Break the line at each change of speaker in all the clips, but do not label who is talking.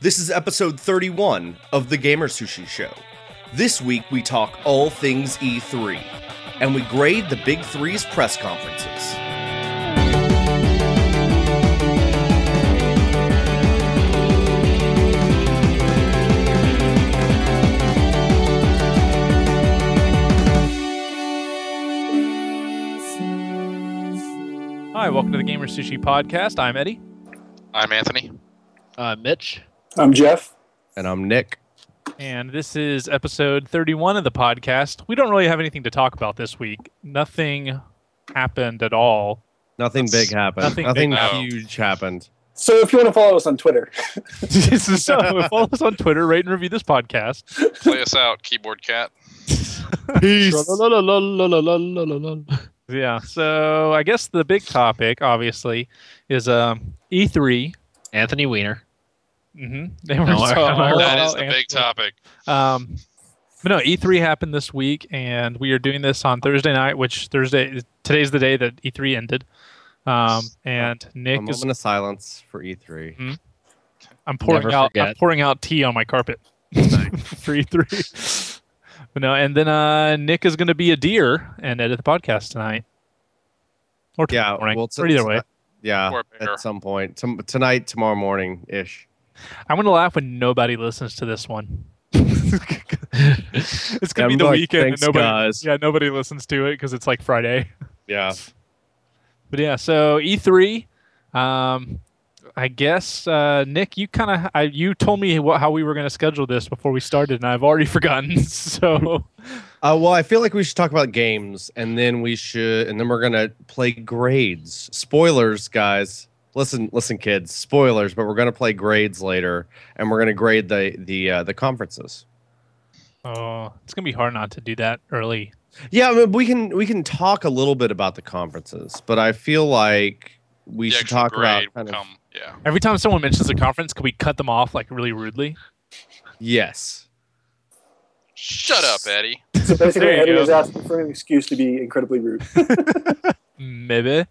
This is episode 31 of The Gamer Sushi Show. This week we talk all things E3 and we grade the Big Three's press conferences.
Hi, welcome to the Gamer Sushi Podcast. I'm Eddie.
I'm Anthony.
Uh, Mitch.
I'm Jeff.
And I'm Nick.
And this is episode 31 of the podcast. We don't really have anything to talk about this week. Nothing happened at all.
Nothing big happened.
Nothing
Nothing,
big
happened.
huge happened.
So if you want to follow us on Twitter,
so follow us on Twitter, rate and review this podcast.
Play us out, keyboard cat.
Yeah. So I guess the big topic, obviously, is um, E3.
Anthony Weiner.
Mm-hmm.
No, I- Oh,
that is the big topic.
Um, but no, E3 happened this week, and we are doing this on Thursday night, which Thursday today's the day that E3 ended. Um, and
A
Nick is Mm-hmm.
moment of silence for E E3.
I'm pouring
Never
out I'm
forget.
pouring out tea on my carpet. Three three. But no, and then uh, Nick is going to be a deer and edit the podcast tonight. Or
Yeah,
tomorrow morning,
well, t-
or either
t-
way,
Yeah,
Or bigger.
at some point Tom- tonight, tomorrow morning ish.
I'm going to laugh when nobody listens to this one. it's going to be
I'm
the
like,
weekend. and
"Thanks,
nobody,
guys."
yeah, nobody listens to it because it's like Friday.
Yeah,
But yeah, so E3, um, I guess uh, Nick, you kind of you told me what, how we were going to schedule this before we started, and I've already forgotten. So
Uh, well, I feel like we should talk about games, and then we should, and then we're gonna play grades. Spoilers, guys. Listen, listen, kids. Spoilers, but we're gonna play grades later, and we're gonna grade the the uh, the conferences.
oh, it's going to be hard not to do that early.
Yeah, I mean, we can we can talk a little bit about the conferences, but I feel like we
the
should
actual
talk
grade
about kind
will
of
come. Yeah.
Every time someone mentions a conference, can we cut them off like really rudely?
yes.
Shut up, Eddie.
so basically
There you
Eddie
go.
is asking for an excuse to be incredibly rude.
Maybe.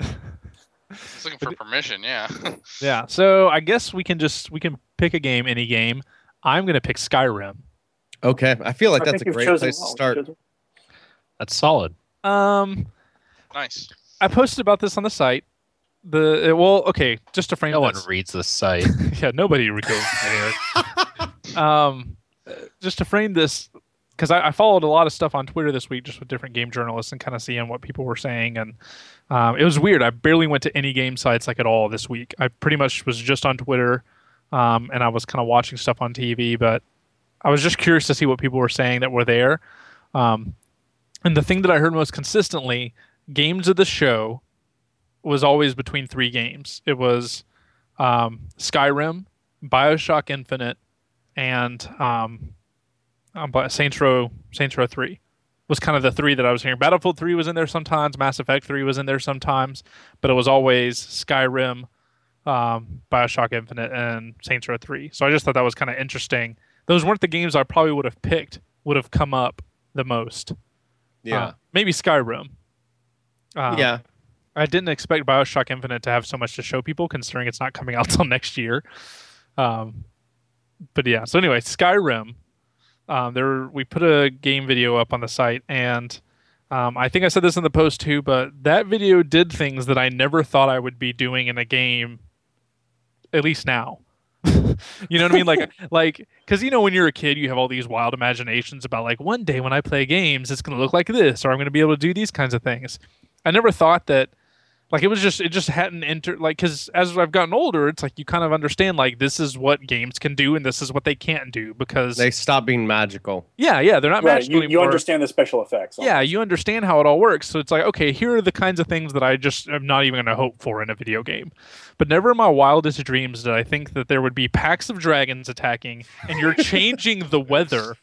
He's looking for permission. Yeah.
Yeah. So I guess we can just we can pick a game, any game. I'm going to pick Skyrim.
Okay, I feel like
I
that's a
think you've
great
chosen
place to
well.
start.
Chosen-
That's solid.
Um,
Nice.
I posted about this on the site. The uh, well, okay, just to frame
No one
this.
reads this site.
yeah, nobody would go there. um, uh, just to frame this, because I, I followed a lot of stuff on Twitter this week, just with different game journalists and kind of seeing what people were saying, and um, it was weird. I barely went to any game sites like at all this week. I pretty much was just on Twitter, um, and I was kind of watching stuff on TV, but I was just curious to see what people were saying that were there. Um, and the thing that I heard most consistently, games of the show, was always between three games. It was um, Skyrim, Bioshock Infinite, and um, um, Bi- Saints Row Saints Row Three was kind of the three that I was hearing. Battlefield Three was in there sometimes. Mass Effect Three was in there sometimes, but it was always Skyrim, um, Bioshock Infinite, and Saints Row Three. So I just thought that was kind of interesting. Those weren't the games I probably would have picked. Would have come up the most.
Yeah,
Uh, maybe Skyrim. Uh,
yeah.
I didn't expect Bioshock Infinite to have so much to show people, considering it's not coming out till next year. Um, but yeah, so anyway, Skyrim. Um, there, we put a game video up on the site, and um, I think I said this in the post too, but that video did things that I never thought I would be doing in a game, at least now. you know what I mean? Like, like, because you know when you're a kid, you have all these wild imaginations about like one day when I play games, it's gonna look like this, or I'm gonna be able to do these kinds of things. I never thought that like it was just it just hadn't entered like because as i've gotten older it's like you kind of understand like this is what games can do and this is what they can't do because
They stopped being magical.
yeah yeah they're not
Right,
magical
you, you
anymore.
understand the special effects.
yeah you understand how it all works so it's like okay here are the kinds of things that i just am not even going to hope for in a video game but never in my wildest dreams did i think that there would be packs of dragons attacking and you're changing the weather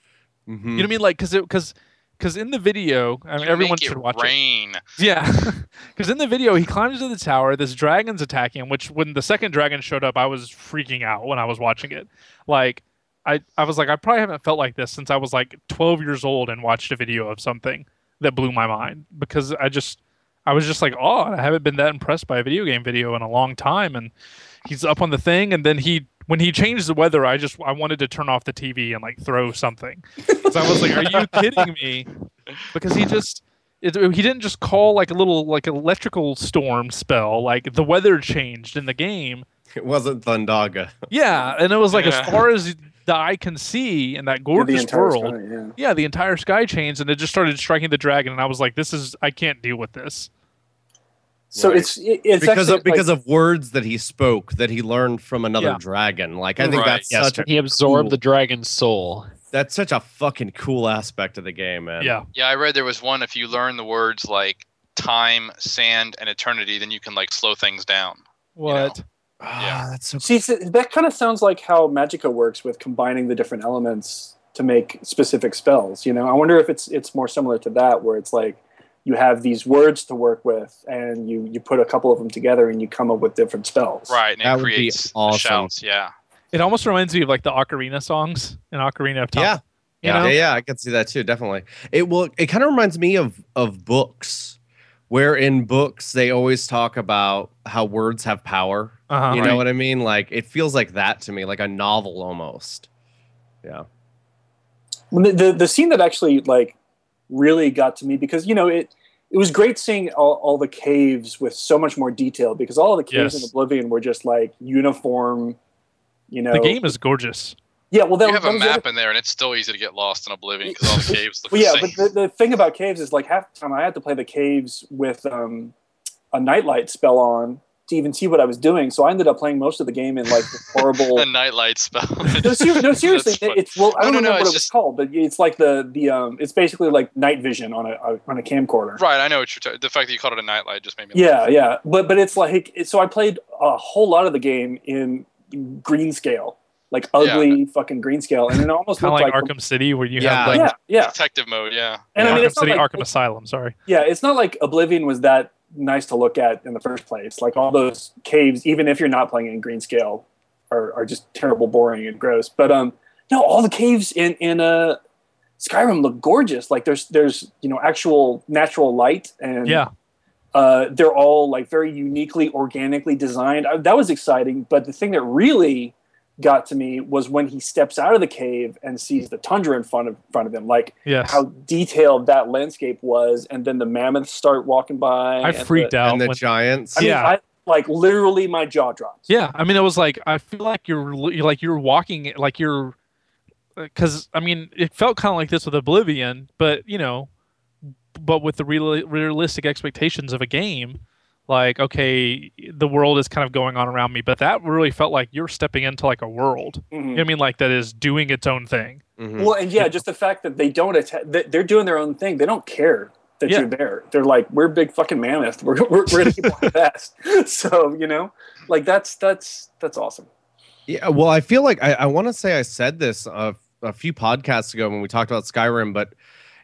you
Mhm.
Hmm.
know what i mean like because it because because in the video i mean
You
everyone
make
should
it
watch it
rain.
yeah, because in the video he climbs to the tower. This dragon's attacking him. Which when the second dragon showed up, I was freaking out when I was watching it. Like, I I was like, I probably haven't felt like this since I was like 12 years old and watched a video of something that blew my mind because I just I was just like, oh, I haven't been that impressed by a video game video in a long time. And he's up on the thing, and then he when he changed the weather, I just I wanted to turn off the TV and like throw something.
So
I was like, "Are you kidding me?" Because he just it, he didn't just call like a little like electrical storm spell like the weather changed in the game.
it wasn't Thundaga.
Yeah, and it was like as
Yeah.
far as the eye can see in that
The
gorgeous
entire
world.
story, yeah.
Yeah, the entire sky changed, and it just started striking the dragon, and I was like, "This is I can't deal with this."
So
Right.
it's it- it's
because
actually,
of because of words that he spoke that he learned from another
Yeah.
dragon. Like I think
Right,
that's
Yes,
such a,
he absorbed
cool-
the dragon's soul.
that's such a fucking cool aspect of the game, man.
Yeah,
Yeah, I read there was one. If you learn the words like time, sand, and eternity, then you can like slow things down.
what?
Ah, that's so.
like, see so that kind of sounds like how Magica works with combining the different elements to make specific spells. You know, I wonder if it's it's more similar to that where it's like you have these words to work with and you you put a couple of them together and you come up with different spells.
Right, and
That
it
would be
creates the
awesome.
shouts. Yeah,
It almost reminds me of like the ocarina songs in Ocarina of Time.
Yeah.
you
yeah,
know?
yeah, yeah, I can see that too. Definitely, it will. It kind of reminds me of of books, where in books they always talk about how words have power.
Uh-huh.
you know what I mean? Like it feels like that to me, like a novel almost. Yeah,
the, the the scene that actually like really got to me because you know it it was great seeing all, all the caves with so much more detail because all of the caves
Yes.
in Oblivion were just like uniform, you know.
The game is gorgeous.
yeah. Well, that,
you have
that
a
was the other-
map in there, and it's still easy to get lost in Oblivion because all the caves look
well, yeah,
the same.
but the, the thing about caves is like half the time I had to play the caves with um, a nightlight spell on to even see what I was doing. So I ended up playing most of the game in like this horrible.
a nightlight spell.
No, ser- no seriously,
That's
it-
funny.
it's well, I
No,
don't
no, no,
remember
it's
what it was
just-
called, but it's like the the um, it's basically like night vision on a on a camcorder.
right, I know what you're. Ta- the fact that you called it a nightlight just made me. laugh.
Yeah, yeah, but but it's like it- so I played a whole lot of the game in green scale, like ugly fucking green scale, and it almost
Kind
looked
of like,
like,
Arkham City, where you
Yeah.
have like
yeah, yeah,
detective mode. Yeah,
and I mean
Arkham
it's not
City,
like
Arkham Asylum. Sorry.
yeah, it's not like Oblivion was that nice to look at in the first place. Like all those caves, even if you're not playing in green scale, are are just terrible, boring, and gross. But um, no, all the caves in in uh. Skyrim look gorgeous. Like there's there's you know actual natural light and
Yeah,
uh, they're all like very uniquely organically designed I, that was exciting but the thing that really got to me was when he steps out of the cave and sees the tundra in front of front of him like
yeah.
how detailed that landscape was and then the mammoths start walking by
I freaked out.
and the
when-
giants.
I mean,
Yeah.
I, like literally my jaw dropped
yeah, I mean, it was like I feel like you're li- like you're walking it- like you're because I mean it felt kind of like this with Oblivion, but you know, but with the real, realistic expectations of a game. Like okay, the world is kind of going on around me, but that really felt like you're stepping into like a world. You know what I mean, like that is doing its own thing.
Mhm.
Mm-hmm. well and yeah just the fact that they don't attack that they're doing their own thing they don't care that
Yeah.
you're there they're like we're big fucking mammoth we're, we're, we're gonna keep on fast so you know like that's that's that's awesome
Yeah, well, I feel like I, I want to say I said this a, a few podcasts ago when we talked about Skyrim, but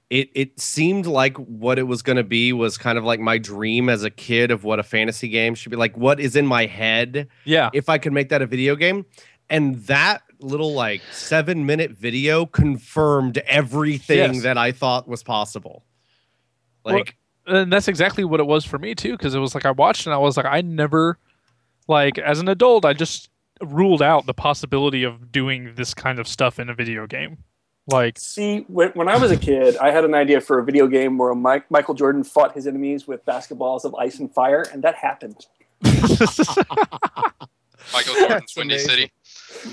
it it seemed like what it was going to be was kind of like my dream as a kid of what a fantasy game should be like. What is in my head
Yeah,
if I could make that a video game, and that little like seven minute video confirmed everything
Yes.
that I thought was possible.
Well,
Like,
and that's exactly what it was for me too because it was like i watched and i was like i never like as an adult i just ruled out the possibility of doing this kind of stuff in a video game like
See, when, when I was a kid, I had an idea for a video game where Mike, Michael Jordan fought his enemies with basketballs of ice and fire, and that happened.
Michael Jordan's
That's
Windy
amazing.
City.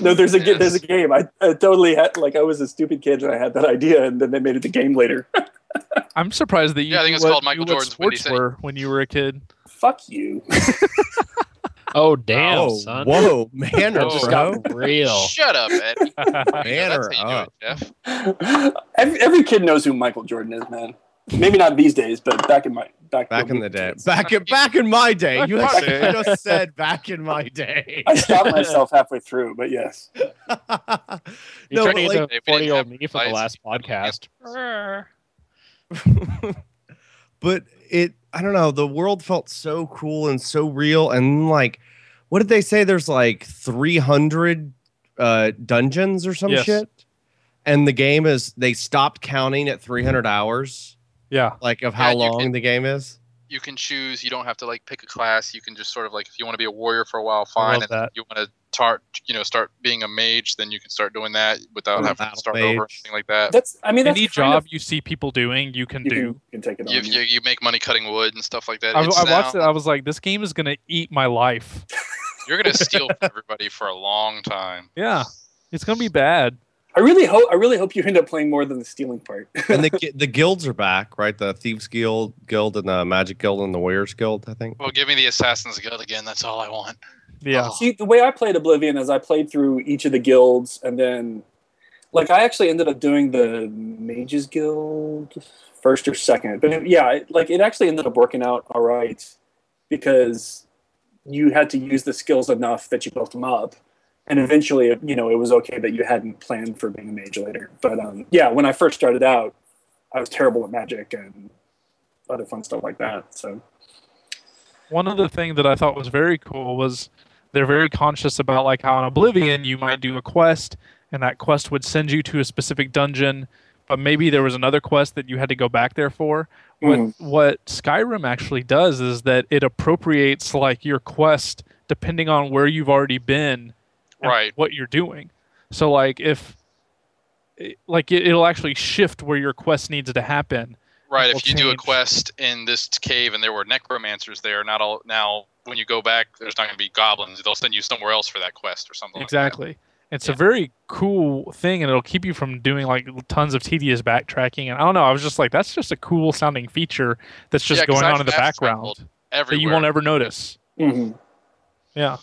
No, there's a
Yes.
there's a game. I, I totally had like I was a stupid kid and I had that idea, and then they made it a game later.
i'm surprised that you
Yeah, I think
knew
it's
what-
called Michael
knew what
Jordan's Windy
sports
City.
were when you were a kid
Fuck you.
Oh damn,
oh,
son! Oh,
whoa, manner,
Whoa.
bro.
Got real.
Shut up, Ed.
Banner
That's how you do
up.
it, Jeff.
every, every kid knows who Michael Jordan is, man. Maybe not these days, but back in my back
Back
when
in
we
the
were
day.
kids.
Back in back in my day. You
Back in
actually
my day.
just said back in my day.
I stopped myself halfway through, but yes.
You're
no, but
turning
like,
into
we didn't
forty-year-old
have
me for the
lights.
last podcast.
but it I don't know, the world felt so cool and so real and like what did they say there's like 300 uh dungeons or some
Yes.
shit? And the game is they stopped counting at 300 hours
yeah
like of how
Yeah, you
long
can-
the game is.
you can choose. You don't have to like pick a class. You can just sort of like if you want to be a warrior for a while,
I
fine.
love
And
that.
if you want to start, you know, start being a mage, then you can start doing that without
I'm a
having to
battle
start over or
mage.
anything like that.
That's I mean that's
Any
kind
job
of-
you see people doing, you can
you can,
do.
you can take it on.
You,
yeah.
you, you make money cutting wood and stuff like that.
I, I
It's
watched it.
now-
I was like, this game is gonna eat my life.
You're gonna steal from everybody for a long time.
Yeah, it's gonna be bad.
I really hope I really hope you end up playing more than the stealing part.
and the gu- the guilds are back, right? The thieves guild, guild, and the magic guild, and the warriors guild. I think.
Well, give me the Assassin's Guild again. That's all I want.
Yeah.
See, the way I played Oblivion is I played through each of the guilds, and then, like, I actually ended up doing the Mages Guild first or second. But it- yeah, it, like, it actually ended up working out all right because you had to use the skills enough that you built them up. And eventually, you know, it was okay that you hadn't planned for being a mage later. But um, yeah, when I first started out, I was terrible at magic and other fun stuff like that. So
One other thing that I thought was very cool was they're very conscious about like how in Oblivion you might do a quest and that quest would send you to a specific dungeon, but maybe there was another quest that you had to go back there for. What
Mhm.
what Skyrim actually does is that it appropriates like your quest depending on where you've already been and
Right.
what you're doing. So like if it- like it, it'll actually shift where your quest needs to happen
Right.
will
If you do a
change.
quest in this cave and there were necromancers there, not all now. When you go back, there's not going to be goblins. They'll send you somewhere else for that quest or something. like that.
Exactly. It's a
Yeah.
very cool thing, and it'll keep you from doing like tons of tedious backtracking. And I don't know, I was just like, that's just a cool sounding feature that's just
Yeah, 'cause
going
I've
on in the
fast
background
traveled
that
Everywhere.
you won't ever notice.
mhm.
Yeah,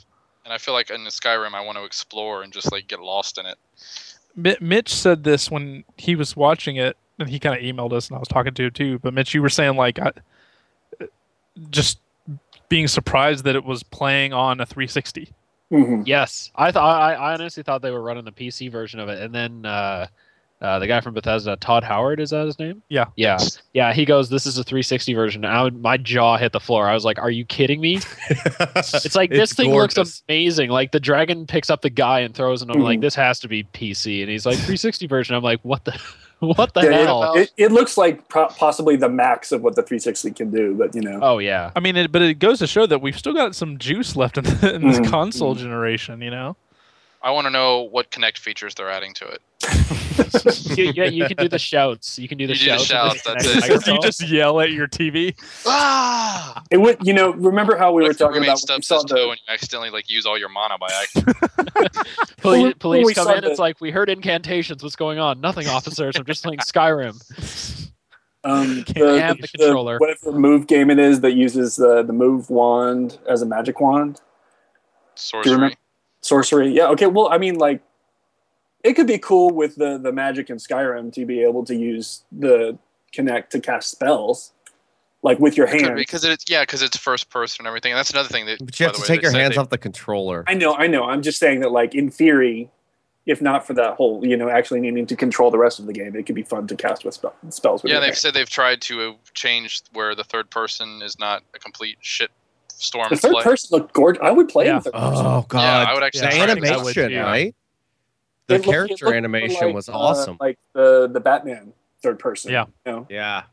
and I feel like in the Skyrim, I want to explore and just like get lost in it.
Mi Mitch said this when he was watching it, and he kind of emailed us, and I was talking to him too. But Mitch, you were saying like, I, just being surprised that it was playing on a 360.
Mhm.
Yes, I thought I I honestly thought they were running the PC version of it, and then uh, uh, the guy from Bethesda, Todd Howard, is that his name?
Yeah.
yeah, yeah. He goes, "This is a 360 version." I would, my jaw hit the floor. I was like, "Are you kidding me?" It's like this thing
gorgeous.
looks amazing. Like the dragon picks up the guy and throws him. I'm
Mhm.
like,
Mm-hmm.
"This has to be PC," and he's like, "360 version." I'm like, "What the, what the
Yeah,
hell?"
It, it looks like pro- possibly the max of what the 360 can do, but you know,
Oh yeah,
I mean, it, but it goes to show that we've still got some juice left in, the, in this
Mhm.
console generation. You know.
I want to know what Connect features they're adding to it.
you, yeah. You can do the shouts. You can do the
You do the
shouts.
shouts, that's it.
if you
Microphone.
just yell at your TV.
Ah!
it would. You know, remember how we were talking about when we
stuff
saw
says toe
the,
and you accidentally like use all your mana by accident.
Well,
Police,
when
police
we
come
saw
in.
the-
It's like we heard incantations. What's going on? Nothing, officers. I'm just playing Skyrim.
um, the,
have the
the-
controller.
whatever move game it is that uses the the move wand as a magic wand
Sorcery.
remember- sorcery. Yeah, okay. Well, I mean, like it could be cool with the the magic in Skyrim to be able to use the connect to cast spells, like with your hand.
Because it's yeah, because it's first person and everything. And that's another thing that
But you have
by
to
the way,
take
they
your
said
hands
they-
off the controller.
I know, I know. I'm just saying that, like in theory, if not for that whole, you know, actually needing to control the rest of the game, it could be fun to cast with spell, spells. With
Yeah,
your
they've
hand.
said they've tried to uh, change where the third person is not a complete shit storm.
the
of
third
play.
person looked gorgeous. I would play
Yeah.
in third person.
Oh god,
Yeah, I would actually.
the
Yeah, I
try to do that.
I would,
animation,
yeah.
right?
It
The
looked- it
character
looked
animation
like,
was
uh,
awesome.
like the the Batman third person.
Yeah.
you know?
yeah,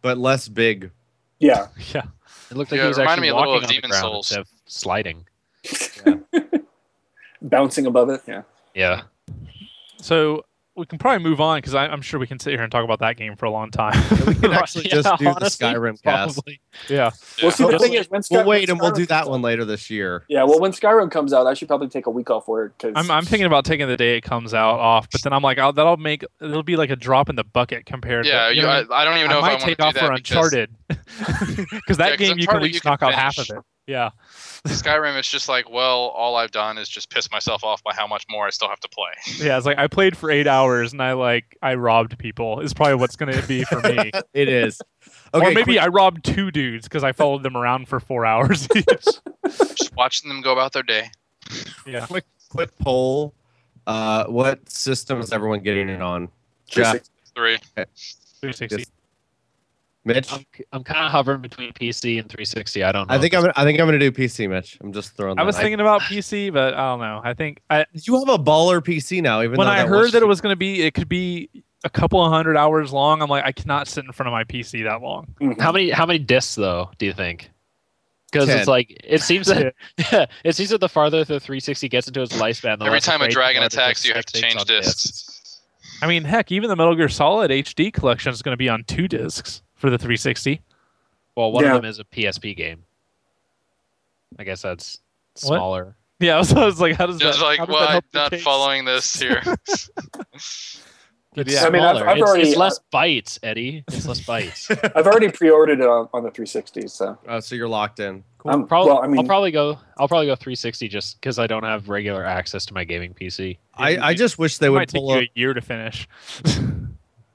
but less big.
yeah.
Yeah.
It looked like
Yeah,
he was
it reminded
actually
me a little
walking
of
on
Demon
the ground
Souls.
instead of sliding.
bouncing above it. Yeah,
Yeah.
So we can probably move on because I'm sure we can sit here and talk about that game for a long time.
We could actually
Yeah,
just do
honestly,
the Skyrim cast.
Probably.
yeah.
Yeah.
Well, see, the
We'll
thing
wait-
is, when Sky-
We'll
when
wait and we'll
Skyrim
do that
comes
one
out-
later this year.
Yeah, well, when Skyrim comes out, I should probably take a week off work because
I'm, I'm thinking about taking the day it comes out off, but then I'm like, I'll, that'll make it'll be like a drop in the bucket compared.
Yeah,
to,
you, I, I don't even know if I
might
want
take
to
off
do
for
that because
Uncharted because
Yeah, 'cause
that game you can at
Uncharted,
least
you can
knock out half of
finish.
it. Yeah,
Skyrim is just like, well, all I've done is just piss myself off by how much more I still have to play.
yeah. It's like I played for eight hours and I like I robbed people. Is probably what's going to be for me.
It is.
or
Okay,
maybe
quick-
I robbed two dudes because I followed them around for four hours each.
just watching them go about their day.
yeah.
quick, quick poll. Uh, what system is everyone getting it on? Jeff,
360
Three.
360.
Mitch.
I'm, I'm kind of hovering between PC and 360. I don't know.
I think I'm. I think I'm gonna do PC, Mitch. I'm just throwing.
I
that
was
out.
thinking about PC, but I don't know. I think I
you have a baller PC now. Even
when
though
I heard that it was going to be, it could be a couple of hundred hours long. I'm like, I cannot sit in front of my PC that long.
Mhm.
How many how many discs though do you think? Because
Ten.
it's like it seems that yeah, it seems that the farther the 360 gets into its lifespan, the
Every
less
time a
afraid
dragon
people are to
attacks,
just
you have to
stick things
change
on
discs.
I mean, heck, even the Metal Gear Solid HD collection is going to be on two discs for the 360.
Well, one
Yeah.
of them is a PSP game. I guess that's
What?
smaller.
Yeah, so I was like, how does
Just
that?
like,
how does that
well, I'm
help the
not
case?
following this here.
But
It's
yeah,
I mean, I've-
smaller.
I've
it's,
already-
it's less bites, Eddie. It's less bites.
I've already pre-ordered it on, on the 360, so
Oh, so you're locked in. Cool.
I'm,
Probably,
well, I
I
mean,
will probably go. I'll probably go 360 just because I don't have regular access to my gaming PC.
I, I just wish they
it
would
might take
pull
you
up. Mm-hmm.
a year to finish.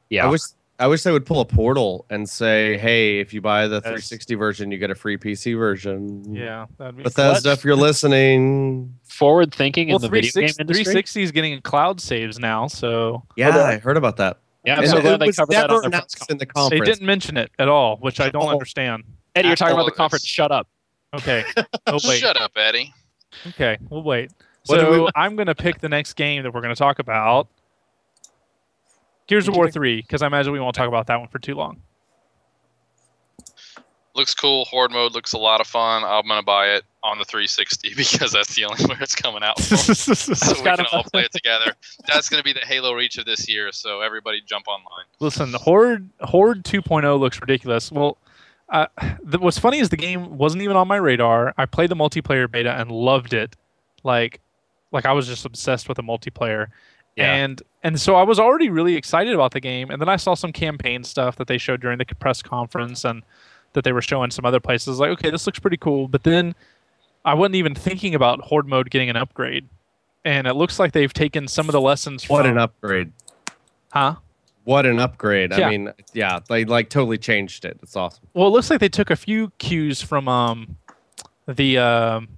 Yeah,
I wish I wish they would pull a portal and say, "Hey, if you buy the
That's-
360 version, you get a free PC version."
yeah, that'd be
Bethesda,
What?
if you're listening,
forward thinking
Well,
in the video game
360
industry.
360 is getting cloud saves now, so
yeah,
Hold on.
I heard about that.
Yeah, I'm
And
so
it
glad they
was
covered that
never
on their press
announced
conference.
in the conference.
they didn't mention it at all, which I don't
Oh.
understand.
Eddie, you're talking about
Oh,
the
it's-
conference. Shut up.
Okay, oh wait,
Shut up, Eddie.
okay, we'll wait.
What do
So
we-
I'm gonna pick the next game that we're gonna talk about. Gears of War three, because I imagine we won't talk about that one for too long.
Looks cool. Horde mode looks a lot of fun. I'm gonna buy it on the 360 because that's the only where it's coming out. From. so we
kind
can
of-
all play it together. That's gonna be the Halo Reach of this year. So everybody jump online.
Listen, Horde Horde 2.0 looks ridiculous. Well, uh, the, what's funny is the game wasn't even on my radar. I played the multiplayer beta and loved it. Like, like I was just obsessed with the multiplayer,
Yeah.
and and so I was already really excited about the game. And then I saw some campaign stuff that they showed during the press conference and that they were showing some other places. Like, okay, this looks pretty cool. But then I wasn't even thinking about Horde mode getting an upgrade. And it looks like they've taken some of the lessons
What
from
an upgrade!
huh?
What an upgrade!
Yeah.
I mean, yeah, they like totally changed it. It's awesome.
Well, it looks like they took a few cues from um, the um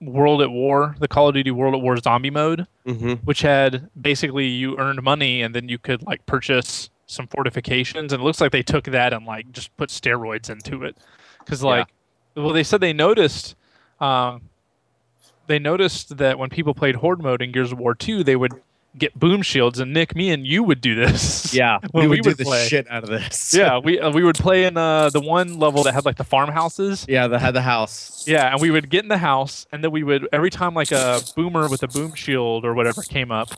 World at War, the Call of Duty World at War zombie mode,
Mm-hmm.
which had basically you earned money and then you could like purchase some fortifications. And it looks like they took that and like just put steroids into it, because like, well, they said they noticed. Um, they noticed that when people played Horde mode in Gears of War 2, they would get boom shields. And Nick, me and you would do this.
Yeah,
When
we
we
would do
would
the
play.
shit out of this.
Yeah, we uh, we would play in uh, the one level that had like the farmhouses.
yeah, the had the house.
Yeah, and we would get in the house, and then we would every time like a boomer with a boom shield or whatever came up,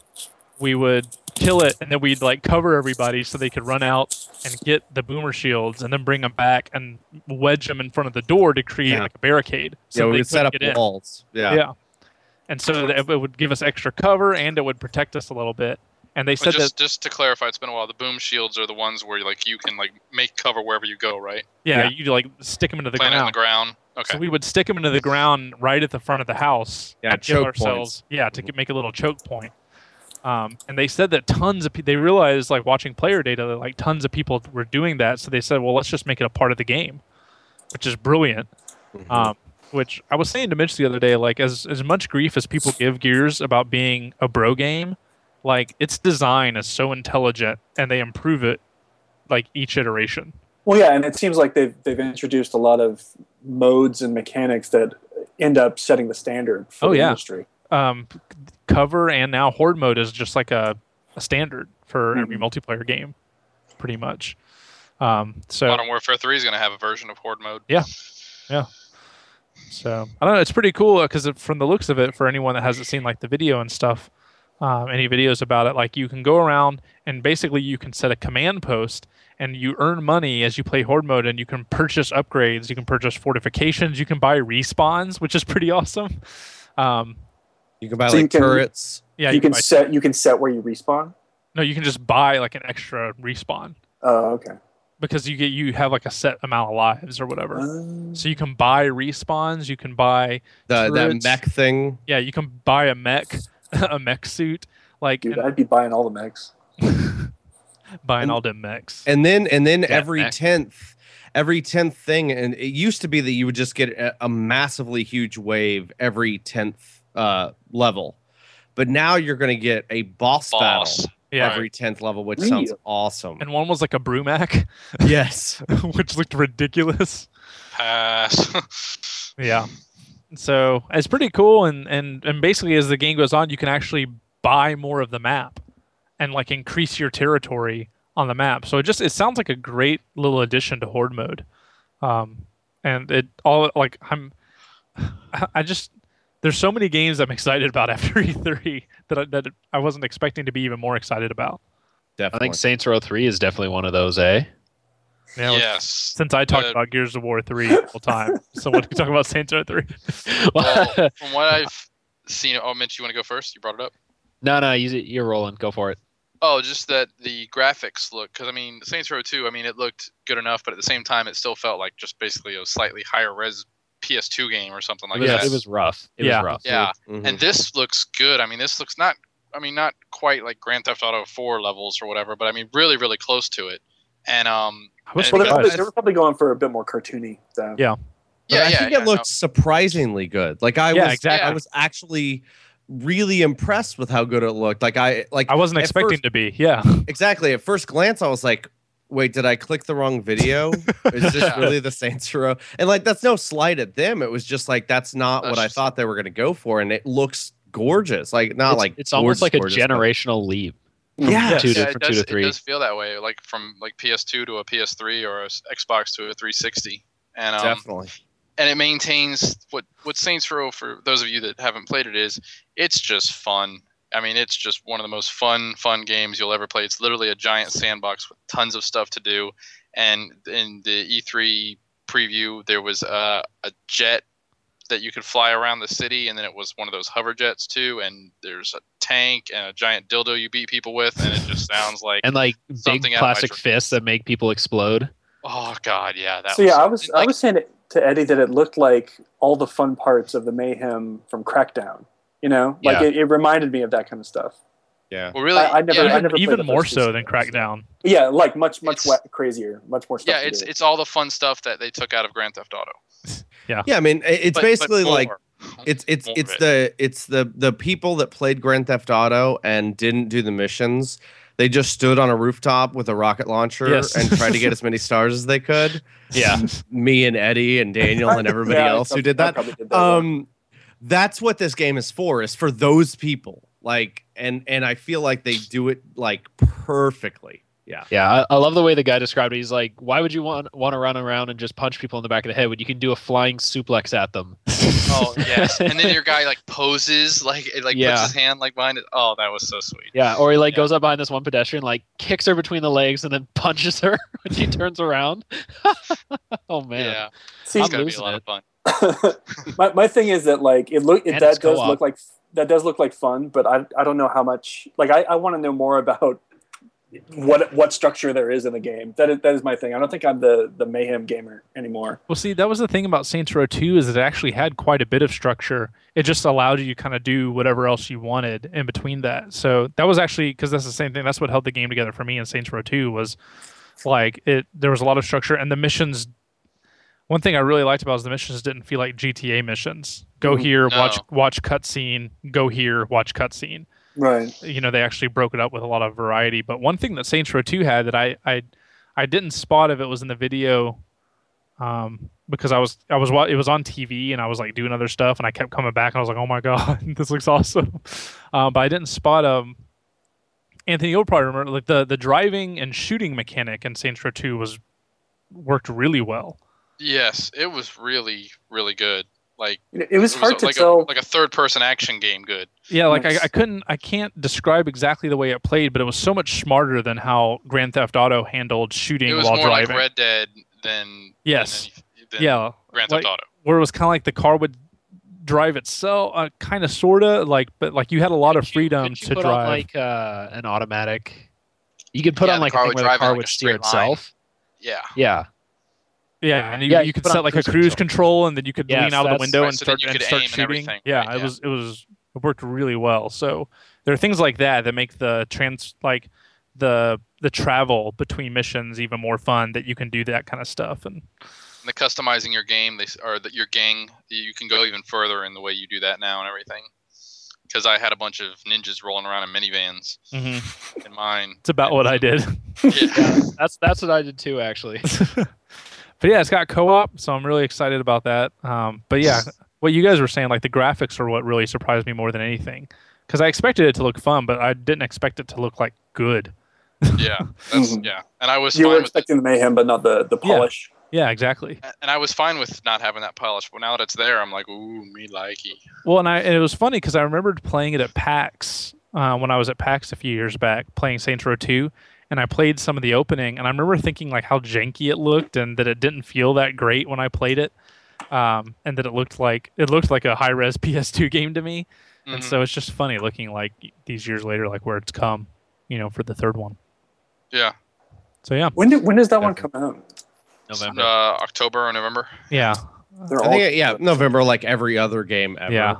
we would kill it, and then we'd like cover everybody so they could run out and get the boomer shields, and then bring them back and wedge them in front of the door to create
Yeah.
like a barricade. So
yeah,
they
we would set
couldn't
up
get in.
walls. Yeah.
Yeah. and so that it would give us extra cover, and it would protect us a little bit. And they
But
said
just
that
just to clarify, it's been a while. The boom shields are the ones where like you can like make cover wherever you go, right?
yeah,
yeah.
you like stick them into the
Plant it on
ground.
the ground. Okay.
So we would stick them into the ground right at the front of the house.
Yeah,
and
choke
give
Mm-hmm.
ourselves, Yeah, to get- make a little choke point. Um, and they said that tons of pe- they realized like watching player data that like tons of people were doing that. So they said, well, let's just make it a part of the game, which is brilliant.
Mhm.
Um, which I was saying to Mitch the other day, like as as much grief as people give Gears about being a bro game, like its design is so intelligent and they improve it like each iteration.
well, yeah, and it seems like they've they've introduced a lot of modes and mechanics that end up setting the standard for
Oh,
the
yeah.
industry.
um, c- cover and now horde mode is just like a, a standard for every
Hmm.
multiplayer game, pretty much. Um, so
Modern Warfare 3 is gonna have a version of Horde mode.
Yeah. so I don't know. It's pretty cool because from the looks of it, for anyone that hasn't seen like the video and stuff, um, any videos about it, like you can go around and basically you can set a command post and you earn money as you play horde mode and you can purchase upgrades, you can purchase fortifications, you can buy respawns, which is pretty awesome. Um,
You can buy
So you
like
can-
turrets.
yeah,
you, can
buy,
set you can set where you respawn.
no, you can just buy like an extra respawn.
Oh, okay.
because you get you have like a set amount of lives or whatever.
Um,
So you can buy respawns, you can buy
The, that
turrets.
mech thing.
yeah, you can buy a mech, a mech suit, like
dude,
and
I'd be buying all the mechs.
buying all them mechs.
and then and then every
mech.
tenth every tenth thing and it used to be that you would just get a, a massively huge wave every tenth uh level but now you're going to get a boss,
Boss.
battle
yeah.
every tenth level which
Really?
sounds awesome
And one was like a Brumac,
yes
which looked ridiculous.
Pass.
Yeah. So it's pretty cool and, and and basically as the game goes on you can actually buy more of the map and like increase your territory on the map. So it just it sounds like a great little addition to horde mode. Um, and it all like I'm I- I just there's so many games I'm excited about after E3 that I, that I wasn't expecting to be even more excited about.
I
Definitely.
think Saints Row 3 is definitely one of those, eh?
Yeah, let's-
yes.
Since I talked
Uh,
about Gears of War 3 all the time, so what can we talk about Saints Row 3?
Well, from what I've seen, oh, Mitch, you want to go first? You brought it up.
no, no, you, you're rolling. Go for it.
Oh, just that the graphics look because I mean Saints Row 2. I mean it looked good enough, but at the same time it still felt like just basically a slightly higher res PS2 game or something like
it, was,
that.
it was rough. It
Yeah.
was rough.
yeah,
Mhm.
and this looks good. I mean this looks not. I mean not quite like Grand Theft Auto 4 levels or whatever, but I mean really really close to it. And um
I was
And Well,
Well, they
surprised.
were, they were probably going for a bit more cartoony. So.
Yeah.
But
yeah
I
yeah
think
yeah,
it
no.
looked surprisingly good. Like I
Yeah,
was,
exactly.
I was actually really impressed with how good it looked. Like I, like
I wasn't
at
expecting
first-
to be. Yeah.
exactly. At first glance, I was like, "Wait, did I click the wrong video? Is this
Yeah.
really the Saints Row?" And like, that's no slight at them. It was just like that's not
That's
what I
just-
thought they were going to go for, and it looks gorgeous. Like not
It's,
like
it's almost
gorgeous,
like a
gorgeous, but-
generational leap.
Mm-hmm.
Yeah.
Two to,
Yeah,
from
it
two
does,
to
it
three.
does feel that way, like from like PS2 to a PS3 or a s- Xbox to a 360. And um,
Definitely.
and it maintains what what Saints Row for those of you that haven't played it is it's just fun. I mean, it's just one of the most fun fun games you'll ever play. It's literally a giant sandbox with tons of stuff to do. And in the E3 preview, there was uh, a jet that you could fly around the city, and then it was one of those hover jets too. And there's a tank and a giant dildo you beat people with, and it just sounds like
And like big
Something out of my
plastic
dreams.
fists that make people explode.
oh god, yeah. That
So
was
yeah, I was I
like-
was saying to- to Eddie that it looked like all the fun parts of the mayhem from Crackdown. You know, like
Yeah.
it, it reminded me of that kind of stuff.
well, really.
I- I never-
yeah.
I never played
even
the
more
first
so
two
than
games.
Crackdown.
But yeah, like much much
It's-
wet, crazier, much more stuff.
yeah,
to
it's
do.
it's all the fun stuff that they took out of Grand Theft Auto.
Yeah, I mean, it- it's
But- but
basically like
more.
it's it's
more of
it's
it.
the it's the the people that played Grand Theft Auto and didn't do the missions. They just stood on a rooftop with a rocket launcher
Yes.
and tried to get as many stars as they could.
Yeah.
Me and Eddie and Daniel and everybody
Yeah, I
else who
prob-
did
I
that.
probably did that.
Um that's what this game is for, is for those people. Like and and I feel like they do it like perfectly. Yeah.
Yeah, I, I love the way the guy described it. He's like, why would you want want to run around and just punch people in the back of the head when you can do a flying suplex at them?
Oh yes, and then your guy like poses, like it, like
Yeah.
puts his hand like behind it. Oh, that was so sweet.
Yeah, or he like
Yeah.
goes up behind this one pedestrian, like kicks her between the legs, and then punches her when she turns around. oh man,
Yeah,
See,
it's
I'm
gonna be a
losing
lot
it.
of fun.
my, my thing is that like it look it,
And
that
it's
does
co-op.
look like that does look like fun, but I I don't know how much like I, I want to know more about what what structure there is in the game. That is that is my thing. I don't think I'm the the mayhem gamer anymore.
Well, see, that was the thing about Saints Row 2 is it actually had quite a bit of structure. It just allowed you to kind of do whatever else you wanted in between that. So that was actually because that's the same thing. That's what held the game together for me in Saints Row 2 was like it. There was a lot of structure and the missions. One thing I really liked about is the missions didn't feel like GTA missions. Go
Mhm.
here, watch
No.
watch cutscene. Go here, watch cutscene
Right.
you know they actually broke it up with a lot of variety but one thing that saints row 2 had that i i, I didn't spot if it was in the video um, because i was i was wa- it was on tv and i was like doing other stuff and i kept coming back and i was like oh my god this looks awesome um, but i didn't spot um anthony you'll probably remember like the the driving and shooting mechanic in saints row 2 was worked really well
Yes, it was really really good. Like
It, it was
it
hard to
like a,
tell.
like a third person action game. Good.
yeah like I,
Nice.
I couldn't i can't describe exactly the way it played but it was so much smarter than how grand theft auto handled shooting
It was
while
more
driving
like Red Dead than
Yes.
than, any- than
yeah
Grand
like-
Theft Auto.
where it was kind of like the car would drive itself, uh, kind of, sorta, like, but like you had a lot of
Could you-
freedom
could you
to
put
drive.
On, like uh, an automatic, you could put
Yeah,
on
the
like
car
a
would
thing where the
drive in,
car
like,
would
a
steer
straight line.
itself.
Yeah.
Yeah,
yeah, and you,
yeah,
you
you
could
put
set
on
like a
cruise
cruise
control.
control, and then you could
Yes,
lean out of the
that's-
window
right,
and
so then
start,
you
and
could
start
aim and
shooting.
everything,
yeah,
right,
it
yeah.
was it was it worked really well. So there are things like that that make the trans like the the travel between missions even more fun that you can do that kind of stuff and
And the customizing your game, they s- or the, your gang, you can go even further in the way you do that now and everything. Because I had a bunch of ninjas rolling around in minivans
Mm.
Mm-hmm.
in mine.
it's about what I did.
Yeah.
that's that's what I did too, actually.
but yeah, it's got co-op, so I'm really excited about that. Um, but yeah, what you guys were saying, like the graphics are what really surprised me more than anything, because I expected it to look fun, but I didn't expect it to look like good.
yeah, that's
Mhm.
yeah. And I was
You were
fine with it.
expecting the mayhem, but not the the
Yeah.
polish.
Yeah, exactly.
and I was fine with not having that polish. But now that it's there, I'm like, ooh, me likey.
Well, and I and it was funny because I remembered playing it at PAX uh, when I was at PAX a few years back, playing Saints Row Two, and I played some of the opening, and I remember thinking like how janky it looked and that it didn't feel that great when I played it, um, and that it looked like it looked like a high res PS2 game to me, and
Mhm.
so it's just funny looking like these years later, like where it's come, you know, for the third one.
yeah,
So yeah,
When do, when does that one
Okay.
come out?
November.
uh, October or November.
yeah,
They're
I
all
think yeah, November like every other game ever.
yeah.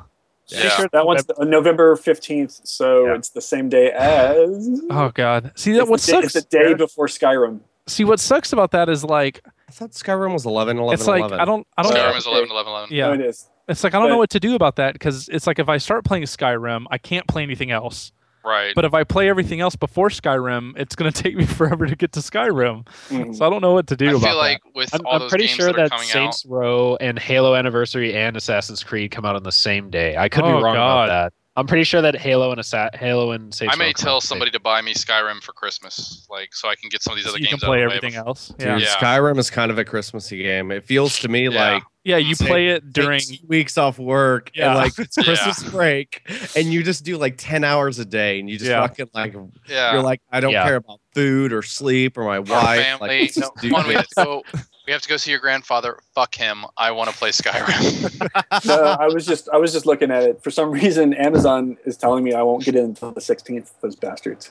Yeah.
Sure, that one's uh, November fifteenth, so
Yeah.
it's the same day as.
Oh God! See that
It's
what
the day-
sucks.
It's the day before Skyrim.
See what sucks about that is like
I thought Skyrim was 11, 11,
it's like
11.
I don't I don't
Skyrim
know.
is 11, 11, 11.
yeah
No, Oh, it is.
It's like I don't know
But-
what to do about that because it's like if I start playing Skyrim, I can't play anything else.
Right.
But if I play everything else before Skyrim, it's going to take me forever to get to Skyrim.
Mhm.
So I don't know what to do
I
about
feel like with
I'm,
all
I'm
those
pretty
games
sure
that are
that,
coming
Saints Row and Halo Anniversary and Assassin's Creed come out on the same day. I could be
Oh,
wrong
God.
about that. I'm pretty sure that Halo and Assa- Halo and
out,
Saints
I may
Row come out
tell
the same
somebody to buy me Skyrim for Christmas, like so I can get some of these
that.
other
You can
games.
play
out of the way
everything
before-
else.
Dude,
Yeah, yeah.
Yeah.
Skyrim is kind of a Christmassy game. It feels to me
Yeah.
like
you
Same.
play it during.
during weeks off work
Yeah.
and like it's
Yeah.
Christmas break and you just do like 10 hours a day and you just
Yeah.
fucking like
Yeah.
you're like I don't
Yeah.
care about food or sleep or my
Our
wife like,
family.
let's
no,
just do
come on, we
this.
have to go. We have to go see your grandfather. Fuck him. I want to play Skyrim.
No, I was just I was just looking at it. For some reason, Amazon is telling me I won't get it until the sixteenth. Those bastards.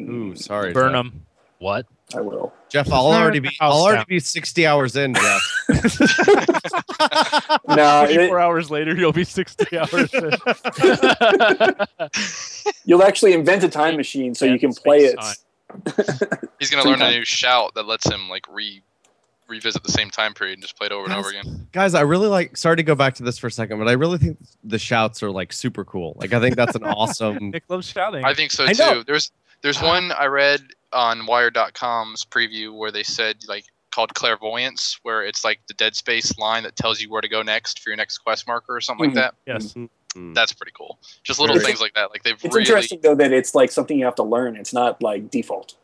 Ooh, sorry.
Burn
Jeff.
'em.
What?
I will.
Jeff, I'll
Burn
already be
the house
I'll already
down.
be 60 hours in, Jeff.
No, it-
Twenty-four hours later, you'll be sixty hours. in.
you'll actually invent a time machine so you can play it.
He's gonna learn a
Sometime.
new shout that lets him like re revisit the same time period and just play it over and
That's-
over again.
Guys, I really like sorry to go back to this for a second, but I really think the shouts are like super cool. Like I think that's an awesome
Nick loves shouting.
I think so
I know.
too. There's there's one I read on Wired.com's preview where they said like called clairvoyance, where it's like the Dead Space line that tells you where to go next for your next quest marker or something
Mhm.
like that.
Mm-hmm. yes.
Mm.
That's pretty cool. Just little
It's-
things like that. Like they've
It's
really
interesting though that it's like something you have to learn. It's not like default.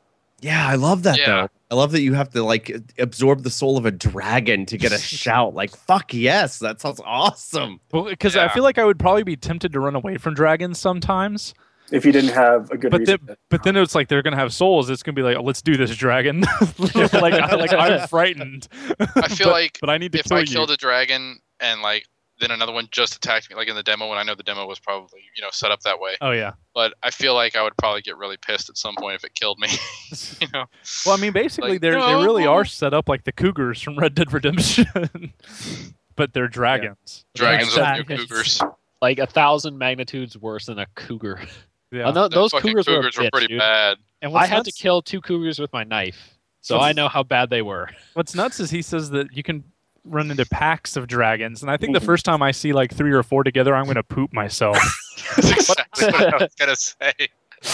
Yeah, I love that
Yeah.
though. I love that you have to like absorb the soul of a dragon to get a shout. Like, fuck yes, that sounds awesome.
Because I
Yeah.
feel like I would probably be tempted to run away from dragons sometimes.
If you didn't have a good
But
reason.
then, but then it's like they're gonna have souls. It's gonna be like, oh, let's do this, dragon. like, I, like I'm frightened.
I feel
but,
like
but I need to
if
kill
I
you.
killed a dragon and like then another one just attacked me like in the demo and I know the demo was probably, you know, set up that way.
oh yeah.
But I feel like I would probably get really pissed at some point if it killed me. you know.
Well, I mean, basically,
Like,
they're they really
no.
are set up like the cougars from Red Dead Redemption, but they're dragons.
Dragons are the new
Dragons.
cougars.
Like a thousand magnitudes worse than a cougar.
Yeah.
Oh,
The
no, those
fucking
cougars,
cougars
were, a
were
bitch,
pretty
dude.
bad.
And
I
what's
had to
nuts-
kill two cougars with my knife, so I know how bad they were.
What's nuts is he says that you can run into packs of dragons, and I think the
Mhm.
first time I see like three or four together, I'm gonna poop myself.
That's exactly what I was gonna say.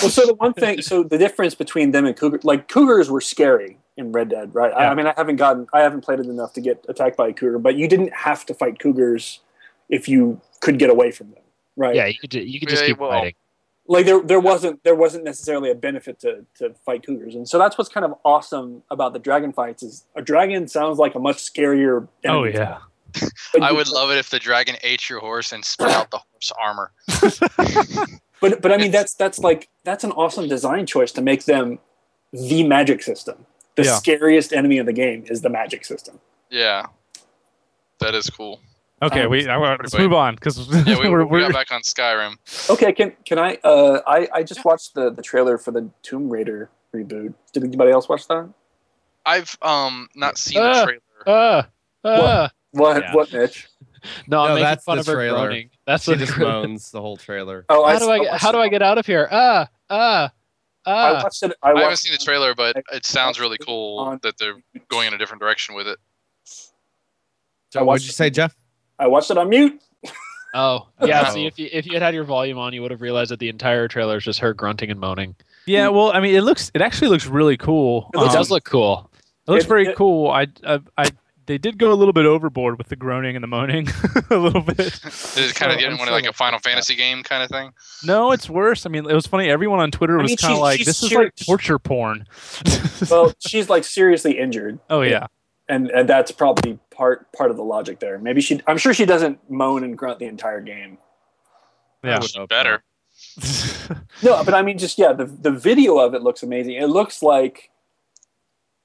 well, so the one thing, so the difference between them and cougar, like cougars were scary in Red Dead, right? I,
Yeah.
I mean, I haven't gotten, I haven't played it enough to get attacked by a cougar, but you didn't have to fight cougars if you could get away from them, right?
Yeah, you could, ju- you could just
Yeah,
keep
well,
fighting.
like there there wasn't there wasn't necessarily a benefit to to fight cougars and so that's what's kind of awesome about the dragon fights is a dragon sounds like a much scarier
oh
enemy.
yeah.
But
I
you-
would love it if the dragon ate your horse and spit out the horse armor.
but but i mean that's that's like that's an awesome design choice to make them the magic system the
Yeah.
scariest enemy of the game is the magic system
Yeah, that is cool.
Okay,
Um,
we I, let's
everybody-
move on because
Yeah, we,
we're,
we
we're
got back on Skyrim.
okay can can i uh i i just watched the the trailer for the tomb raider reboot did anybody else watch that
I've um not seen
Ah.
the trailer.
Uh, uh.
what
Yeah.
what mitch
No, I'm
No,
making
that's
fun
the
of her
trailer.
groaning. That's
She
what
just moans the whole trailer.
oh
How do I get,
watched
how do I
it.
get out of here? Uh, uh,
i
uh.
watched it i,
I haven't
watched
seen the
it.
trailer, but
I-
it sounds
I-
really cool
on-
that they're going in a different direction with it.
So
watched
what'd you
it.
say, Jeff?
i watched it on mute
Oh, yeah. See,
Oh.
if you if you had had your volume on, you would have realized that the entire trailer is just her grunting and moaning.
Yeah, well, I mean, it looks it actually looks really cool.
It looks
it
Um,
does look cool.
it looks
it-
very
it-
cool. I, I I they did go a little bit overboard with the groaning and the moaning a little bit.
Did it
So
kind of get in
I'm
one of, like
still-
a Final Fantasy game kind of thing?
No, it's worse. I mean, it was funny. Everyone on Twitter
I
was
mean,
kind of
she-
like,
she's
"This is
sure-
like torture porn."
well, she's like seriously injured,
oh yeah,
and, and that's probably part part of the logic there. Maybe she, I'm sure she doesn't moan and grunt the entire game.
yeah.
Which is better.
No, but I mean, just yeah, the the video of it looks amazing. It looks like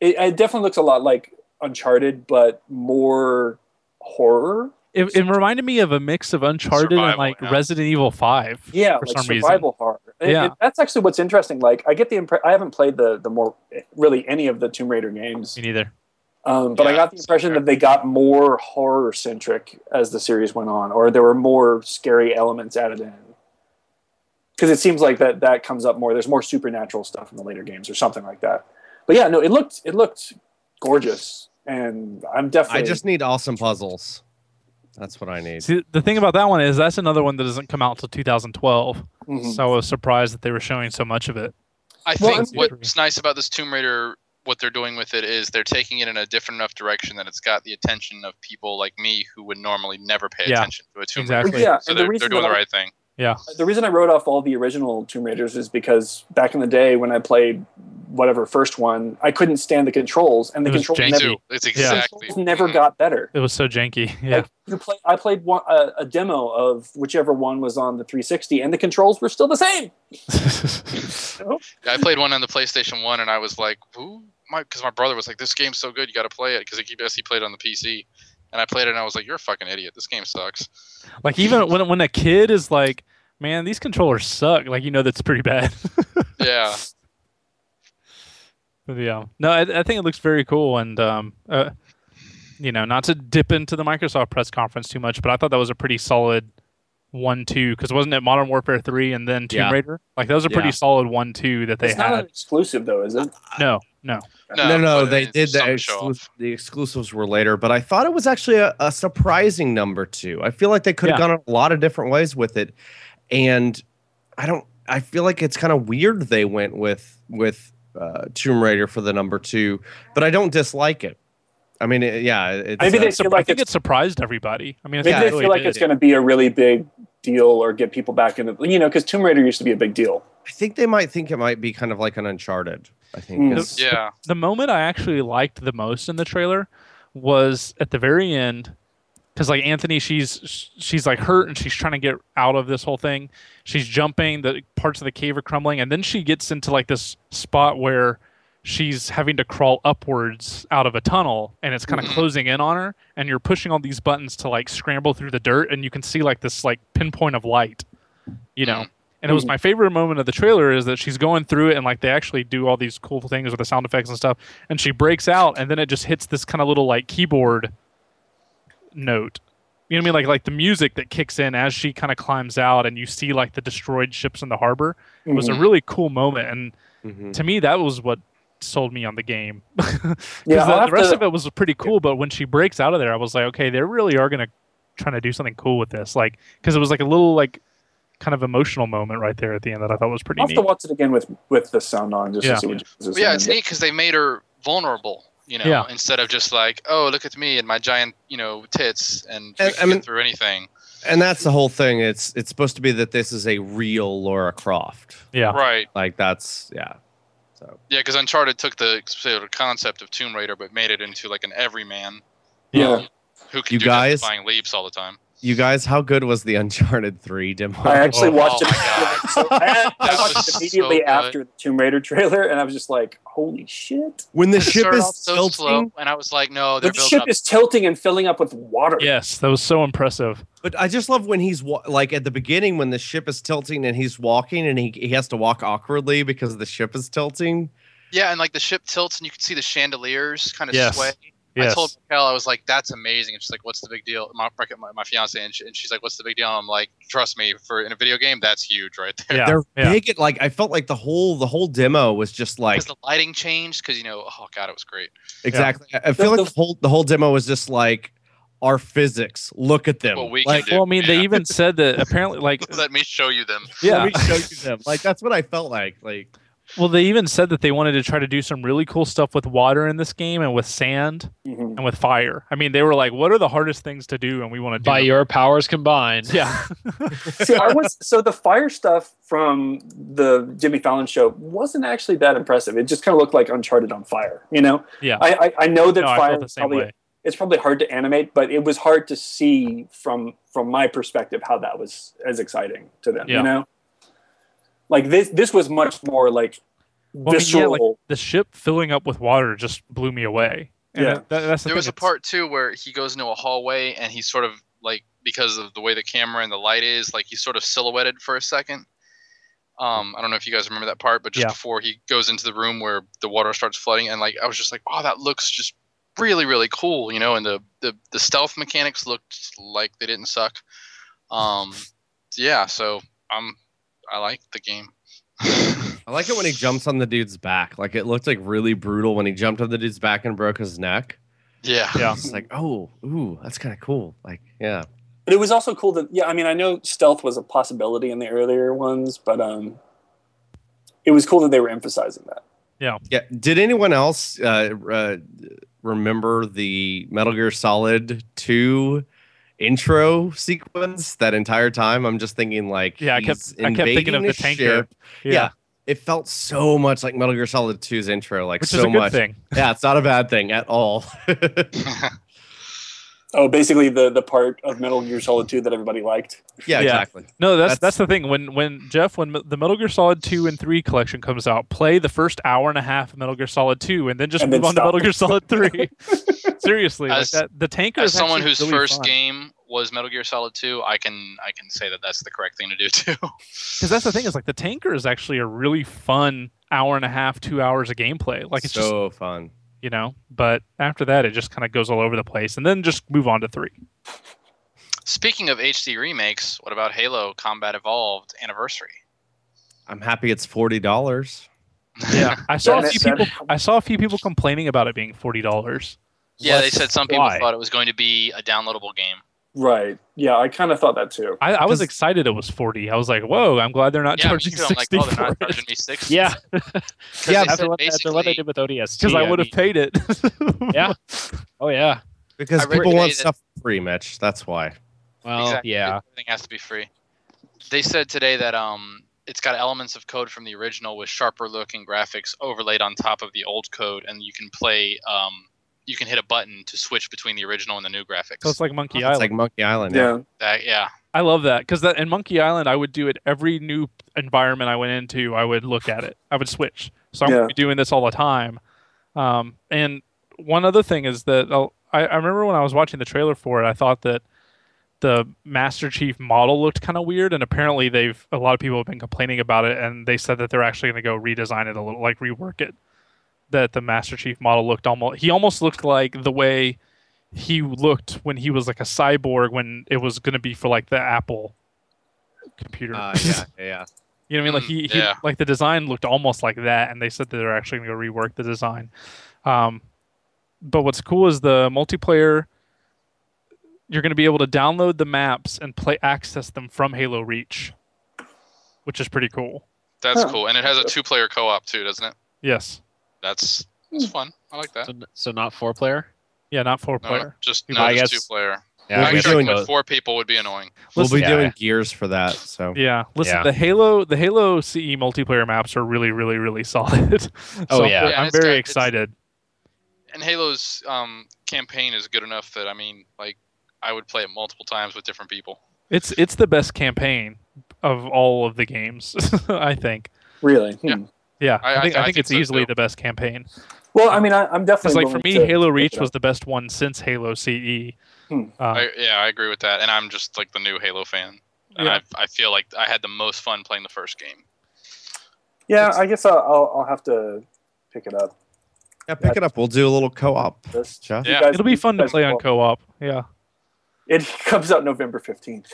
it, it definitely looks a lot like Uncharted, but more horror.
It, it reminded me of a mix of Uncharted and
Survival,
like
yeah.
Resident Evil Five.
Yeah,
for
like
some reason.
survival horror. And-
Yeah.
and that's actually what's interesting. Like, I get the impression I haven't played the the more really any of the Tomb Raider games,
Me neither.
um, but I
Yeah,
got the
same
impression
here.
that they got more horror centric as the series went on, or there were more scary elements added in. Because it seems like that that comes up more. There's more supernatural stuff in the later games, or something like that. But yeah, no, it looked it looked gorgeous, and I'm definitely
I just need awesome puzzles. That's what I need.
See, the thing about that one is that's another one that doesn't come out until 2012.
Mhm.
So I was surprised that they were showing so much of it.
I
Well,
think
and-
what's nice about this Tomb Raider, what they're doing with it is they're taking it in a different enough direction that it's got the attention of people like me who would normally never pay
Yeah,
attention to a Tomb
exactly.
Raider.
yeah.
So
and the
they're, they're
reason
doing
that
the
I-
right thing.
the reason I wrote off all the original Tomb Raiders is because back in the day when I played whatever first one, I couldn't stand the controls, and the
It was
controls
janky.
never,
Too. It's exactly.
controls never got better.
It was so janky. Yeah.
Like you play, I played one, a, a demo of whichever one was on the 360, and the controls were still the same.
I played one on the PlayStation One, and I was like, "Who?" My because my brother was like, "This game's so good, you got to play it." Because he played it on the PC, and I played it, and I was like, "You're a fucking idiot. This game sucks."
like even when when a kid is like, "Man, these controllers suck," like you know that's pretty bad.
Yeah,
But yeah. No, I, I think it looks very cool, and um, uh, you know, not to dip into the Microsoft press conference too much, but I thought that was a pretty solid one-two because wasn't it Modern Warfare three and then Tomb
Yeah.
Raider? Like that was a pretty
Yeah.
solid one-two that they
it's
had.
not an exclusive though, is it?
no, no.
no,
no, no,
but
they
it's
did
just
the,
something to show
exclus-
off.
the exclusives were later, but I thought it was actually a, a surprising number two. I feel like they could have
Yeah.
gone a lot of different ways with it, and I don't. I feel like it's kind of weird they went with with uh, Tomb Raider for the number two, but I don't dislike it. I mean, it, yeah, it's,
Maybe
uh,
they
It sur-
feel
I
like
think
it's-
it surprised everybody. I mean, I
Maybe
think it
they
really
feel like
did.
it's going to be a really big deal or get people back into you know because Tomb Raider used to be a big deal.
I think they might think it might be kind of like an Uncharted. I think
Hmm.
Mm.
is-
Yeah,
the moment I actually liked the most in the trailer was at the very end because like Anthony she's she's like hurt and she's trying to get out of this whole thing. She's jumping, the parts of the cave are crumbling and then she gets into like this spot where she's having to crawl upwards out of a tunnel and it's kind of
Mhm.
closing in on her and you're pushing all these buttons to like scramble through the dirt and you can see like this like pinpoint of light you know and it was
Mhm.
my favorite moment of the trailer is that she's going through it and like they actually do all these cool things with the sound effects and stuff and she breaks out and then it just hits this kind of little like keyboard note you know what i mean like like the music that kicks in as she kind of climbs out and you see like the destroyed ships in the harbor It was a
Mhm.
really cool moment and
Mhm.
to me that was what sold me on the game because
Yeah, I'll
the,
have
the rest
to-
of it was pretty cool but when she breaks out of there i was like okay they really are going to trying to do something cool with this like because it was like a little like kind of emotional moment right there at the end that i thought was pretty
I'll have
neat
to watch it again with with the sound on just
Yeah.
to see what Jesus is
yeah,
saying.
it's neat because they made her vulnerable. You know,
Yeah.
instead of just like, "Oh, look at me and my giant, you know, tits," and we
And-
can
I
get
mean-
through anything.
and that's the whole thing. It's it's supposed to be that this is a real Laura Croft.
yeah
Right.
Like that's yeah. So
Yeah, because Uncharted took the sort of concept of Tomb Raider, but made it into like an everyman
Yeah.
who can
You
do
guys-
justifying leaps all the time.
You guys, how good was the Uncharted 3 demo?
I actually
Oh,
watched
oh
it.
my God.
So I, I
That
watched
was
it immediately
so good.
after the Tomb Raider trailer, and I was just like, "Holy shit!"
when the
It
ship
started
is
off so
tilting,
slow, and I was like, "No, Oh, they're
But the
building
ship
up."
is tilting and filling up with water.
yes that was so impressive
but I just love when he's wa- like at the beginning when the ship is tilting and he's walking and he, he has to walk awkwardly because the ship is tilting.
yeah, and like the ship tilts, and you can see the chandeliers kind of
Yes.
sway.
yes
I told Raquel, I was like, "That's amazing." And she's like, "What's the big deal?" My my, my fiance, and, she, and she's like, "What's the big deal?" And I'm like, "Trust me, for in a video game, that's huge, right there."
yeah
They're
yeah.
big. At, like I felt like the whole the whole demo was just like
Because the lighting changed, because you know, oh god, it was great.
exactly. I- I feel
The-
like the whole the whole demo was just like our physics. Look at them.
What we
like
can do.
well i mean they
Yeah.
even said that apparently like
Let me show you them.
yeah
let me show you them. Like that's what I felt like. Like
Well, they even said that they wanted to try to do some really cool stuff with water in this game and with sand
Mhm.
and with fire. I mean, they were like, "What are the hardest things to do?" And we want to do
By
them.
your powers combined.
yeah.
See, I was so the fire stuff from the Jimmy Fallon show wasn't actually that impressive. It just kind of looked like Uncharted on fire. You know,
yeah.
I I, I know that
no, I
fire
felt the
is
same
probably
way.
it's probably hard to animate, but it was hard to see from from my perspective how that was as exciting to them.
Yeah.
You know, like this this was much more like
I mean, yeah,
visceral.
like- The ship filling up with water just blew me away. And
Yeah.
that- that's the
there
thing,
was a
it's-
part too where he goes into a hallway and he's sort of like because of the way the camera and the light is like he's sort of silhouetted for a second um i don't know if you guys remember that part but just
Yeah.
before he goes into the room where the water starts flooding and like i was just like wow that looks just really really cool you know and the the, the stealth mechanics looked like they didn't suck um yeah so i'm i like the game
I like it when he jumps on the dude's back. Like it looked like really brutal when he jumped on the dude's back and broke his neck.
yeah
Yeah.
It's like, oh, ooh, that's kind of cool. Like, yeah.
But it was also cool that yeah, I mean, I know stealth was a possibility in the earlier ones, but um, it was cool that they were emphasizing that.
Yeah. Did anyone else uh, uh, remember the Metal Gear Solid 2 intro sequence that entire time? I'm just thinking, like,
Yeah, I kept-
he's
I kept
invading
thinking of
a
the tanker.
ship.
Yeah.
yeah. It felt so much like Metal Gear Solid 2's intro, like
Which
so
is a good
much.
thing.
Yeah, it's not a bad thing at all.
Oh, basically the the part of Metal Gear Solid Two that everybody liked.
yeah, exactly.
No, that's, that's
That's-
the thing. When when Jeff, when the Metal Gear Solid two and three collection comes out, play the first hour and a half of Metal Gear Solid two, and then just
And
move
then
on
stop.
to Metal Gear Solid three. Seriously,
As-
like that, the tanker
as
is
someone
actually
whose
really
first
fun.
game was Metal Gear Solid 2, I can I can say that that's the correct thing to do too.
because that's the thing is like the tanker is actually a really fun hour and a half, two hours of gameplay. Like it's just
so fun.
you know, but after that it just kind of goes all over the place, and then just move on to three.
Speaking of HD remakes, what about Halo Combat Evolved Anniversary?
I'm happy it's forty dollars.
Yeah, I saw a
That-
few
that-
people. I saw a few people complaining about it being forty dollars.
yeah, they said some people
why?
thought it was going to be a downloadable game.
Right. Yeah, I kind of thought that too.
I, I was
Does-
excited it was forty. I was like, "Whoa, I'm glad they're not
yeah, me
charging
too. I'm like,
sixty
oh, they're
for
not
it."
charging me six.
Yeah.
yeah,
After what, after what they did with ODST.
because I would have
mean-
paid it.
Yeah. Oh yeah.
Because
I read
people want
today that-
stuff free, Mitch. That's why.
Well,
Exactly.
yeah.
Everything has to be free. They said today that um, it's got elements of code from the original with sharper looking graphics overlaid on top of the old code, and you can play. Um, you can hit a button to switch between the original and the new graphics.
so it's like Monkey
it's
Island.
like Monkey Island.
yeah.
That- yeah,
I love that because that in Monkey Island, I would do it every new environment I went into. I would look at it. I would switch. So I'm
Yeah.
gonna be doing this all the time. Um, and one other thing is that I'll- I, I remember when I was watching the trailer for it, I thought that the Master Chief model looked kind of weird, and apparently they've a lot of people have been complaining about it, and they said that they're actually going to go redesign it a little, like rework it. That the Master Chief model looked almost he almost looked like the way he looked when he was like a cyborg when it was going to be for like the Apple computer.
Uh, yeah, yeah, yeah.
you know what I mean? Like he,
Mm,
he
yeah.
like the design looked almost like that, and they said that they're actually going to rework the design. Um, but what's cool is the multiplayer. You're going to be able to download the maps and play access them from Halo Reach, which is pretty cool.
that's
Huh.
cool, and it has a two-player co-op too, doesn't it?
Yes.
That's that's fun. I like that.
So, so not four player.
Yeah, not four
No,
player.
just
I
no, I
guess-
two player.
Yeah,
I
we're
guess like
doing
with
both.
four people would be annoying.
We'll be
Yeah.
doing gears for that. So
Yeah, listen,
Yeah.
the Halo the Halo CE multiplayer maps are really, really, really solid. So
Oh,
I'm
yeah.
very-
Yeah,
I'm
it's got-
very
it's-
excited.
And Halo's um, campaign is good enough that I mean, like, I would play it multiple times with different people.
It's it's the best campaign of all of the games, I think.
Really.
Yeah.
Hmm.
Yeah, I,
I- I
think
th-
I,
I
think
think
it's
so,
easily
too.
the best campaign.
Well, I mean, I, I'm
Because
definitely
like for
willing
me,
to
Halo
pick it
Reach
up.
was the best one since Halo CE.
Hmm.
Uh,
I, yeah, I agree with that, and I'm just like the new Halo fan. And
Yeah.
I, I feel like I had the most fun playing the first game.
Yeah, I guess I'll, I'll, I'll have to pick it up.
yeah, pick it up. We'll do a little co-op.
This-
Jeff.
you
Yeah.
guys-
it'll be
you
fun to
guys
play on
will-
co-op. Yeah,
It comes out November fifteenth.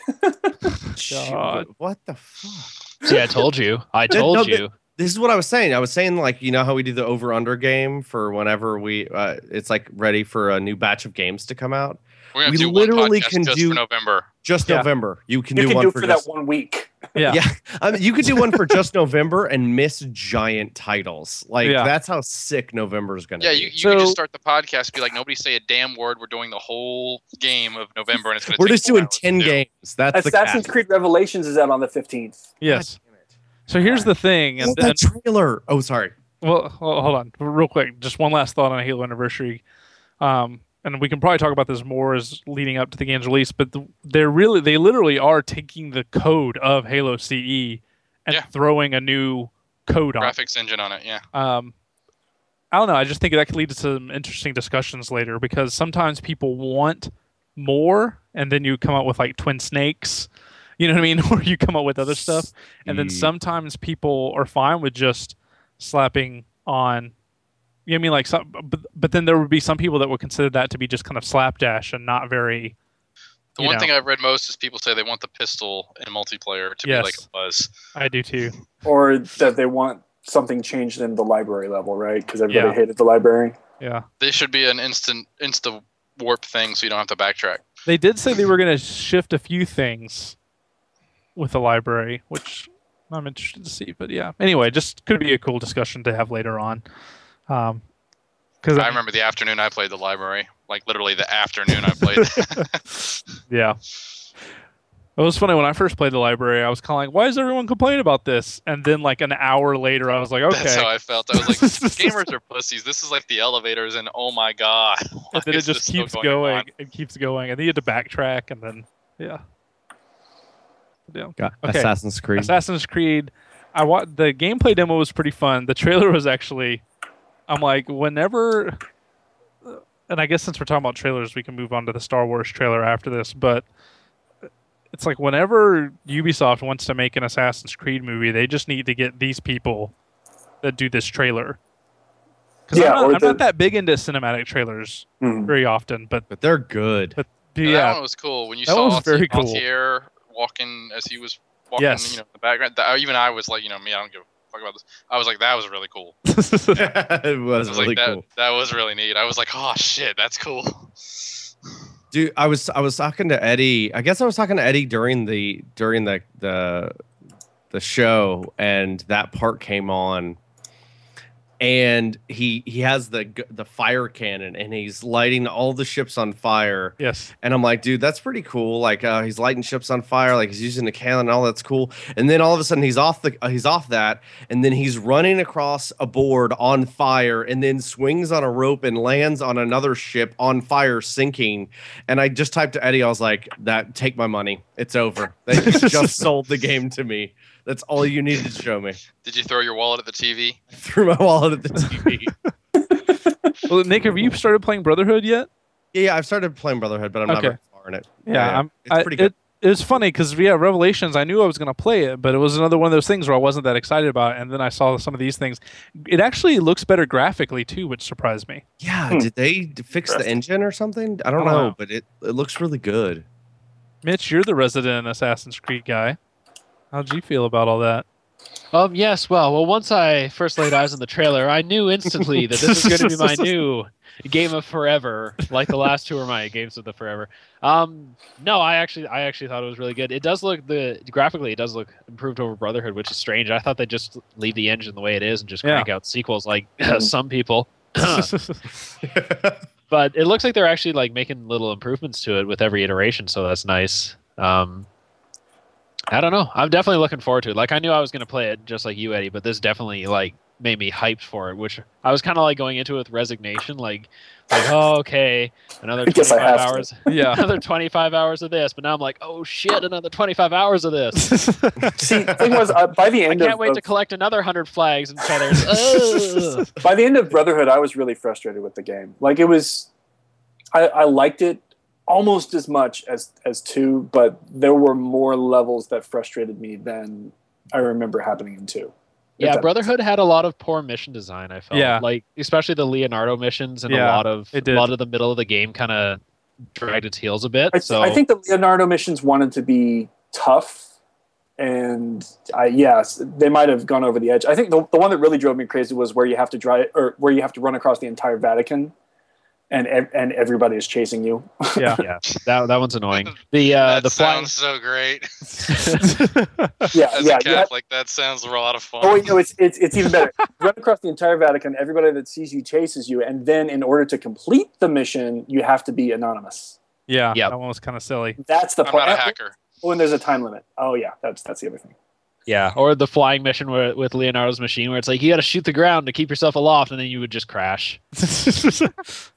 Shoot,
God.
What the fuck?
See, I told you. I
Did- no,
told
did-
you.
This is what I was saying. I was saying like you know how we do the over under game for whenever we uh, it's like ready for a new batch of games to come out.
We're gonna
We
do
literally
one podcast
can
just
do-
for November.
Just
Yeah.
November. You can
You
do
can
one
do it
for,
for,
just,
that one week.
Yeah.
Yeah. I mean, you could do one for just November and miss giant titles. Like
Yeah.
that's how sick November is going to
Yeah,
be.
you, you can just
So-
start the podcast. Be like, nobody say a damn word. We're doing the whole game of November, and it's gonna.
We're
take
just
four
doing
hours to
10
do.
games. That's, the
Assassin's
cap.
Creed Revelations is out on the 15th.
Yes. So here's the thing, and,
What's
and
that trailer. Oh, sorry.
Well, ho- hold on, real quick. Just one last thought on Halo Anniversary, um, and we can probably talk about this more as leading up to the game's release. But th- they're really, they literally are taking the code of Halo CE and
Yeah.
throwing a new code on. it.
Graphics engine on it. Yeah.
Um, I don't know. I just think that could lead to some interesting discussions later because sometimes people want more, and then you come up with like Twin Snakes, you know what I mean, or you come up with other stuff, and then
Mm.
sometimes people are fine with just slapping on. You know what I mean? Like, some, but, but then there would be some people that would consider that to be just kind of slapdash and not very.
The
you
one
know,
thing I've read most is people say they want the pistol in multiplayer to
Yes.
be like it was.
I do too.
Or that they want something changed in the library level, right? Because everybody
Yeah.
hated the library.
Yeah.
They should be an instant insta warp thing, so you don't have to backtrack.
They did say they were going to shift a few things with the library, which I'm interested to see. But yeah, anyway, just could be a cool discussion to have later on. Um, Because
I remember the afternoon I played the library, like literally the afternoon I played.
yeah, it was funny when I first played the library. I was kind of like, "Why is everyone complaining about this?" And then like an hour later, I was like, "Okay."
That's how I felt. I was like, gamers are pussies. This is like the elevators, and oh my god.
and then
why
it
is
just
this still
keeps
going
going
on?
and keeps going, and then you had to backtrack, and then yeah, yeah.
Got
Okay.
Assassin's Creed.
Assassin's Creed. I wa- the gameplay demo was pretty fun. The trailer was actually. I'm like, whenever, and I guess since we're talking about trailers, we can move on to the Star Wars trailer after this. But it's like whenever Ubisoft wants to make an Assassin's Creed movie, they just need to get these people that do this trailer. Because
Yeah,
I'm, not,
or
I'm
the-
not that big into cinematic trailers
Mhm.
very often, but
but they're good.
Yeah, That
yeah,
one was cool. When you
That
saw
one was
Alti-
very cool.
Altier walking as he was walking,
Yes.
you know, in the background. That, even I was like, you know, me, I don't give a fuck about this. I was like, that was really cool.
it was
I was
really
like, that,
cool.
that was really neat. I was like, oh shit, that's cool.
Dude, I was I was talking to Eddie. I guess I was talking to Eddie during the during the the the show and that part came on and he he has the g- the fire cannon and he's lighting all the ships on fire
yes,
And I'm like, dude, that's pretty cool. Like, uh, he's lighting ships on fire. Like, he's using a cannon and all that's cool. And then all of a sudden, he's off the uh, he's off that, and then he's running across a board on fire, and then swings on a rope and lands on another ship on fire, sinking. And I just typed to Eddie, I was like, that take my money. It's over. They just sold the game to me. That's all you needed to show me.
Did you throw your wallet at the TV?
I threw my wallet at the TV.
Well, Nick, have you started playing Brotherhood yet?
yeah, yeah, I've started playing Brotherhood, but I'm not
Okay.
very far in it.
Yeah,
Yeah,
I'm,
it's
I-
pretty good.
It, it was funny because yeah, Revelations. I knew I was going to play it, but it was another one of those things where I wasn't that excited about. It, and then I saw some of these things. It actually looks better graphically too, which surprised me.
Yeah,
Hmm.
did they d- fix the
Interesting.
engine or something? I don't,
I don't
know,
know.
but it, it looks really good.
Mitch, you're the resident Assassin's Creed guy. How'd you feel about all that?
Um, yes, well, well, once I first laid eyes on the trailer, I knew instantly that this was going to be my new game of forever, like the last two were my games of the forever. Um, no, I actually, I actually thought it was really good. It does look the graphically, it does look improved over Brotherhood, which is strange. I thought they'd just leave the engine the way it is and just
Yeah.
crank out sequels like
Mhm.
some people. but it looks like they're actually like making little improvements to it with every iteration so that's nice um i don't know i'm definitely looking forward to it like i knew i was going to play it just like you eddie but this definitely like made me hyped for it which i was kind of like going into it with resignation like like oh okay another
I guess I
25
have to.
hours
yeah.
another 25 hours of this but now i'm like oh shit another 25 hours of this
See, the thing was, uh, by the
i
end
can't
of,
wait
of-
to collect another 100 flags and feathers Ugh.
by the end of Brotherhood, I was really frustrated with the game. Like it was, I, I liked it almost as much as as two, but there were more levels that frustrated me than I remember happening in two. If
Yeah,
that-
Brotherhood had a lot of poor mission design. I felt
Yeah.
like especially the Leonardo missions and
Yeah,
a lot of
it
a
did.
lot of the middle of the game kind of dragged its heels a bit.
I,
so
I think the Leonardo missions wanted to be tough, and I yes, they might have gone over the edge. I think the, the one that really drove me crazy was where you have to drive or where you have to run across the entire Vatican, and ev- and everybody is chasing you.
Yeah.
yeah, that that one's annoying. The uh,
that
the flying
sounds so great.
Yeah,
As
yeah,
a
yeah.
Catholic, that sounds a lot of fun.
Oh wait, no, it's it's it's even better. Run across the entire Vatican. Everybody that sees you chases you, and then in order to complete the mission, you have to be anonymous.
yeah,
Yep.
that one was kind of silly.
That's the
I'm not
part.
a hacker.
Oh, and there's a time limit. Oh yeah, that's that's the other thing.
yeah, or the flying mission where, with Leonardo's machine, where it's like you got to shoot the ground to keep yourself aloft, and then you would just crash.
But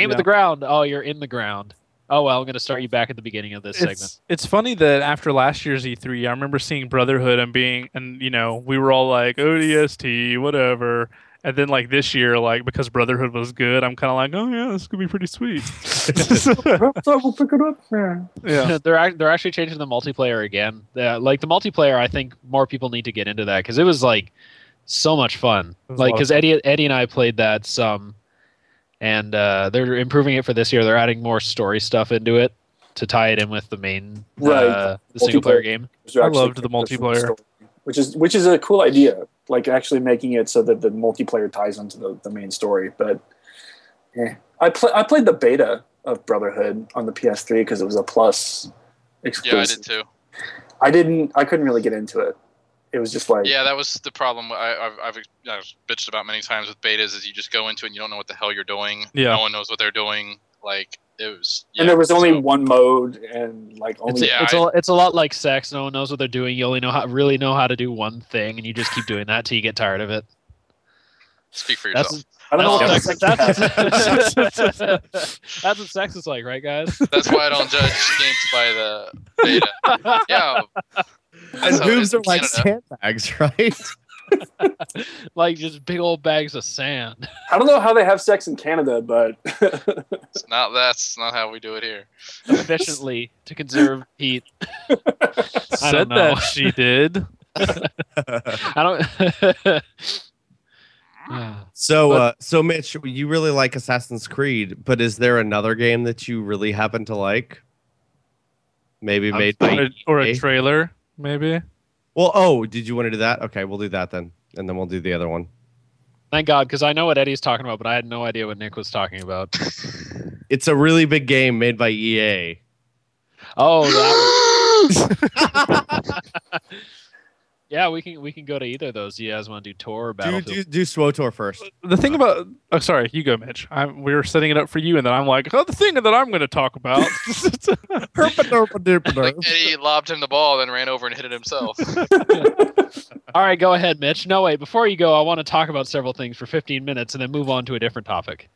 Aim
yeah.
at the ground. Oh, you're in the ground. Oh well, I'm gonna start you back at the beginning of this segment.
It's, it's funny that after last year's E3, I remember seeing Brotherhood and being, and you know, we were all like ODST, whatever. And then like this year, like because Brotherhood was good, I'm kind of like, oh yeah, this could be pretty sweet.
so we'll pick it up. Yeah.
yeah.
they're act- they're actually changing the multiplayer again. Uh, like the multiplayer, I think more people need to get into that because it was like so much fun.
It was a
Like
lot of
because Eddie Eddie and I played that some, and uh, they're improving it for this year. They're adding more story stuff into it to tie it in with the main
Right.
uh, the single player game.
Those are
I
actually
loved the
characters from
multiplayer.
story, which is which is a cool idea. Like actually making it so that the multiplayer ties into the, the main story. But eh. I pl- I played the beta of Brotherhood on the PS3 because it was a plus exclusive.
Yeah, I did too.
I didn't. I couldn't really get into it. It was just like
Yeah, that was the problem. I, I've, I've, I've bitched about many times with betas is you just go into it and you don't know what the hell you're doing.
Yeah.
No one knows what they're doing. Like it was. yeah,
and there was only
so-
one mode and like
It's
only
Yeah,
it's,
I-
a, it's a lot like sex. No one knows what they're doing. You only know how really know how to do one thing, and you just keep doing that till you get tired of it.
Speak for yourself.
That's
I don't know. What
that's,
the
what
heck
sex,
that-
that's, that's what sex is like, right, guys?
That's why I don't judge games by the beta. Yeah.
And
So
boobs
in
are like
Canada-
sandbags, right?
like just big old bags of sand.
I don't know how they have sex in Canada, but
It's not that's not how we do it here.
efficiently to conserve heat. I
Said
don't know.
that she did.
I don't. Ah,
So, uh, so Mitch, you really like Assassin's Creed, but is there another game that you really happen to like? Maybe
I'm
made
Or
by.
a, or a
EA?
trailer, maybe.
Well, oh, did you want to do that? Okay, we'll do that then, and then we'll do the other one.
thank God, because I know what Eddie's talking about, but I had no idea what Nick was talking about.
It's a really big game made by E EA.
Oh, that was- yeah, we can we can go to either of those. You guys want to do tour or
Do
battlefield?
do do SWOTOR first.
The thing about oh sorry, you go, Mitch. I'm, we were setting it up for you, and then I'm like, oh, the thing that I'm going to talk about.
Like Eddie lobbed him the ball, then ran over and hit it himself.
All right, go ahead, Mitch. No, wait. Before you go, I want to talk about several things for 15 minutes and then move on to a different topic.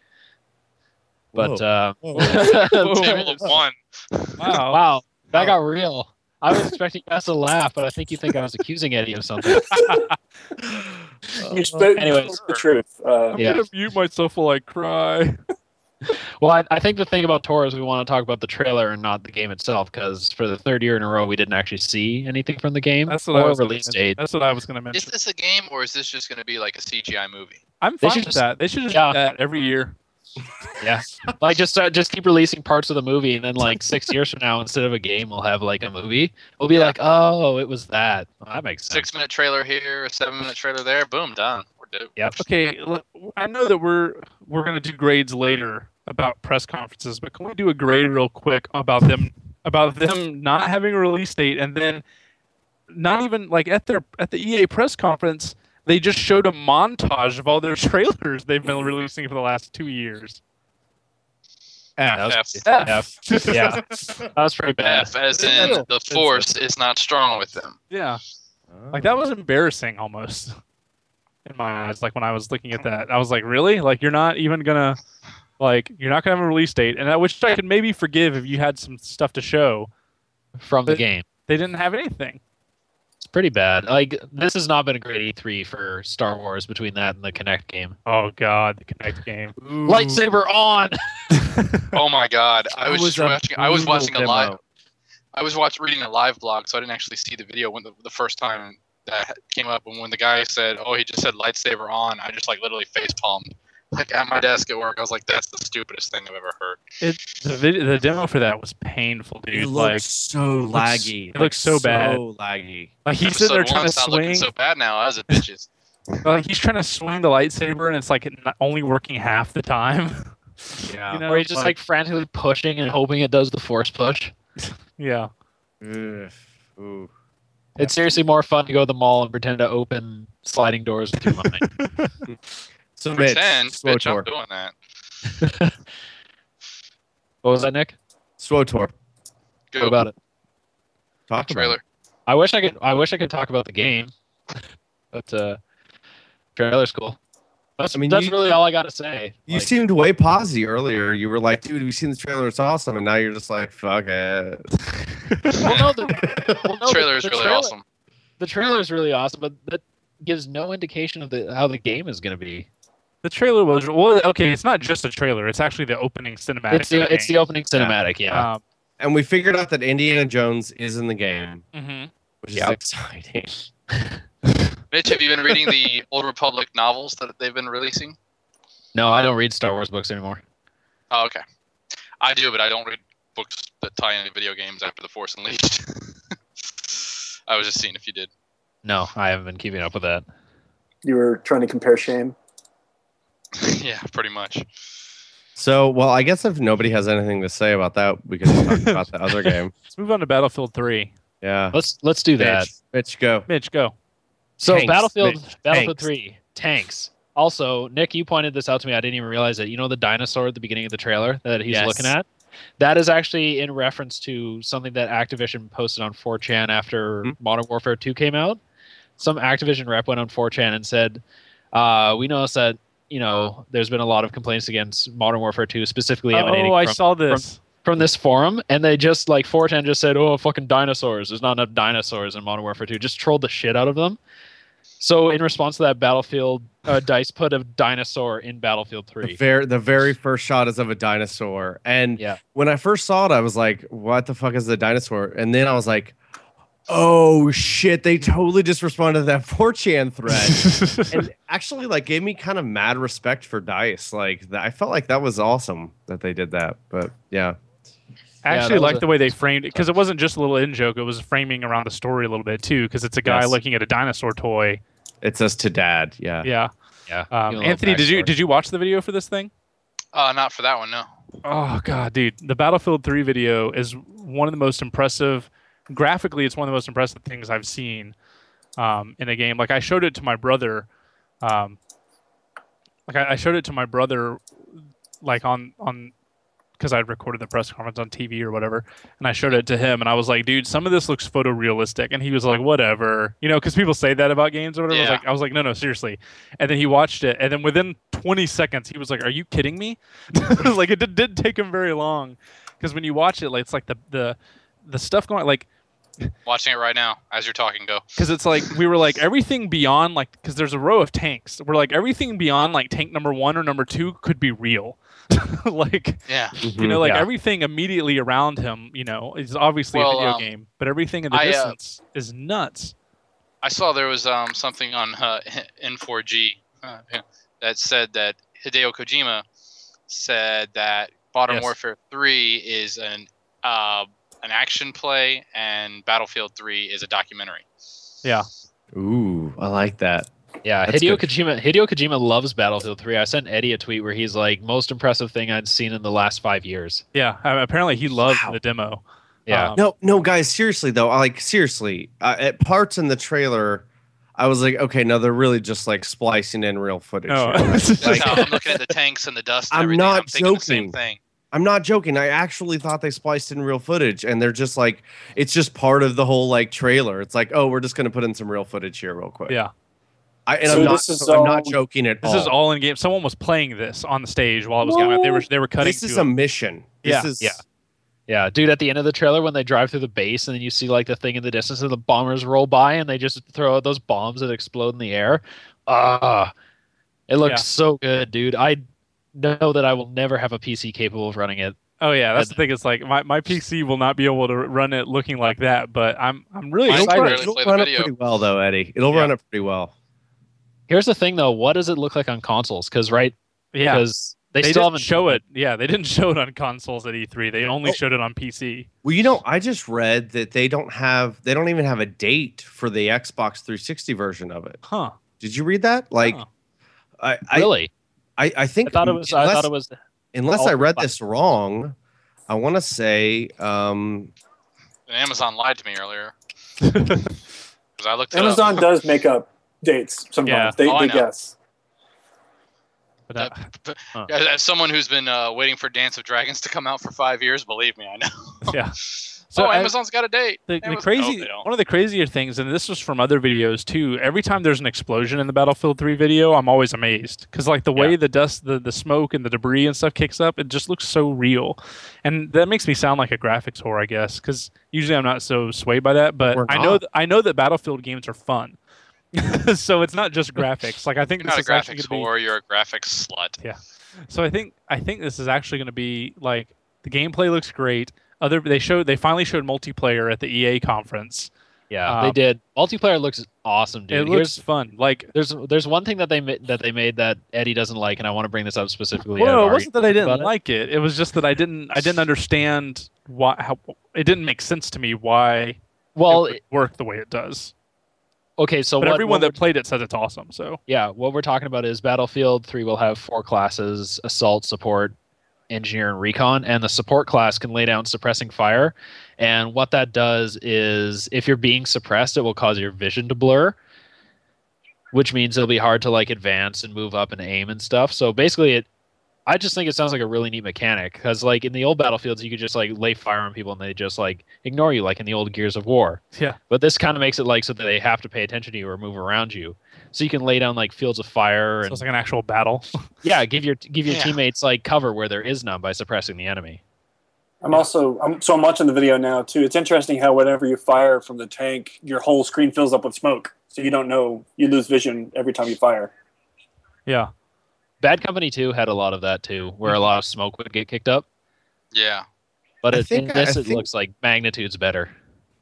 But uh,
Oh.
Oh.
Table of one.
wow.
Wow, that got real. I was expecting you guys to laugh, but I think you think I was accusing Eddie of something.
you spoke
anyways.
the truth. Uh,
I'm
Yeah.
gonna mute myself while I cry.
Well, I, I think the thing about Tor is we want to talk about the trailer and not the game itself, because for the third year in a row, we didn't actually see anything from the game
That's what I
or
was gonna
release
mention.
date.
That's what I was going to
Is
mention.
this a game or is this just going to be like a CGI movie?
I'm fine
They should
with
just-
that. They should just
yeah.
do that every year.
Yeah, like just uh, just keep releasing parts of the movie, and then like six years from now, instead of a game, we'll have like a movie. We'll be
Yeah.
like, oh, it was that. Well, that makes sense.
Six minute trailer here, a seven minute trailer there. Boom, done. We're due.
Yep.
Okay, l- I know that we're we're going to do grades later about press conferences, but can we do a grade real quick about them about them not having a release date and then not even like at their at the EA press conference they just showed a montage of all their trailers they've been releasing for the last two years.
That was-
F.
F. Yeah. That was pretty bad.
F as in the force is not strong with them.
yeah. Like that was embarrassing almost in my eyes. Like when I was looking at that, I was like, really? Like you're not even gonna like you're not gonna have a release date. And I wish I could maybe forgive if you had some stuff to show.
From the
But-
game.
They didn't have anything.
It's pretty bad. Like this has not been a great E3 for Star Wars between that and the Kinect game.
Oh god, the Connect game.
Lightsaber on.
Oh my god! I
That
was,
was
just
a
watching. I was
brutal
watching a
demo.
live. I was watch reading a live blog, so I didn't actually see the video when the, the first time that came up. And when the guy said, "Oh, he just said lightsaber on," I just like literally face palmed. Like at my desk at work, I was like, "That's the stupidest thing I've ever heard."
It the video the demo for that was painful, dude.
It looks
like
so laggy.
it looks so bad.
So laggy.
like he's sitting there
Episode
trying to
one's not looking
swing
so bad now as a bitches.
like he's trying to swing the lightsaber and it's like it not- only working half the time. Yeah.
Or you're just like frantically pushing and hoping it does the force push.
yeah.
Ugh. Ooh.
It's seriously more fun to go to the mall and pretend to open sliding doors with your mind.
So Mitch,
Pretend, bitch, I'm
Swotor.
doing that.
what was that, Nick?
Swotor.
Go
What about it?
Talk
trailer.
I wish I could. I wish I could talk about the game, but uh, trailer's cool. That's,
I mean,
that's
you-
really all I got to say.
You
Like,
seemed way posy earlier. You were like, "Dude, we've seen the trailer. It's awesome," and now you're just like, "Fuck it."
well, no, the, well, no, the-
trailer is
the
really
trailer-
awesome.
The trailer is really awesome, but that gives no indication of the how the game is going to be.
The trailer was well. Okay, it's not just a trailer. It's actually the opening cinematic.
Um, It's the it's the opening cinematic, yeah.
Um,
And we figured out that Indiana Jones is in the game,
Mm-hmm.
mhm.
which
Yep.
is exciting.
Mitch, have you been reading the Old Republic novels that they've been releasing?
No, I don't read Star Wars books anymore.
Oh, okay. I do, but I don't read books that tie into video games after The Force Unleashed. I was just seeing if you did.
No, I haven't been keeping up with that.
Oh.
You were trying to compare shame.
yeah, pretty much.
So, well, I guess if nobody has anything to say about that, we can talk about the other game.
Let's move on to Battlefield Three.
Yeah.
Let's let's do that.
Mitch, Mitch, go.
Mitch, go.
So
Tanks,
Battlefield
Mitch.
Battlefield
Tanks.
3 tanks. Also, Nick, you pointed this out to me. I didn't even realize it. You know the dinosaur at the beginning of the trailer that he's
Yes.
looking at? That is actually in reference to something that Activision posted on 4chan after
Hmm.
Modern Warfare 2 came out. Some Activision rep went on 4chan and said, uh, "We noticed that you know there's been a lot of complaints against Modern Warfare 2, specifically emanating
oh, I
from,
saw this.
from this forum." And they just like 4chan just said, "Oh, fucking dinosaurs! There's not enough dinosaurs in Modern Warfare 2." Just trolled the shit out of them. So in response to that, Battlefield uh, Dice put a dinosaur in Battlefield
The
3.
very, the very first shot is of a dinosaur. And
Yeah.
when I first saw it, I was like, what the fuck is the dinosaur? And then I was like, oh shit, they totally just responded to that 4chan thread. and actually, like, gave me kind of mad respect for Dice. Like, th- I felt like that was awesome that they did that. But yeah.
I
Yeah,
actually
that was
like
a-
the way they framed it because it wasn't just a little in joke. It was framing around the story a little bit too because it's a guy
Yes.
looking at a dinosaur toy.
It says to dad. Yeah.
Yeah.
Yeah.
Um,
Give a little
Anthony, did you
backstory.
did you watch the video for this thing?
Uh, not for that one, no.
Oh god, dude, the Battlefield 3 video is one of the most impressive. Graphically, it's one of the most impressive things I've seen um, in a game. Like I showed it to my brother. Um, like I, I showed it to my brother, like on on because I'd recorded the press conference on TV or whatever, and I showed it to him, and I was like, "Dude, some of this looks photorealistic," and he was like, "Whatever," you know, because people say that about games or whatever. I was
Yeah.
like, I was like, "No, no, seriously," and then he watched it, and then within 20 seconds, he was like, "Are you kidding me?" like it did, did take him very long because when you watch it like it's like the the the stuff going like
Watching it right now as you're talking. Go.
because it's like we were like everything beyond like because there's a row of tanks we're like everything beyond like tank number one or number two could be real like
Yeah.
you know like
Yeah.
everything immediately around him you know is obviously
Well,
a video
um,
game but everything in the
I, uh,
distance is nuts
I saw there was um, something on uh, N4G uh, that said that Hideo Kojima said that Modern
Yes.
Warfare 3 is an uh, an action play and Battlefield 3 is a documentary.
Yeah.
Mm-hmm. Ooh, I like that.
Yeah,
That's
Hideo
good.
Kojima. Hideo Kojima loves Battlefield 3. I sent Eddie a tweet where he's like, "Most impressive thing I'd seen in the last five years."
yeah uh, apparently he loved
Wow.
the demo
Yeah.
Um,
No, no, guys, seriously though, I like seriously. Uh, at parts in the trailer, I was like, okay, no, they're really just like splicing in real footage.
No.
here. Like, like,
No, I'm looking at the tanks and the dust. And
I'm
everything.
not
I'm thinking The
joking.
same thing.
I'm not joking. I actually thought they spliced in real footage, and they're just like, it's just part of the whole like trailer. It's like, oh, we're just gonna put in some real footage here, real quick.
Yeah.
I, and
So
I'm not.
this is
I'm not
all-
joking at
this
all.
is all in game someone was playing this on the stage while it was going on they were they were cutting
This is
to
a
it.
mission.
Yeah,
This is,
yeah.
Yeah, dude. At the end of the trailer, when they drive through the base, and then you see like the thing in the distance, and the bombers roll by, and they just throw out those bombs that explode in the air. Ah, it looks
Yeah.
so good, dude. I know that I will never have a PC capable of running it.
Oh yeah, that's
And-
the thing. It's like my, my PC will not be able to run it looking like that, but I'm I'm really
Mine's
It'll run,
barely
excited.
it'll
play the
run it
video.
pretty well though, Eddie. It'll
Yeah.
run it pretty well.
Here's the thing, though. What does it look like on consoles? Because right,
Yeah,
because they,
they,
still
didn't
haven't
show it. Yeah, they didn't show it on consoles at E3. They only
Oh.
showed it on PC.
Well, you know, I just read that they don't have they don't even have a date for the Xbox 360 version of it.
Huh?
Did you read that? Like,
Huh.
I, I,
Really,
I I
I
think
thought it was. I
unless-
thought it was.
unless I
Ultra
read
Fi-
this wrong, I want to say um,
And Amazon lied to me earlier. 'Cause I looked it
Amazon
up.
does make up dates
Yeah.
sometimes. They,
Oh, I
they
know.
guess.
But uh,
As, as someone who's been uh, waiting for Dance of Dragons to come out for five years, believe me, I know.
Yeah.
So
So
oh,
I-
Amazon's got a date.
the, the
Amaz-
crazy
No, they don't.
one of the crazier things and this was from other videos too every time there's an explosion in the battlefield 3 video i'm always amazed because like the way the dust the, the smoke and the debris and stuff kicks up it just looks so real and that makes me sound like a graphics whore i guess because usually i'm not so swayed by that but
We're
i know
not.
th- i know that battlefield games are fun so it's not just graphics like i think
You're
this
not a
is actually
graphics
gonna be-
whore. You're a graphics slut.
so I think I think this is actually going to be like the gameplay looks great. Other they showed they finally showed multiplayer at the EA conference.
yeah,
Um,
they did. Multiplayer looks awesome, dude.
it looks
Here's-
fun. Like
there's there's one thing that they ma- that they made that Eddie doesn't like, and I want to bring this up specifically.
well, no,
I have
it
an
wasn't that I
argument
didn't
about it.
like it. It was just that I didn't I didn't understand why how it didn't make sense to me why
Well,
it would work the way it does.
okay, so
But
what,
everyone
what
that played it says it's awesome. So
yeah, what we're talking about is Battlefield 3 will have four classes assault, support, engineer, and recon. And the support class can lay down suppressing fire. And what that does is if you're being suppressed, it will cause your vision to blur, which means it'll be hard to like advance and move up and aim and stuff. So basically, it I just think it sounds like a really neat mechanic because, like, in the old battlefields, you could just like lay fire on people and they just like ignore you, like in the old Gears of War.
Yeah.
But this kind of makes it like so that they have to pay attention to you or move around you, so you can lay down like fields of fire
it
and
was like an actual battle.
yeah, give your give your
Yeah.
teammates like cover where there is none by suppressing the enemy.
I'm also I'm, so I'm watching the video now too. It's interesting how whenever you fire from the tank, your whole screen fills up with smoke, so you don't know you lose vision every time you fire.
yeah.
Bad Company 2 had a lot of that too, where a lot of smoke would get kicked up.
Yeah.
But
Mm-hmm. I
it,
think-
in this,
I
it
think-
looks like magnitude's better.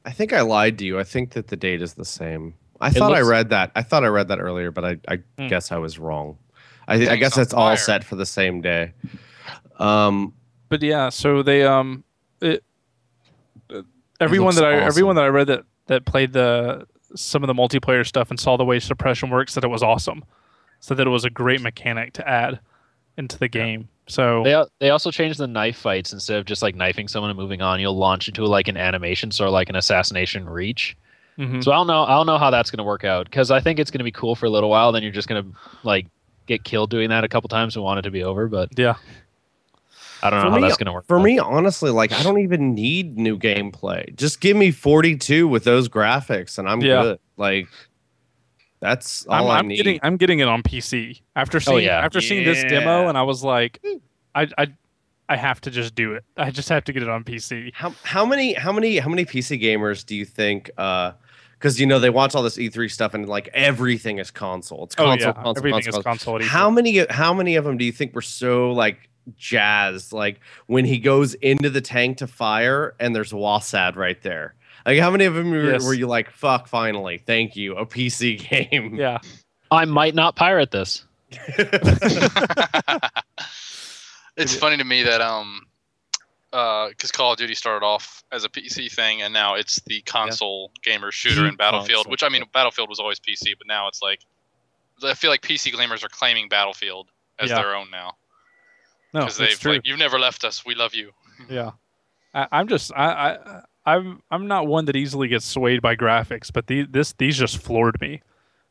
I think I lied to you. I think that the date is the same. I
It
thought I
looks-
read that. I thought I read that earlier, but I, I
Hmm.
guess I was wrong. I, I
Things
guess
on
that's all
fire.
set for the same day. Um,
but yeah, so they um, it, uh, everyone
looks
that I
awesome.
everyone that I read that that played the some of the multiplayer stuff and saw the way suppression works said it was awesome, so that it was a great mechanic to add into the game. So
They al- they also changed the knife fights instead of just like knifing someone and moving on, you'll launch into like an animation, sort of like an assassination reach.
Mm-hmm.
mhm.
So I don't know I don't know how that's going to work out because I think it's going to be cool for a little while. Then you're just going to like get killed doing that a couple times and want it to be over. But
yeah,
I don't
For
know how
me-
that's going to work.
for
out.
me, honestly, like I don't even need new gameplay. Just give me 42 with those graphics, and I'm
Yeah.
good. Like that's
I'm,
all i
I'm
need. Oh,
getting I'm getting it on PC after seeing
yeah.
after seeing this demo
Yeah.
and I was like, I I I have to just do it. I just have to get it on PC.
How how many how many how many PC gamers do you think? uh Because you know they watch all this E3 stuff, and like everything is console. It's console,
oh yeah,
console,
everything
console,
is console. E at
How
E3.
many how many of them do you think were so like jazzed like when he goes into the tank to fire and there's Wasad right there? Like how many of them were,
Yes.
were you like fuck finally thank you a PC game?
Yeah,
I might not pirate this.
it's funny to me that um because Call of Duty started off as a PC thing, and now it's the console gamer shooter
The
in Battlefield.
console.
Which I mean, Battlefield was always PC, but now it's like I feel like PC gamers are claiming Battlefield as
Yeah.
their own now
no,
because
that's
they've
true.
like you've never left us, we love you.
Yeah, I, I'm just I, I I'm I'm not one that easily gets swayed by graphics, but these this these just floored me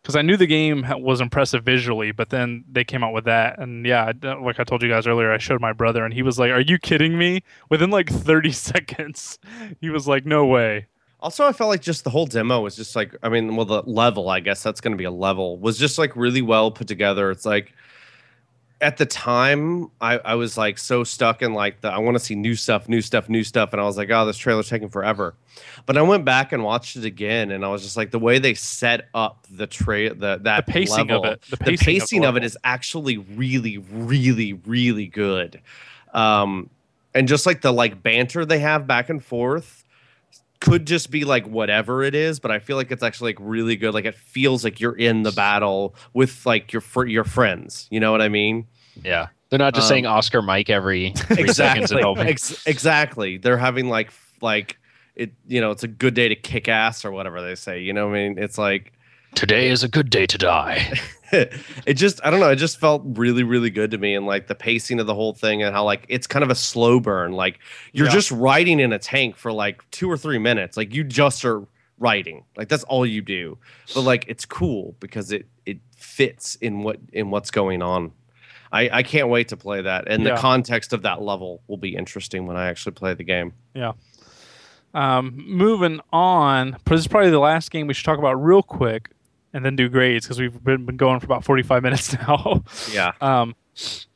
because I knew the game ha- was impressive visually, but then they came out with that, and yeah, I d- like I told you guys earlier, I showed my brother, and he was like, "Are you kidding me?" Within like 30 seconds, he was like, "No way."
Also, I felt like just the whole demo was just like, I mean, well, the level, I guess that's going to be a level, was just like really well put together. It's like at the time, I, I was like so stuck in like the I want to see new stuff, new stuff, new stuff. And I was like, oh, this trailer's taking forever. But I went back and watched it again, and I was just like, the way they set up the tra the,
The
that
pacing
level,
of it,
the
the pacing,
pacing of it
level.
is actually really really really good um and just like the like banter they have back and forth could just be like whatever it is but i feel like it's actually like really good like it feels like you're in the battle with like your fr- your friends you know what i mean
Yeah. They're not just
Um,
saying Oscar Mike every three seconds and hoping.
Ex- exactly they're having like f- like it you know it's a good day to kick ass or whatever they say you know what i mean it's like
Today is a good day to die.
it just I don't know. It just felt really really good to me, and like the pacing of the whole thing, and how like it's kind of a slow burn. Like you're
Yeah.
just riding in a tank for like two or three minutes. Like you just are riding. Like that's all you do. But like it's cool because it it fits in what in what's going on. I, I can't wait to play that, and
Yeah.
the context of that level will be interesting when I actually play the game.
Um, moving on, but this is probably the last game we should talk about real quick, and then do grades because we've been, been going for about forty-five minutes now.
Yeah,
um,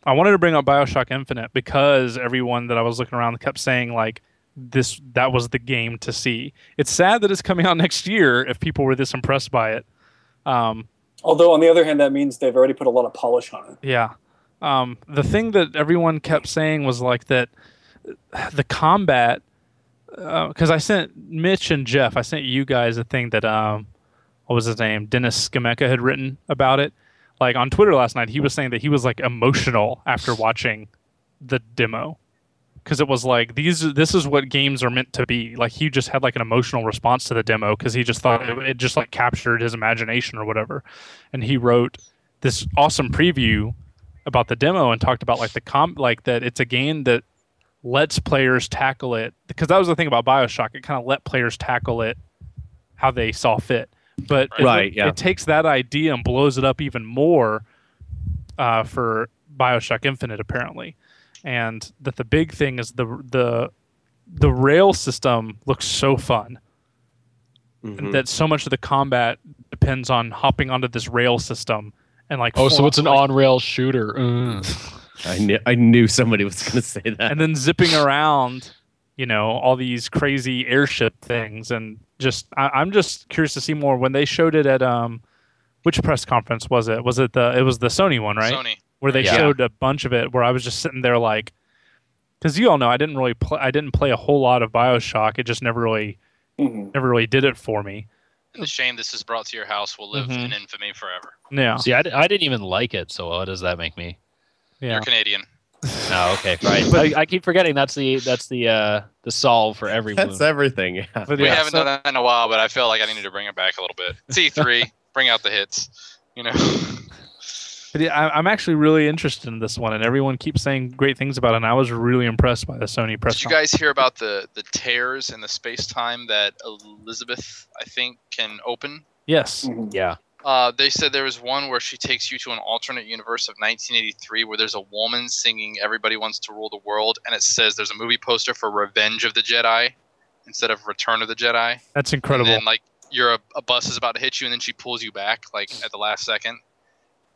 I wanted to bring up Bioshock Infinite because everyone that I was looking around kept saying like this that was the game to see. It's sad that it's coming out next year if people were this impressed by it. Um,
Although on the other hand, that means they've already put a lot of polish on it.
yeah. Um, the thing that everyone kept saying was like that the combat because I sent Mitch and Jeff, I sent you guys a thing that um, what was his name, Dennis Skemeka had written about it. Like on Twitter last night, he was saying that he was like emotional after watching the demo because it was like these this is what games are meant to be like he just had like an emotional response to the demo because he just thought it, it just like captured his imagination or whatever and he wrote this awesome preview about the demo and talked about like the comp like that it's a game that lets players tackle it because that was the thing about bioshock it kind of let players tackle it how they saw fit but it-
Right, yeah.
it takes that idea and blows it up even more uh, for bioshock infinite apparently and that the big thing is the the the rail system looks so fun
Mhm.
that so much of the combat depends on hopping onto this rail system and like
Oh, so
form-
it's an
like-
on rail shooter. Ugh.
I knew I knew somebody was going to say that.
and then zipping around you know all these crazy airship things and just I, i'm just curious to see more when they showed it at um which press conference was it was it the it was the sony one right
Sony.
where they
Yeah.
showed a bunch of it where i was just sitting there like because you all know i didn't really play i didn't play a whole lot of bioshock it just never really
hmm
never really did it for me
The shame this is brought to your house will live
Mhm.
in infamy forever.
yeah
See, I, d- I didn't even like it. So what does that make me?
yeah
You're Canadian.
Oh, okay, right. I, I keep forgetting that's the that's the uh the solve for every wound.
That's everything. Yeah.
But
We
yeah,
haven't
so-
done that in a while, but I feel like I needed to bring it back a little bit. It's E3, bring out the hits. You know,
But yeah, I, I'm actually really interested in this one, and everyone keeps saying great things about it. And I was really impressed by the Sony press.
did you
conference.
guys hear about the the tears in the space time that Elizabeth, I think, can open?
yes,
Mm-hmm.
Yeah.
Uh, they said there was one where she takes you to an alternate universe of 1983 where there's a woman singing "Everybody Wants to Rule the World," and it says there's a movie poster for Revenge of the Jedi instead of Return of the Jedi.
that's incredible.
And then like you're a, a bus is about to hit you, and then she pulls you back like at the last second.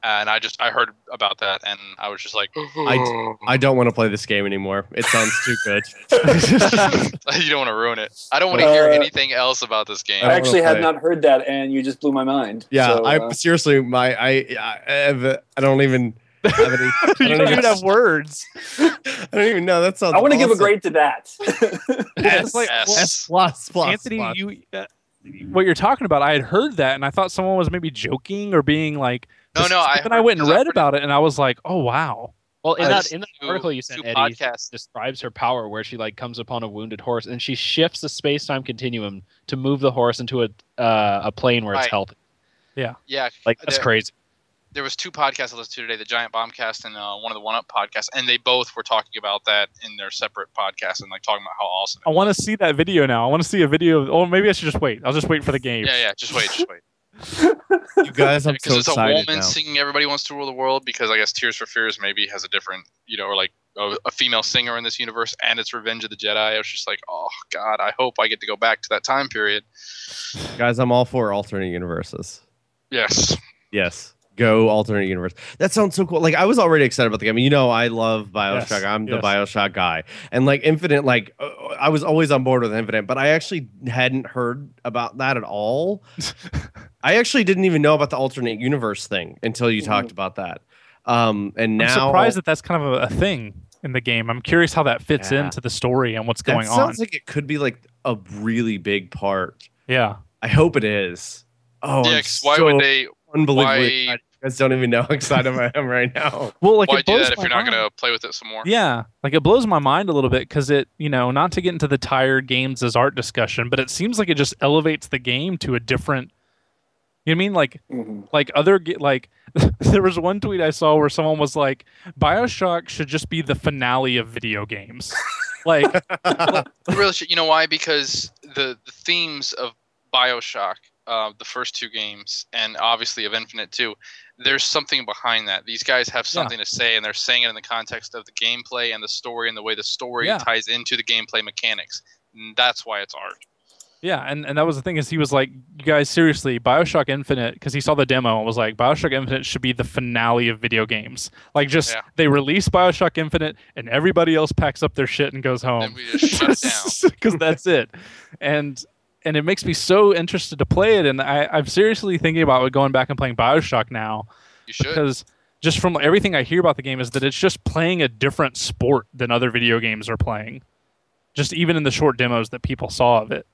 And I just I heard about that, and I was just like,
Oh.
I, I don't want to play this game anymore. It sounds too good.
you don't want to ruin it. I don't want to hear
Uh,
anything else about this game.
I
I
don't
actually
wanna
had
play.
not heard that, and you just blew my mind.
Yeah,
So,
I
uh,
seriously, my I I, I, have, I don't even have any. I
you
don't,
don't even
even,
have words.
I don't even know. That sounds.
I want to give a
awesome.
grade to that.
It's like,
S.
well,
S plus plus.
Anthony,
plus.
you uh, what you're talking about? I had heard that, and I thought someone was maybe joking or being like.
No, no, I
But then I
heard-
went and
'cause I
read
heard-
about it, and I was like, "Oh wow,
Well, in
I
that
just
in that
do
article you
two
sent, Eddie
podcasts.
describes her power where she like comes upon a wounded horse and she shifts the space time continuum to move the horse into a uh, a plane where it's
Right.
healthy.
Yeah,
Like that's
there,
crazy.
there was two podcasts I listened to today: the Giant Bombcast and uh, one of the One Up podcasts, and they both were talking about that in their separate podcasts and like talking about how awesome.
I want to see that video now. I want to see a video. Of, oh, maybe I should just wait. I'll just wait for the game."
It. Yeah, yeah. Just wait, just wait.
you guys, I'm
Because
so
it's a woman
excited now.
singing "Everybody Wants to Rule the World" because I guess Tears for Fears maybe has a different, you know, or like a, a female singer in this universe, and it's Revenge of the Jedi. I was just like, oh god, I hope I get to go back to that time period.
Guys, I'm all for alternate universes.
Yes,
Yes. Go alternate universe. That sounds so cool. Like I was already excited about the game. You know, I love Bioshock.
Yes,
I'm the
yes.
Bioshock guy, and like Infinite. Like uh, I was always on board with Infinite, but I actually hadn't heard about that at all. I actually didn't even know about the alternate universe thing until you talked about that. Um, and
Mm-hmm. I'm
now
surprised that that's kind of a, a thing in the game. I'm curious how that fits
Yeah.
into the story and what's
that
going on.
sounds like it could be like a really big part.
yeah,
I hope it is. Oh,
yeah.
I'm
'cause why
so
would they?
unbelievably
why-
excited. You guys don't even know how excited I am right now.
Well, like
why
it
do
blows
that if
my
you're not
mind.
going to play with it some more?
Yeah, like it blows my mind a little bit because it, you know, not to get into the tired games as art discussion, but it seems like it just elevates the game to a different You know what I mean? Like
hmm
like other ge- like there was one tweet I saw where someone was like, "Bioshock should just be the finale of video games." like
Really, should- you know why? Because the, the themes of Bioshock, uh, the first two games, and obviously of Infinite Two, there's something behind that. These guys have something to say, and they're saying it in the context of the gameplay and the story, and the way the story
Yeah.
ties into the gameplay mechanics. And that's why it's art.
Yeah, and, and that was the thing is he was like, you guys seriously, Bioshock Infinite, because he saw the demo and was like, Bioshock Infinite should be the finale of video games. Like, just
Yeah.
they release Bioshock Infinite, and everybody else packs up their shit and goes
Then
home
we just shut down.
because that's it. And and it makes me so interested to play it, and I, I'm seriously thinking about going back and playing Bioshock now
You should.
because just from everything I hear about the game is that it's just playing a different sport than other video games are playing. Just even in the short demos that people saw of it.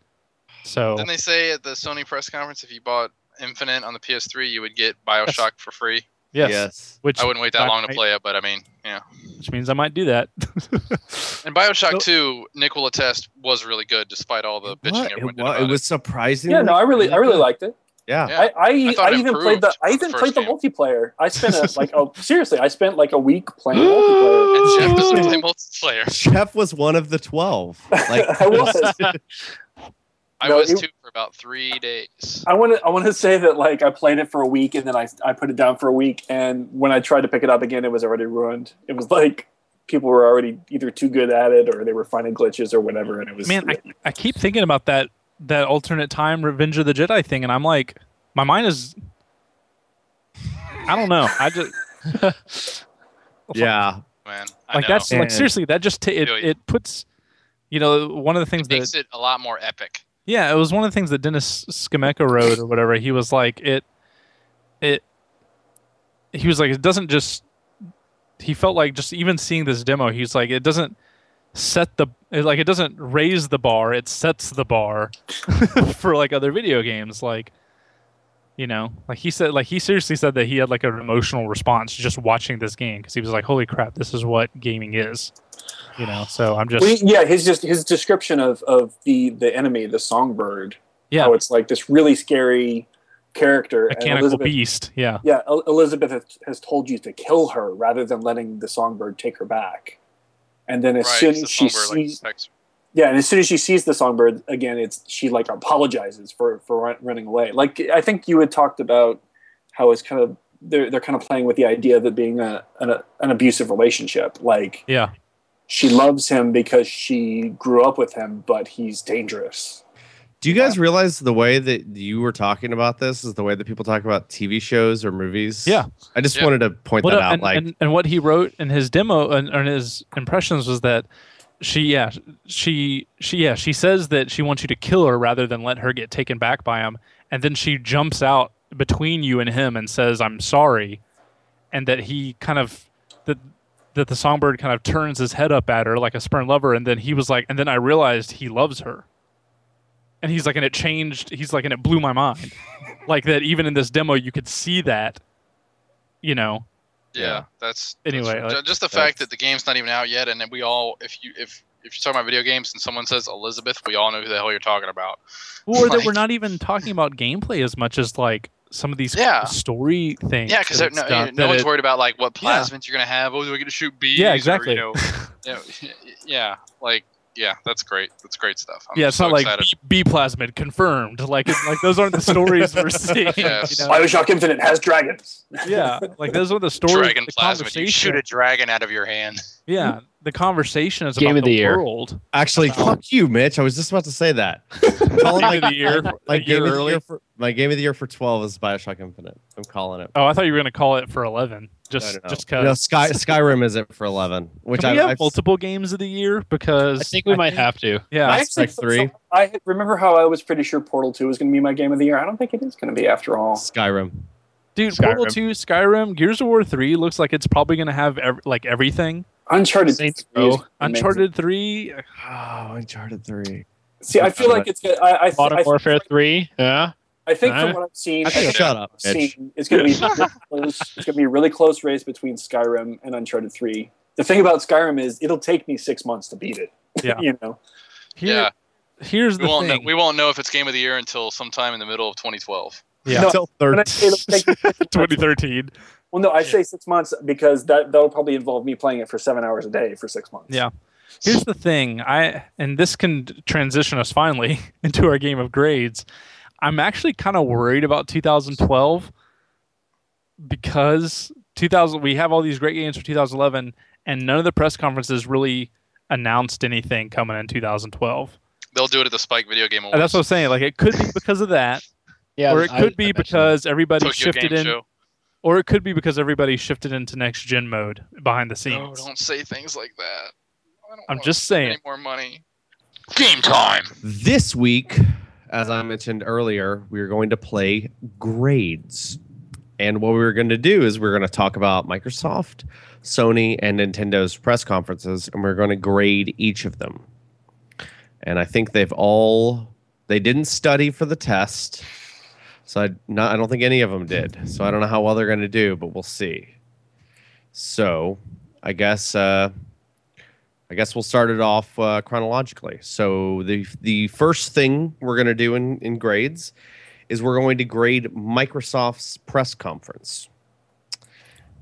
So
Didn't they say at the Sony press conference if you bought Infinite on the PS3, you would get Bioshock for free?
yes, which
I wouldn't wait that
Right.
long to play it, but I mean, yeah.
which means I might do that.
And Bioshock
So-
2, Nick will attest, was really good despite all the bitching
What?
everyone
It,
did
wa-
about
it
it.
was surprising.
Yeah, no, I really, I really liked it.
yeah.
Yeah.
I, I,
I
I,
thought it
even
improved
played the, I
from
even
the
played the
first
multiplayer. I spent a, like, oh, seriously, I spent like a week playing multiplayer.
And Jeff doesn't play multiplayer.
Jeff was one of the twelve. Like
I was.
I
No,
was
it-
too for about three days.
I want to. I want to say that like I played it for a week and then I I put it down for a week and when I tried to pick it up again, it was already ruined. It was like people were already either too good at it or they were finding glitches or whatever, and it was
Man, I, I keep thinking about that that alternate time Revenge of the Jedi thing, and I'm like, my mind is. I don't know. I just
yeah.
Man, I
like
know.
that's like
Yeah.
seriously that just ta it
Feel you.
it puts, you know, one of the things that
makes it a lot more epic.
Yeah, it was one of the things that Dennis Skemeka wrote or whatever. He was like, it, it, he was like, it doesn't just, he felt like just even seeing this demo, he's like, it doesn't set the, it, like, it doesn't raise the bar, it sets the bar for like other video games. Like, you know, like he said, like he seriously said that he had like an emotional response just watching this game because he was like, holy crap, this is what gaming is. You know, so I'm just,
Well, yeah, his just his description of of the the enemy, the songbird.
Yeah.
how it's like this really scary character. and
mechanical
Elizabeth,
beast. Yeah.
Yeah, El- Elizabeth has, has told you to kill her rather than letting the songbird take her back. And then as
right.
soon
it's the
as she
somber, like,
sees,
text-
yeah, and as soon as she sees the songbird again, it's she like apologizes for for run- running away. Like I think you had talked about how it's kind of they're they're kind of playing with the idea of it being a an, an abusive relationship. Like
Yeah.
she loves him because she grew up with him, but he's dangerous.
Do you guys realize the way that you were talking about this is the way that people talk about TV shows or movies?
Yeah.
I just
Yeah.
wanted to point
What
that
a-
out.
and,
like,
and, and what he wrote in his demo and, and his impressions was that she yeah she she yeah she says that she wants you to kill her rather than let her get taken back by him and then she jumps out between you and him and says i'm sorry and that he kind of that that the songbird kind of turns his head up at her like a spurned lover and then he was like and then i realized he loves her and he's like and it changed he's like and it blew my mind like that even in this demo you could see that you know
Yeah,
Yeah.
that's
Anyway,
that's-
like,
just the
that's-
fact that the game's not even out yet, and then we all, if you if if you're talking about video games and someone says Elizabeth, we all know who the hell you're talking about.
or that
Like-
we're not even talking about gameplay as much as like some of these
Yeah.
story things.
Yeah, because
that
no,
it's done-
no
that
one's
it-
worried about like what
Yeah.
plasmids you're gonna have. Oh, do I get to shoot bees?
Yeah,
Or,
exactly.
you know, you know, yeah, like yeah, that's great. That's great stuff. I'm
yeah, it's
so
not like
excited.
B, B plasmid confirmed. Like, it, like those aren't the stories we're seeing.
Yes.
you know?
Bioshock Infinite has dragons.
Yeah, like those are the stories.
dragon
the
plasmid. You shoot a dragon out of your hand.
Yeah, the conversation is
Game
about
of the
the
year.
world.
actually, fuck you, Mitch. I was just about to say that. Calling
Game
my,
of the year.
my
a
game
year
of the
early.
year for my game of the year for twelve is Bioshock Infinite. I'm calling it.
Oh, I thought you were gonna call it for eleven.
I
Just,
don't know.
just
No,
cause.
Sky Skyrim is it for eleven, which
Can
I
we have
I've-
multiple games of the year? Because
I think we might have to.
Yeah,
I
Mass Effect
actually-
three.
so I remember how I was pretty sure Portal Two was going to be my game of the year. I don't think it is going to be after all.
Skyrim.
dude.
Skyrim.
Portal Two, Skyrim, Gears of War Three looks like it's probably gonna have ev- like everything.
Uncharted,
Saints
3 is
Row,
amazing.
Uncharted Three,
Oh, Uncharted three.
See, I feel like it's. Gonna, I, I,
Modern
I,
Warfare Three. Yeah.
I think from
Alright.
what I've seen, I
Actually,
think
shut up,
I've
Mitch.
seen, it's going to be really close, it's going to be a really close race between Skyrim and Uncharted Three. The thing about Skyrim is it'll take me six months to beat it.
Yeah.
you know,
Here, here's
yeah, we
the
won't know.
thing.
We won't know if it's game of the year until sometime in the middle of 2012.
Yeah.
No,
Till
And I
30.
say it'll take-
2013.
well, no, I say six months because that that'll probably involve me playing it for seven hours a day for six months.
Yeah. Here's the thing. I and this can transition us finally into our game of grades. I'm actually kind of worried about 2012 because 2000 we have all these great games for 2011 and none of the press conferences really announced anything coming in 2012.
They'll do it at the Spike Video Game Awards.
And that's what I'm saying. Like it could be because of that,
Yeah,
or it
I-
could
I
be
mentioned
because everybody
Tokyo
shifted
Game
in,
Show.
or it could be because everybody shifted into next gen mode behind the
No,
scenes.
don't say things like that. I don't
I'm
want
just saying.
any more money. Game time.
This week, as I mentioned earlier, we are going to play grades. And what we were going to do is we are going to talk about Microsoft, Sony, and Nintendo's press conferences, and we're going to grade each of them. And I think they've all they didn't study for the test, so I not I don't think any of them did. So I don't know how well they're going to do, but we'll see. So I guess uh, I guess we'll start it off uh, chronologically. So the the first thing we're going to do in, in grades is we're going to grade Microsoft's press conference.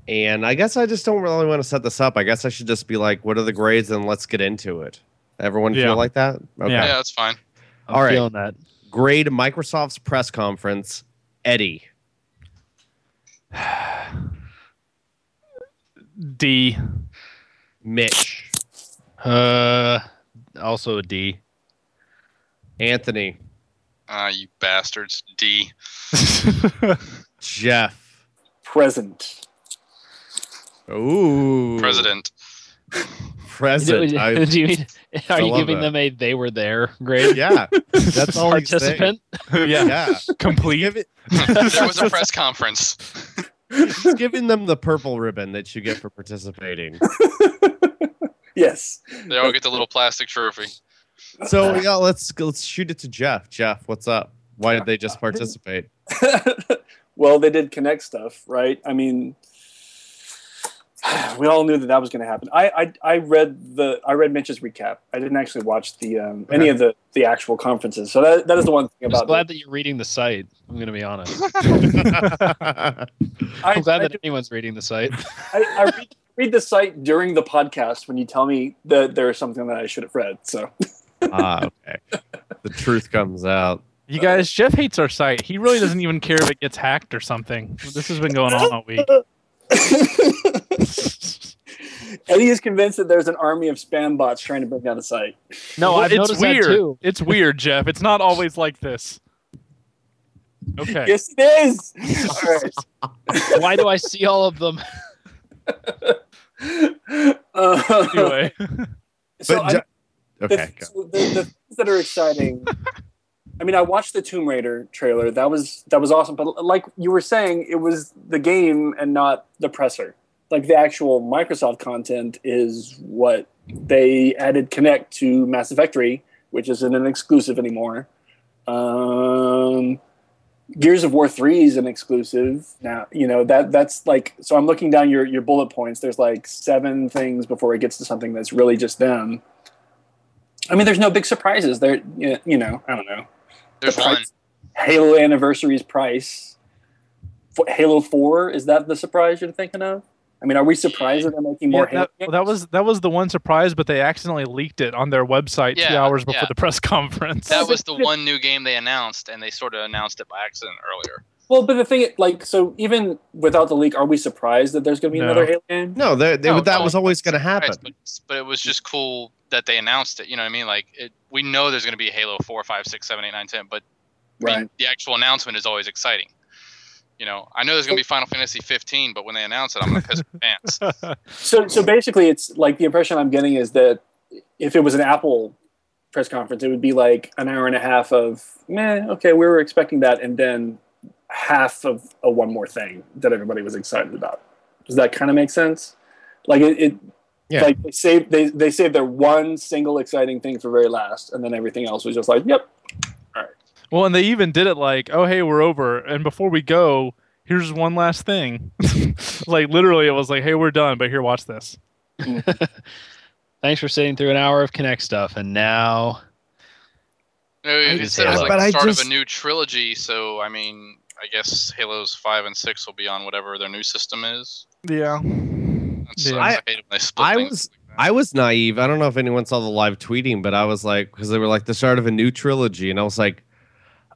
And I guess I just don't really want to set this up. I guess I should just be like, "What are the grades?" and let's get into it. Everyone
Yeah.
feel like that?
Yeah.
Yeah, that's fine.
that. I'm
All right.
feeling that.
Grade Microsoft's press conference. Eddie.
D.
Mitch,
Uh, also a D.
Anthony,
Ah, you bastards. D.
Jeff.
Present.
Ooh.
President.
President. I-
do you mean, are you
love
giving
that.
them a they were there grade?
yeah. That's all he's saying.
Participant?
yeah,
Yeah.
complete.
Give it,
there was a press conference.
he's giving them the purple ribbon that you get for participating.
Yes.
They all get the little plastic trophy.
So yeah, let's let's shoot it to Jeff. Jeff, what's up? Why did they just participate?
well, they did connect stuff, right? I mean, we all knew that that was going to happen. I, I I read the I read Mitch's recap. I didn't actually watch the um, any of the the actual conferences. So that, that is the one thing
I'm
about
just glad
it.
that you're reading the site. I'm going to be honest.
Ah,
I,
I'm glad
I
that anyone's reading the site.
I, I read, read the site during the podcast when you tell me that there is something that I should have read. So
ah, okay. The truth comes out.
You guys, Jeff hates our site. He really doesn't even care if it gets hacked or something. This has been going on all week.
Eddie is convinced that there's an army of spam bots trying to bring down the site.
No, I've
it's
noticed that
weird.
too.
It's weird, Jeff. It's not always like this. Okay.
Yes, it is. All right.
Why do I see all of them?
Uh,
Anyway,
so
But
I-
Je-
the,
okay. go.
so the, the things that are exciting. I mean, I watched the Tomb Raider trailer. That was that was awesome. But like you were saying, it was the game and not the presser. Like the actual Microsoft content is what they added Connect to Mass Effect 3, which isn't an exclusive anymore. Um, Gears of War 3 is an exclusive now. You know that that's like so. I'm looking down your your bullet points. There's like seven things before it gets to something that's really just them. I mean, there's no big surprises. There, you you know, I don't know.
There's
The
one.
price- Halo anniversary's price. F- Halo Four is that the surprise you're thinking of? I mean, are we surprised that they're making more?
Yeah,
Halo
that, well, that was that was the one surprise, but they accidentally leaked it on their website two
Yeah,
hours before
yeah.
the press conference.
That was the one new game they announced, and they sort of announced it by accident earlier.
Well, but the thing, like, so even without the leak, are we surprised that there's going to be
No.
another Halo game?
No, they, they,
No,
that
no.
was always going to happen.
Right, but, but it was just cool that they announced it. You know what I mean? Like, it, we know there's going to be Halo 4, 5, 6, 7, 8, 9, 10, but I mean,
Right.
the actual announcement is always exciting. You know, I know there's going to be Final Fantasy 15, but when they announce it, I'm going to piss my pants.
So, so basically, it's like the impression I'm getting is that if it was an Apple press conference, it would be like an hour and a half of, meh, okay, we were expecting that, and then half of a one more thing that everybody was excited about. Does that kind of make sense? Like it, it
Yeah.
like they saved they they saved their one single exciting thing for very last, and then everything else was just like, yep,
Well, and they even did it like, oh hey, we're over, and before we go, here's one last thing. like literally, it was like, hey, we're done, but here, watch this.
Thanks for sitting through an hour of Connect stuff, and now
No, it
just
said it was
Halo.
like
But I
the start
just-
of a new trilogy, so I mean, I guess Halos five and six will be on whatever their new system is.
Yeah.
That's-
Yeah.
I, hate when they split
I
things
was-
like that.
I was naive. I don't know if anyone saw the live tweeting, but I was like, because they were like the start of a new trilogy, and I was like,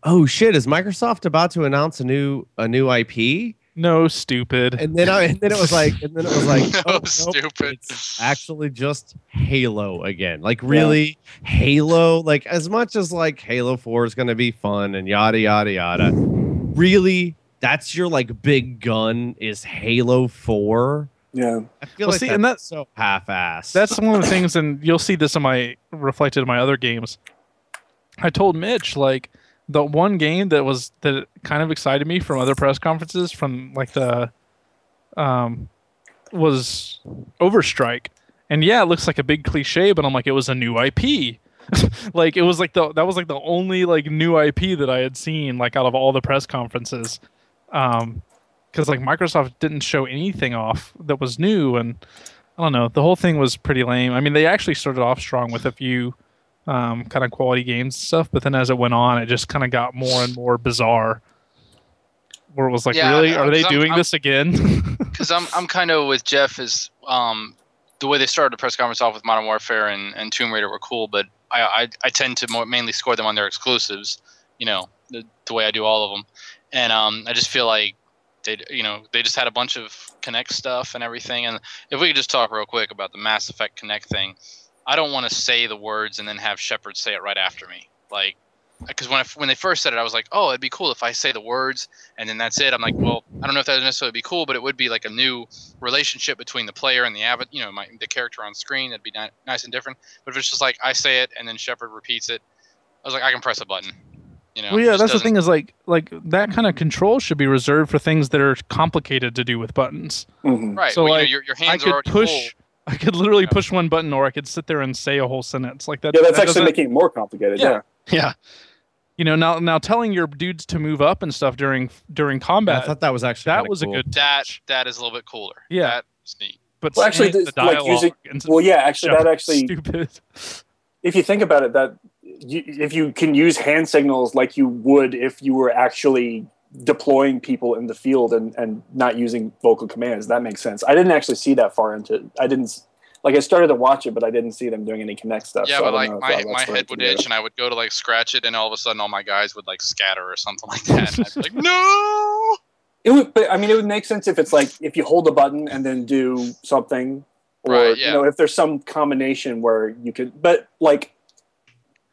oh shit, is Microsoft about to announce a new a new IP?
No, stupid.
And then I and then it was like and then it was like
No,
oh, nope,
stupid.
It's actually just Halo again. Like really Halo, like as much as like Halo 4 is gonna be fun and yada yada yada. Really, that's your like big gun is Halo 4.
Yeah.
I feel
Well,
like
see,
that's
and
so half-assed.
That's one of the things, and you'll see this in my reflected in my other games. I told Mitch like the one game that was that kind of excited me from other press conferences from like the um was Overstrike, and yeah, it looks like a big cliche, but I'm like it was a new IP. like it was like the that was like the only like new IP that I had seen like out of all the press conferences, um, because like Microsoft didn't show anything off that was new and. I don't know. The whole thing was pretty lame. I mean, they actually started off strong with a few um, kind of quality games and stuff, but then as it went on, it just kind of got more and more bizarre. Where it was like,
Yeah,
really, are they
'cause I'm-
doing
I'm-
this again?
because I'm I'm kind of with Jeff is um, the way they started the press conference off with Modern Warfare and, and Tomb Raider were cool, but I I, I tend to more, mainly score them on their exclusives, you know, the, the way I do all of them, and um, I just feel like they you know they just had a bunch of Connect stuff and everything, and if we could just talk real quick about the Mass Effect Connect thing, I don't want to say the words and then have Shepard say it right after me, like. Because when I, when they first said it, I was like, "Oh, it'd be cool if I say the words and then that's it. I'm like, well, I don't know if that would necessarily be cool, but it would be like a new relationship between the player and the avid, you know, my, the character on screen. That'd be ni- nice and different. But if it's just like I say it and then Shepard repeats it, I was like, I can press a button. You know,
well,
it
yeah,
just
that's the
doesn't-
thing is like, like that kind of control should be reserved for things that are complicated to do with buttons.
Mhm.
Right.
So,
well, you know,
like,
your, your
I
hands are
could
already
push,
full.
I could literally
Yeah.
push one button, or I could sit there and say a whole sentence. Like that.
Yeah,
that
that's actually
doesn't-
making it more complicated.
Yeah.
Yeah.
Yeah.
you know now now telling your dudes to move up and stuff during during combat.
I thought that was actually
that
kinda
was
cool.
a good
That
touch,
that is a little bit cooler.
Yeah.
That's neat.
but
Well, actually,
saying
this- like, using-
and-
Well, yeah, actually, that
Yeah,
actually,
stupid.
if you think about it, that you, if you can use hand signals like you would if you were actually deploying people in the field and, and not using vocal commands, that makes sense. I didn't actually see that far into it. I didn't, s- like, I started to watch it, but I didn't see them doing any Connect stuff.
yeah,
so I
but
don't
like
know if
my,
that-
my
that's what I
head would
can do.
itch and I would go to like scratch it and all of a sudden all my guys would like scatter or something like that. And I'd be like, no.
It would, but I mean, it would make sense if it's like if you hold a button and then do something, or
Right, yeah.
you know, if there's some combination where you could. But like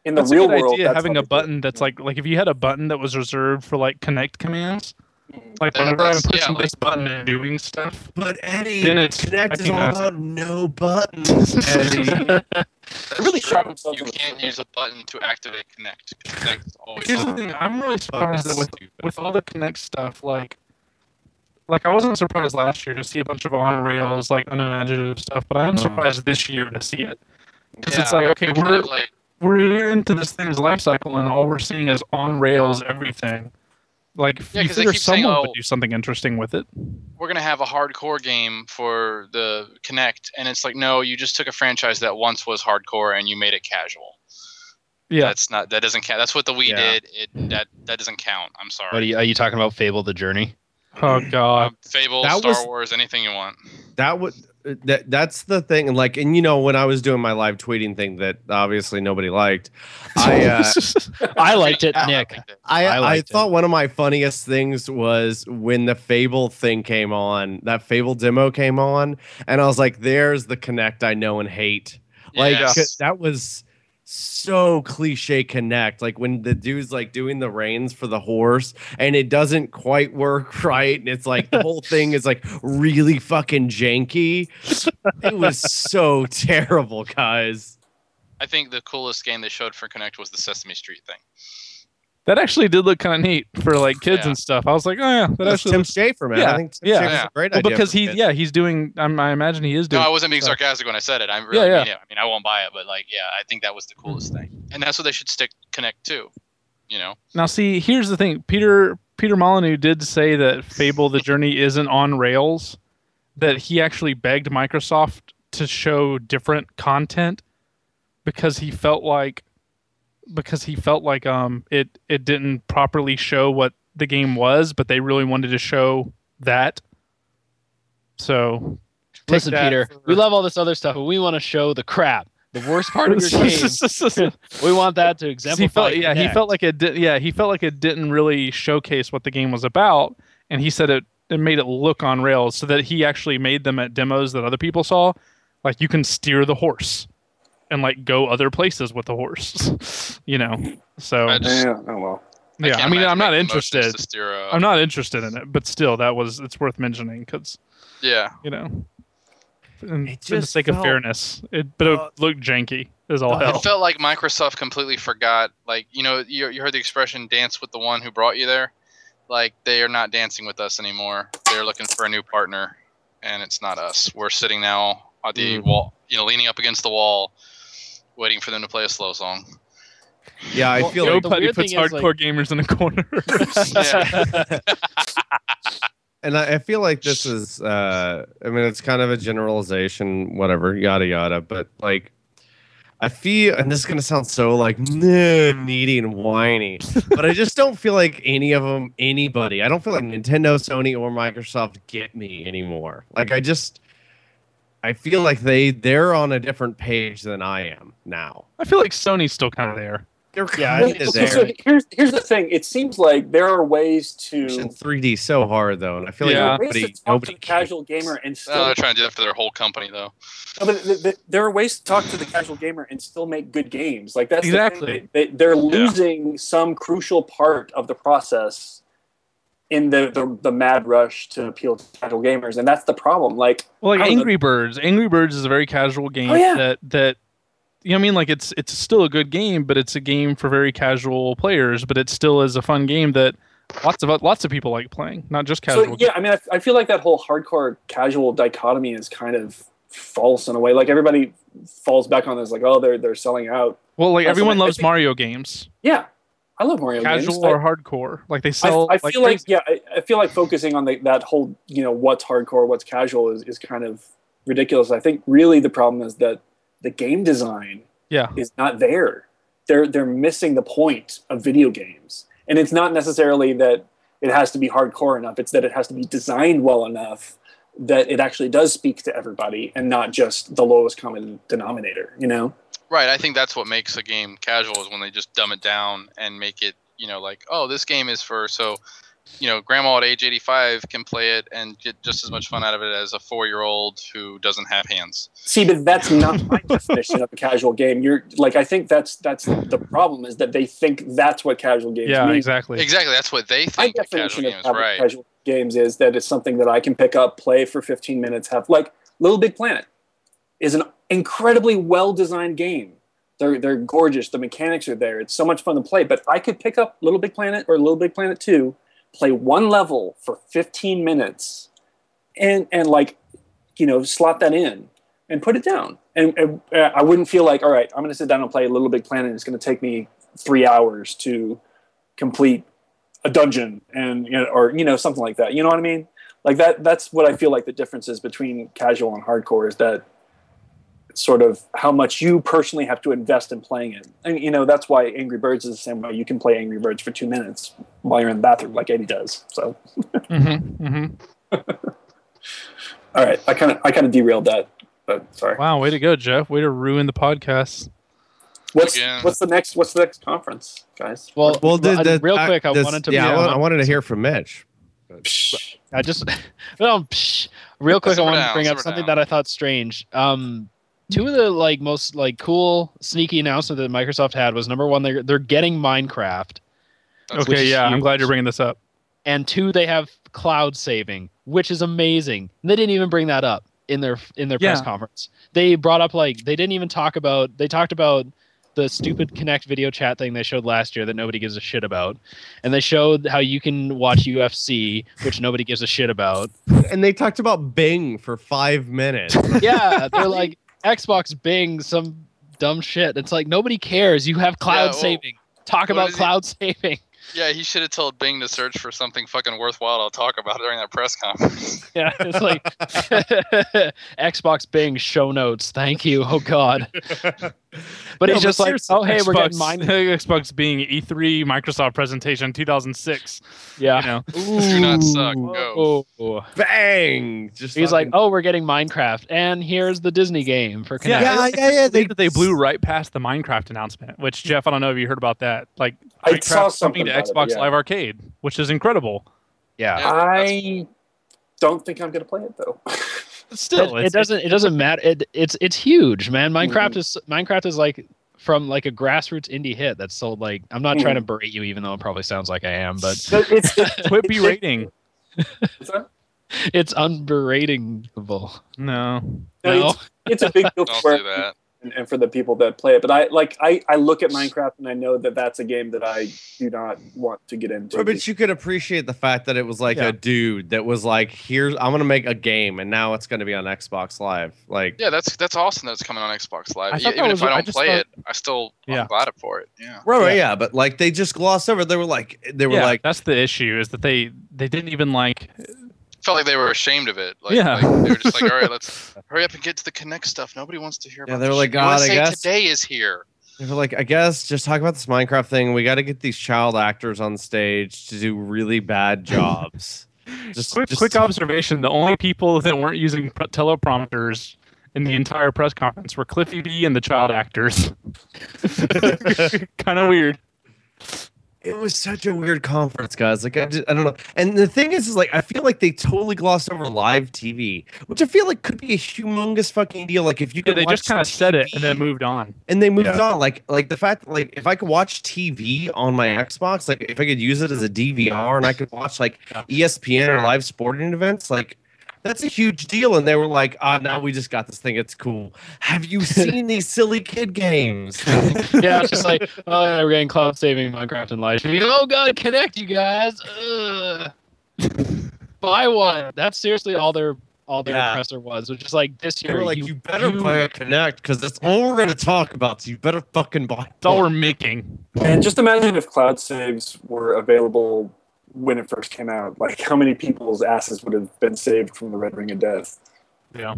in the
That's
real
a good
world,
idea,
that's
having
how
a
they do it.
button that's like like if you had a button that was reserved for like connect commands, like
Then
whenever I'm
that's-
pushing
yeah, like-
this button and doing stuff,
But Eddie,
Then it's- I
Connect is
think
all
that's-
about no buttons. Eddie.
That's
really
true.
shot himself
You
in the
can't
foot.
use a button to activate connect. Connect is always
Here's the thing: I'm really surprised that with with all the connect stuff, like like I wasn't surprised last year to see a bunch of on rails like unimaginative stuff, but I'm surprised this year to see it because it's
Uh-huh. Yeah.
like okay,
Kind
we're
of like
we're into this thing's life cycle, and all we're seeing is on rails everything. Like,
Yeah,
you
'cause they
figure
keep saying,
someone
"Oh,
would do something interesting with it.
we're gonna have a hardcore game for the Connect, and it's like, no, you just took a franchise that once was hardcore and you made it casual.
Yeah,
That's not that doesn't count. That's what the Wii
Yeah.
did. It that that doesn't count. I'm sorry.
What are you, are you talking about? Fable: The Journey.
Oh god.
Um, Fable,
That
Star
was-
Wars, anything you want.
that would that that's the thing and like and you know when i was doing my live tweeting thing that obviously nobody liked i uh,
I liked it,
Yeah,
Nick.
liked it.
I,
I
I,
liked it.
thought one of my funniest things was when the Fable thing came on, that Fable demo came on, and I was like, there's the connect I know and hate. Like
Yes.
c- that was so cliche connect. Like when the dude's like doing the reins for the horse and it doesn't quite work right. And it's like the whole thing is like really fucking janky. It was so terrible, guys.
I think the coolest game they showed for Connect was the Sesame Street thing.
that actually did look kind of neat for like kids
Yeah.
and stuff. I was like, oh yeah, that
That's
actually
Tim
looks
Schafer, man.
Yeah,
I think Tim
yeah.
Schafer's
Yeah.
a great
well
idea.
because
for
he
kids.
yeah he's doing. I'm, I imagine he is
No,
doing.
I wasn't being
Sorry.
sarcastic when I said it. I
Yeah,
really
yeah.
mean it. I mean, I won't buy it, but like, yeah, I think that was the coolest thing, and that's what they should stick Connect to. You know,
now see, here's the thing. Peter Peter Molyneux did say that Fable: The Journey isn't on rails. That he actually begged Microsoft to show different content because he felt like because he felt like um it it didn't properly show what the game was, but they really wanted to show that. So take
Listen,
that
Peter,
for-
we love all this other stuff, but we want to show the crap, the worst part of your game. We want that to exemplify.
he felt yeah he
Connect.
felt like it did, yeah he felt like it didn't really showcase what the game was about and he said it it made it look on rails so that he actually made them at demos that other people saw like you can steer the horse and like go other places with the horse you know so
I just-
Yeah, oh well.
yeah
can't
i mean
imagine
i'm not
making motions
interested
to steer a-
i'm not interested in it but still that was it's worth mentioning because
yeah,
you know and
It
for the
just
sake of
felt-
fairness it but it
Uh,
looked janky as all
it
hell
it felt like Microsoft completely forgot. Like you know, you, you heard the expression "dance with the one who brought you there." Like they are not dancing with us anymore. They're looking for a new partner, and it's not us. We're sitting now at the
Mm.
wall, you know, leaning up against the wall, waiting for them to play a slow song.
Yeah, I
Well,
feel
the
like,
Nobody
weird
puts
thing is,
hardcore
like-
gamers in a corner.
Yeah.
and I, I feel like this is. Uh, I mean, it's kind of a generalization, whatever, yada yada. But like, I feel, and this is gonna sound so like "Nah, needy and whiny, but I just don't feel like any of them, anybody. I don't feel like Nintendo, Sony, or Microsoft get me anymore. Like, I just. I feel like they they're on a different page than I am now.
I feel like Sony's still kind of there.
They're
Yeah, I
kind
think
of
so- so
there.
here's here's the thing. It seems like there are ways to
3D so hard though, and I feel
Yeah.
like
ways to
nobody,
talk to
nobody
the casual gamer and
Oh,
still
they're trying to do that for their whole company, though.
No, but th- th- there are ways to talk to the casual gamer and still make good games. Like that's the
Exactly.
thing. They, they're losing some crucial part of the process in the, the the mad rush to appeal to casual gamers, and that's the problem. Like,
Well,
I
like
don't know.
Angry Birds. Angry Birds is a very casual game
Oh, yeah.
that that you know what I mean like it's it's still a good game, but it's a game for very casual players, but it still is a fun game that lots of lots of people like playing, not just casual.
so yeah, I mean, I, I feel like that whole hardcore casual dichotomy is kind of false in a way. Like everybody falls back on this, like, oh, they're they're selling out.
Well, like
Also,
everyone
I
loves
think-
Mario games,
Yeah, I love Mario
casual
games. I-
or hardcore. Like they
I,
sell
I
crazy.
feel like yeah, I, I feel like focusing on the, that whole you know what's hardcore, what's casual is, is kind of ridiculous. I think really the problem is that the game design
yeah.
is not there. They're they're missing the point of video games, and it's not necessarily that it has to be hardcore enough. It's that it has to be designed well enough that it actually does speak to everybody and not just the lowest common denominator. You know.
Right, I think that's what makes a game casual is when they just dumb it down and make it, you know, like, oh, this game is for so, you know, grandma at age 85 can play it and get just as much fun out of it as a 4-year-old who doesn't have hands.
See, but that's not my definition of a casual game. You're like, I think that's that's the problem is that they think that's what casual games
Yeah,
mean.
exactly.
Exactly, that's what they
My
think a casual
definition
game
of
is,
how
right?
casual games is that it's something that I can pick up, play for 15 minutes, have like Little Big Planet is an incredibly well-designed game. They're they're gorgeous. The mechanics are there. It's so much fun to play. But I could pick up Little Big Planet or Little Big Planet 2, play one level for 15 minutes, and and like you know slot that in and put it down. And, and uh, I wouldn't feel like all right, I'm going to sit down and play Little Big Planet. and It's going to take me three hours to complete a dungeon and you know, or you know something like that. You know what I mean? Like that. That's what I feel like the difference is between casual and hardcore is that sort of how much you personally have to invest in playing it. And you know that's why Angry Birds is the same way. You can play Angry Birds for two minutes while you're in the bathroom, like Eddie does. So
Mm-hmm, mm-hmm.
all right, I kind of I kind of derailed that, but sorry.
Wow, way to go, Jeff. Way to ruin the podcast.
What's
Again.
what's the next what's the next conference, guys?
well,
Well,
well,
did, did-
real quick, I
this-
wanted to.
Yeah, I,
yeah,
wa- I wanted to hear from Mitch.
I just no, um, psh. real quick. I
Simmer
wanted to
down,
bring up
simmer
something
down.
that I thought strange. Um, two of the like most like cool sneaky announcement that Microsoft had was number one, they're they're getting Minecraft,
That's
okay,
is
yeah, I'm
huge.
glad you're bringing this up.
and two, they have cloud saving, which is amazing. And they didn't even bring that up in their in their press
Yeah.
conference. They brought up like they didn't even talk about. They talked about the stupid Connect video chat thing they showed last year that nobody gives a shit about, and they showed how you can watch UFC, which nobody gives a shit about.
And they talked about Bing for five minutes.
yeah, they're like Xbox Bing some dumb shit. It's like nobody cares. You have cloud
Yeah, well,
saving. Talk
what
about
is it-
cloud saving.
Yeah, he should have told Bing to search for something fucking worthwhile to talk about during that press conference.
Yeah, it's like Xbox Bing show notes. Thank you. Oh God. But
No,
it's just like,
seriously,
oh hey, we're getting
Xbox-
mine.
Xbox being E3 Microsoft presentation 2006.
Yeah.
You know,
Do not suck.
Ooh.
Go.
Oh.
Bang! Just
He's like,
fucking-
oh, we're getting Minecraft, and here's the Disney game for Connect.
I
yeah,
don't-
yeah, yeah.
they,
They,
they blew right past the Minecraft announcement, which Jeff, I don't know if you heard about that. Like
I
Minecraft
saw
coming
something
to
about it,
Xbox
yeah.
Live Arcade, which is incredible.
yeah.
Yeah, that's-
I don't think I'm going to play it though.
Still,
it, it doesn't. It doesn't matter. It, it's it's huge, man. Minecraft
Mhm.
is Minecraft is like from like a grassroots indie hit that's sold like. I'm not
Mhm.
trying to berate you, even though it probably sounds like I am, but
But it's,
quit berating.
it's, a,
it's unberatingable.
No,
no,
No.
it's, it's a big deal
Don't
for
do that.
and, and for the people that play it. But I like I, I look at Minecraft and I know that that's a game that I do not want to get
"Oh,
into.
Right, but you could appreciate the fact that it was like
Yeah.
a dude that was like, "Here's I'm gonna make a game, and now it's gonna be on Xbox Live." Like,
Yeah, that's that's awesome that it's coming on Xbox Live.
I
Yeah,
thought
even
that
if
was-
I
I
don't
just
play
thought-
it, I still
Yeah.
I'm glad for it. Yeah.
right, right, yeah. But like, they just glossed over. They were like, they were
yeah,
like,
that's the issue is that they they didn't even like
Felt like they were ashamed of it. Like,
Yeah.
like, they were just like, all right, let's hurry up and get to the Connect stuff. Nobody wants to hear
Yeah,
about
they were
this
like,
shit. You wanna
"God, I
say
guess."
today is here.
they were like, I guess just talk about this Minecraft thing. We got to get these child actors on stage to do really bad jobs. just
quick
just-
quick observation. The only people that weren't using pr- teleprompters in the entire press conference were Cliffy B and the child actors. kind of weird.
it was such a weird conference, guys. Like I, just, I don't know. And the thing is, is like I feel like they totally glossed over live TV, which I feel like could be a humongous fucking deal. Like if you
Yeah,
could
they just
watch
kind of said it and
TV
then moved on.
and they moved on. Like like the fact like if I could watch TV on my Xbox, like if I could use it as a DVR and I could watch like E ESPN or live sporting events, like that's a huge deal. And they were like, ah, now we just got this thing. It's cool. Have you seen these silly kid games?
yeah, it's just like, oh, yeah, we're getting cloud saving Minecraft and live streaming. Oh god, connect you guys. Ugh. Buy one. That's seriously all their all their
Yeah.
presser was, which is like this
They
year.
were like, you, better play a connect because that's all we're gonna talk about. So you better fucking buy.
That's all we're making.
and just imagine if cloud saves were available when it first came out. Like how many people's asses would have been saved from the Red Ring of Death?
Yeah.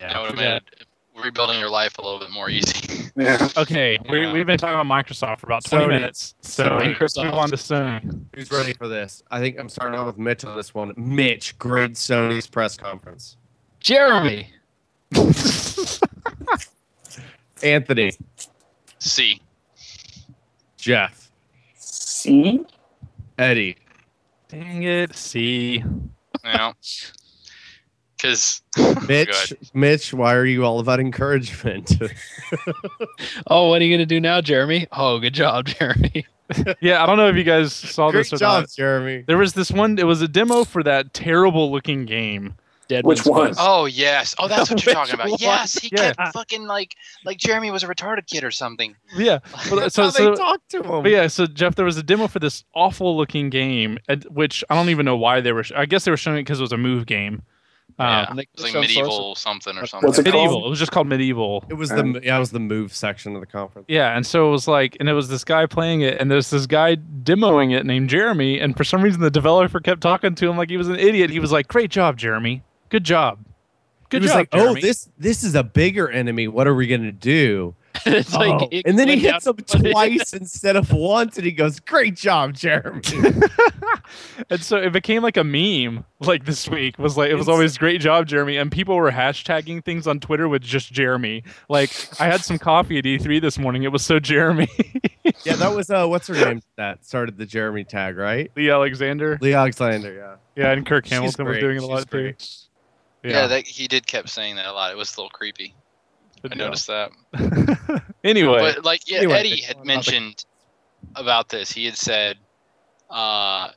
I would have made it- rebuilding your life a little bit more easy.
Yeah.
Okay, we,
Yeah.
we've been talking about Microsoft for about 20
Sony.
minutes. So
Sony.
let's move on to Sony.
Who's ready for this? I think I'm starting out with Mitch on this one. Mitch, great Sony's press conference.
Jeremy.
Anthony,
See,
Jeff,
See,
Eddie.
Dang it. See.
you know, because
Oh,
Mitch, Mitch, why are you all about encouragement?
Oh, what are you gonna do now, Jeremy? Oh, good job, Jeremy.
Yeah, I don't know if you guys saw
Great
this or
job,
not.
Jeremy.
There was this one, it was a demo for that terrible looking game.
Dead
Which one?
Oh yes. Oh, that's what you're talking about. Yes, he
Yeah.
kept fucking like like Jeremy was a retarded kid or something.
Yeah. Well,
How
so, so,
they talk to him.
but yeah, so Jeff, there was a demo for this awful looking game, at- which I don't even know why they were. Sh- I guess they were showing it because it was a move game. Uh,
And they
It was like
some source
medieval something or something.
What's it
medieval.
called?
It was just called medieval.
It was the yeah, it was the move section of the conference.
Yeah, and so it was like, and it was this guy playing it, and there's this guy demoing it named Jeremy, and for some reason the developer kept talking to him like he was an idiot. He was like, "Great job, Jeremy. Good job. Good
he was
job,
like,
Jeremy."
"Oh, this this is a bigger enemy. What are we gonna do?" Oh.
of- it's like, it
and then he hits
went down-
him twice instead of once, and he goes, "Great job, Jeremy."
and so it became like a meme. Like this week was like it was always great job, Jeremy, and people were hashtagging things on Twitter with just Jeremy. Like I had some coffee at E3 this morning. It was so Jeremy,
yeah, that was uh, what's her name that started the Jeremy tag, right?
Lee Alexander,
Lee Alexander. Yeah.
yeah, and Kirk
She's
Hamilton was
great.
doing it a
She's
lot too.
great.
yeah, that, he did kept saying that a lot. It was a little creepy. I noticed that.
anyway,
But like yeah,
Anyway,
Eddie had mentioned about this. He had said, uh,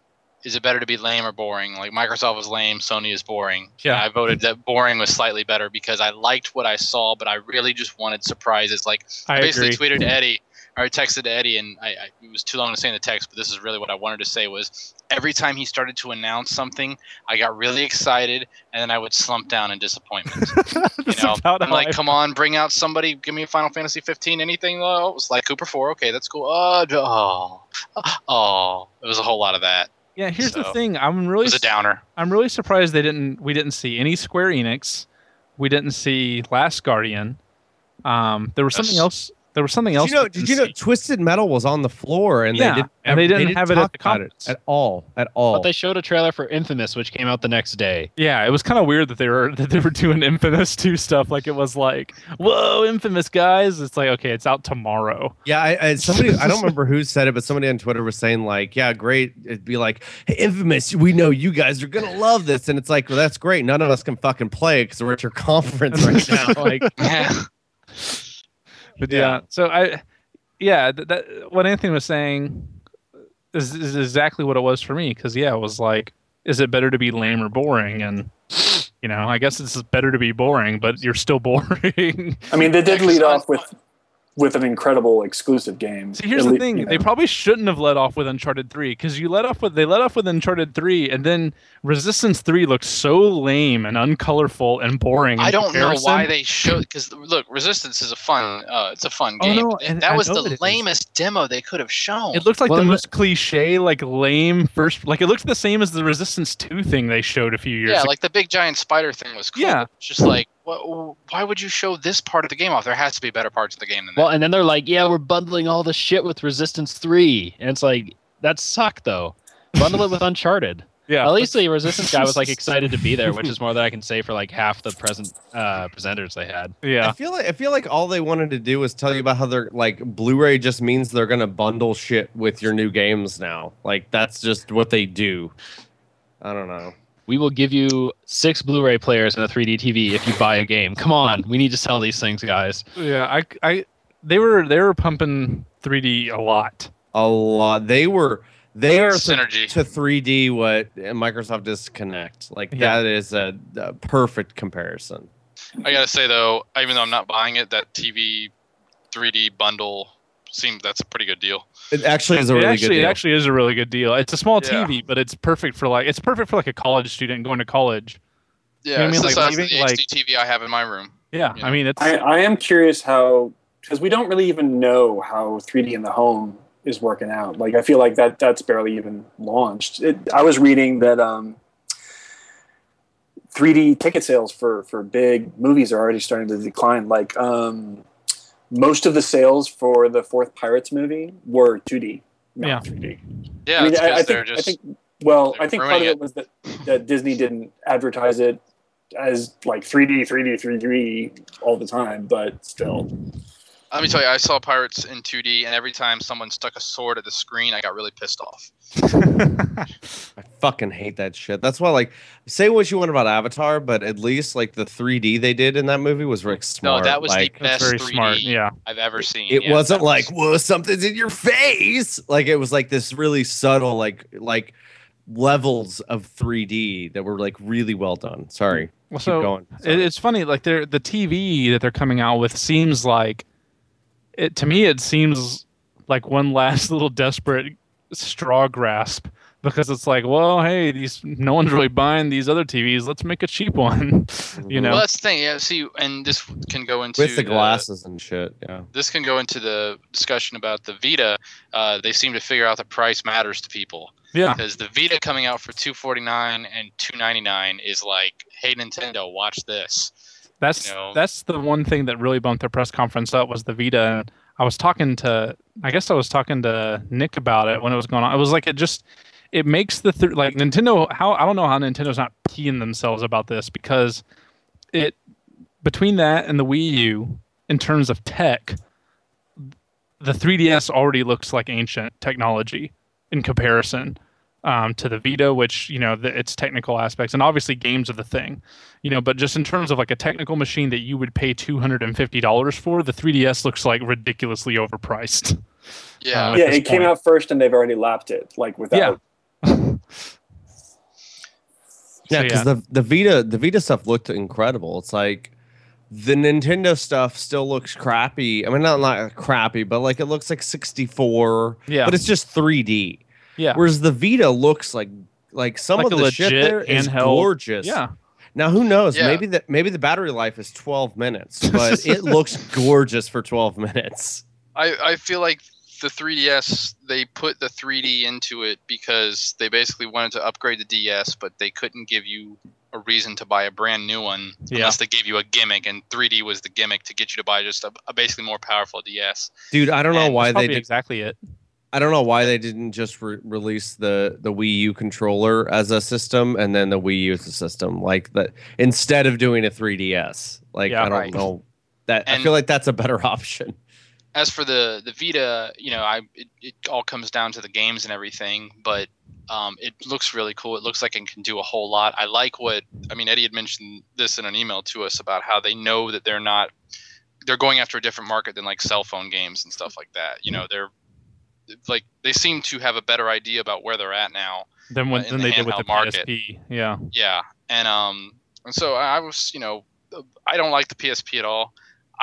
"Is it better to be lame or boring?" Like Microsoft was lame, Sony is boring.
Yeah.
And I voted that boring was slightly better because I liked what I saw, but I really just wanted surprises. Like
I
I basically
agree.
tweeted to Eddie or I texted to Eddie, and I, I it was too long to say in the text, but this is really what I wanted to say was every time he started to announce something, I got really excited, and then I would slump down in disappointment. you
That's
know,
about
I'm
how
like,
I
come on, bring out somebody, give me a Final Fantasy 15, anything. Oh, it was like Cooper 4. Okay, that's cool. Oh, d- oh, oh, it was a whole lot of that.
Yeah, here's the
So,
thing. I'm
It
really,
was a downer.
I'm really surprised they didn't. We didn't see any Square Enix. We didn't see Last Guardian. Um, there was something
Yes.
else. There was something else.
Did you know?
that
Did you know?
see.
Twisted Metal was on the floor, and
Yeah,
they didn't.
and they
ever-
didn't have it at
talk
the
about it
conference.
at all. At all.
But they showed a trailer for Infamous, which came out the next day.
Yeah, it was kind of weird that they were that they were doing Infamous Two stuff. Like it was like, whoa, Infamous guys. It's like okay, it's out tomorrow.
Yeah, I, I somebody I don't remember who said it, but somebody on Twitter was saying like, "Yeah, great." It'd be like, hey, "Infamous, we know you guys are gonna love this," and it's like, "Well, that's great. None of us can fucking play because we're at your conference right now." Like,
But yeah,
Yeah.
so I, yeah, th- that what Anthony was saying is, is exactly what it was for me. Because yeah, it was like, is it better to be lame or boring? And you know, I guess it's better to be boring, but you're still boring.
I mean, they did
Yeah,
lead
'cause
off
I-
with with an incredible exclusive game.
See, here's
At
the
lea-
thing:
you know.
they probably shouldn't have let off with Uncharted Three because you let off with they let off with Uncharted Three, and then Resistance Three looked so lame and uncolorful and boring. in
I don't know why
comparison.
they showed because look, Resistance is a fun, uh, it's a fun
Oh,
game.
no,
Th-
and
that
I
was
know that it
the
is.
lamest demo they could have shown.
It looked like
Well,
the
it-
most cliche, like lame first. Like it looked the same as the Resistance Two thing they showed a few years.
yeah,
ago.
like the big giant spider thing was cool.
Yeah.
but it's just like, wha- why would you show this part of the game off? There has to be better parts of the game than that.
Well, and then they're like, "Yeah, we're bundling all this shit with Resistance 3." And it's like, that sucked though. Bundle it with Uncharted.
yeah.
At least the Resistance guy was like excited to be there, which is more than I can say for like half the present uh, presenters they had.
yeah.
I feel like I feel like all they wanted to do was tell you about how they're like Blu-ray just means they're gonna bundle shit with your new games now. Like that's just what they do. I don't know.
We will give you six Blu-ray players and a 3D TV if you buy a game. Come on, we need to sell these things, guys.
Yeah, I, I, they were they were pumping 3D a lot.
A lot. They were they are to-
synergy.
to 3D what Microsoft disconnect. Like
Yeah.
that is a, a perfect comparison.
I gotta say though, even though I'm not buying it, that TV 3D bundle seems that's a pretty good deal.
It actually is a
It
really
actually,
good
it
deal.
actually is a really good deal. It's a small
Yeah.
TV, but it's perfect for like it's perfect for like a college student going to college.
Yeah,
know what I mean?
it's the
Like,
size of
leaving,
the
like-
HD TV I have in my room.
Yeah,
Yeah.
I mean it's
I, I am curious how because we don't really even know how 3D in the home is working out. Like I feel like that that's barely even launched. It, I was reading that um, 3D ticket sales for for big movies are already starting to decline. Like um, most of the sales for the fourth Pirates movie were 2D. not
Yeah.
3D.
Yeah,
I mean,
it's
I, I
'cause they're
think, I
just
think- well,
they're
I think part of
ruining
it,
it.
was that, that Disney didn't advertise it as like 3D, 3D, 3D all the time, but still.
Let me tell you, I saw Pirates in 2D, and every time someone stuck a sword at the screen, I got really pissed off.
I fucking hate that shit. That's why, like, say what you want about Avatar, but at least like the 3D they did in that movie was Rick smart.
No, that was
like,
the
that's
best
very
3D
smart. Yeah,
I've ever seen.
It
Yeah,
wasn't
that
like
was-
whoa, something's in your face. Like it was like this really subtle, like like levels of 3D that were like really well done. Sorry,
well,
keep
so
going.
it,
Sorry.
it's funny. Like they're the TV that they're coming out with seems like it to me. It seems like one last little desperate straw grasp because it's like, well, hey, these no one's really buying these other TVs. Let's make a cheap one. you know,
Well, that's the thing. Yeah, see, and this can go into
uh,
with the glasses and shit. Yeah.
this can go into the discussion about the Vita. Uh, they seem to figure out the price matters to people
yeah.
because the Vita coming out for 249 and 299 is like, hey Nintendo, watch this.
That's
you know?
that's the one thing that really bumped their press conference up was the Vita. And I was talking to, I guess I was talking to Nick about it when it was going on. It was like it just, it makes the th- like Nintendo. How I don't know how Nintendo's not peeing themselves about this because it between that and the Wii U in terms of tech, the 3DS already looks like ancient technology in comparison. Um, to the Vita, which you know, the, its technical aspects, and obviously games are the thing you know but just in terms of like a technical machine that you would pay $250 for the 3ds looks like ridiculously overpriced
Yeah,
Uh, at
yeah,
this
it came
point.
out first, and they've already lapped it. Like without,
Yeah.
Yeah,
So,
because the the Vita the Vita stuff looked incredible. It's like the Nintendo stuff still looks crappy. I mean, not not crappy, but like it looks like 64.
Yeah.
but it's just 3D.
yeah
Whereas the Vita looks like like some
Like
of
a
the shit
legit
there is
handheld-
gorgeous.
yeah
Now who knows?
Yeah.
Maybe that maybe the battery life is 12 minutes, but it looks gorgeous for 12 minutes.
I, I feel like the 3DS they put the 3D into it because they basically wanted to upgrade the DS, but they couldn't give you a reason to buy a brand new one
Yeah.
unless they gave you a gimmick, and 3D was the gimmick to get you to buy just a, a basically more powerful DS.
Dude, I don't know
And
why
That's
they
probably
did,
exactly it.
I don't know why they didn't just re- release the the Wii U controller as a system and then the Wii U as a system like that instead of doing a 3DS. Like
Yeah,
I don't
right.
know that I
And-
feel like that's a better option.
as for the the Vita, you know, I it, it all comes down to the games and everything, but um, it looks really cool. It looks like it can do a whole lot. I like what I mean. Eddie had mentioned this in an email to us about how they know that they're not they're going after a different market than like cell phone games and stuff like that. You know, they're like they seem to have a better idea about where they're at now
Than when
in
than
the
they did with the
handheld market.
PSP. Yeah.
yeah, and um, and so I I was, you know, uh, I don't like the PSP at all.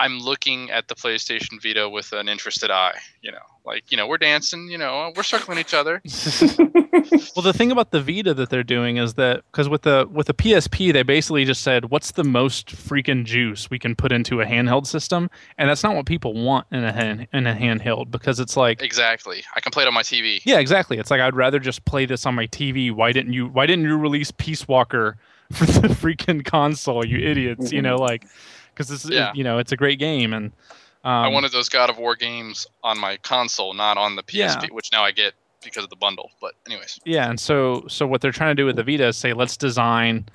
I'm looking at the PlayStation Vita with an interested eye. You know, like you know, we're dancing. You know, we're circling each other.
Well, the thing about the Vita that they're doing is that because with the with the PSP, they basically just said, "What's the most freaking juice we can put into a handheld system?" And that's not what people want in a hand, in a handheld because it's like,
Exactly. I can play it on my TV.
yeah, exactly. It's like I'd rather just play this on my TV. Why didn't you Why didn't you release Peace Walker for the freaking console? You idiots! You know, like because this is
Mm-hmm. Yeah.
you know it's a great game and um,
I wanted those God of War games on my console, not on the PSP,
Yeah.
which now I get because of the bundle. But anyways,
Yeah, and so so what they're trying to do with the Vita is say let's design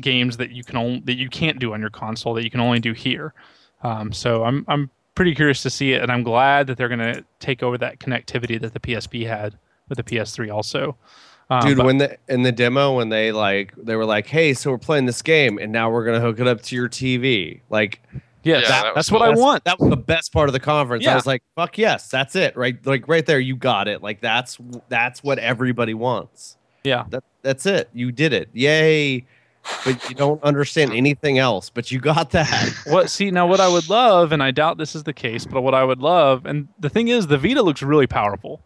games that you can only that you can't do on your console that you can only do here. Um, so I'm I'm pretty curious to see it, and I'm glad that they're going to take over that connectivity that the PSP had with the PS3 also. Um,
Dude,
but-
when the in the demo when they like they were like, "Hey, so we're playing this game and now we're going to hook it up to your TV." Like
yes, that-
Yeah, that was
that's what I
That's-
want.
That was the best part of the conference. I
Yeah.
was like, "Fuck yes, that's it." Right, like right there, you got it. Like that's that's what everybody wants.
Yeah.
that, that's it. You did it. Yay! But you don't understand anything else. But you got that.
what see now what I would love, and I doubt this is the case, but what I would love, and the thing is, the Vita looks really powerful.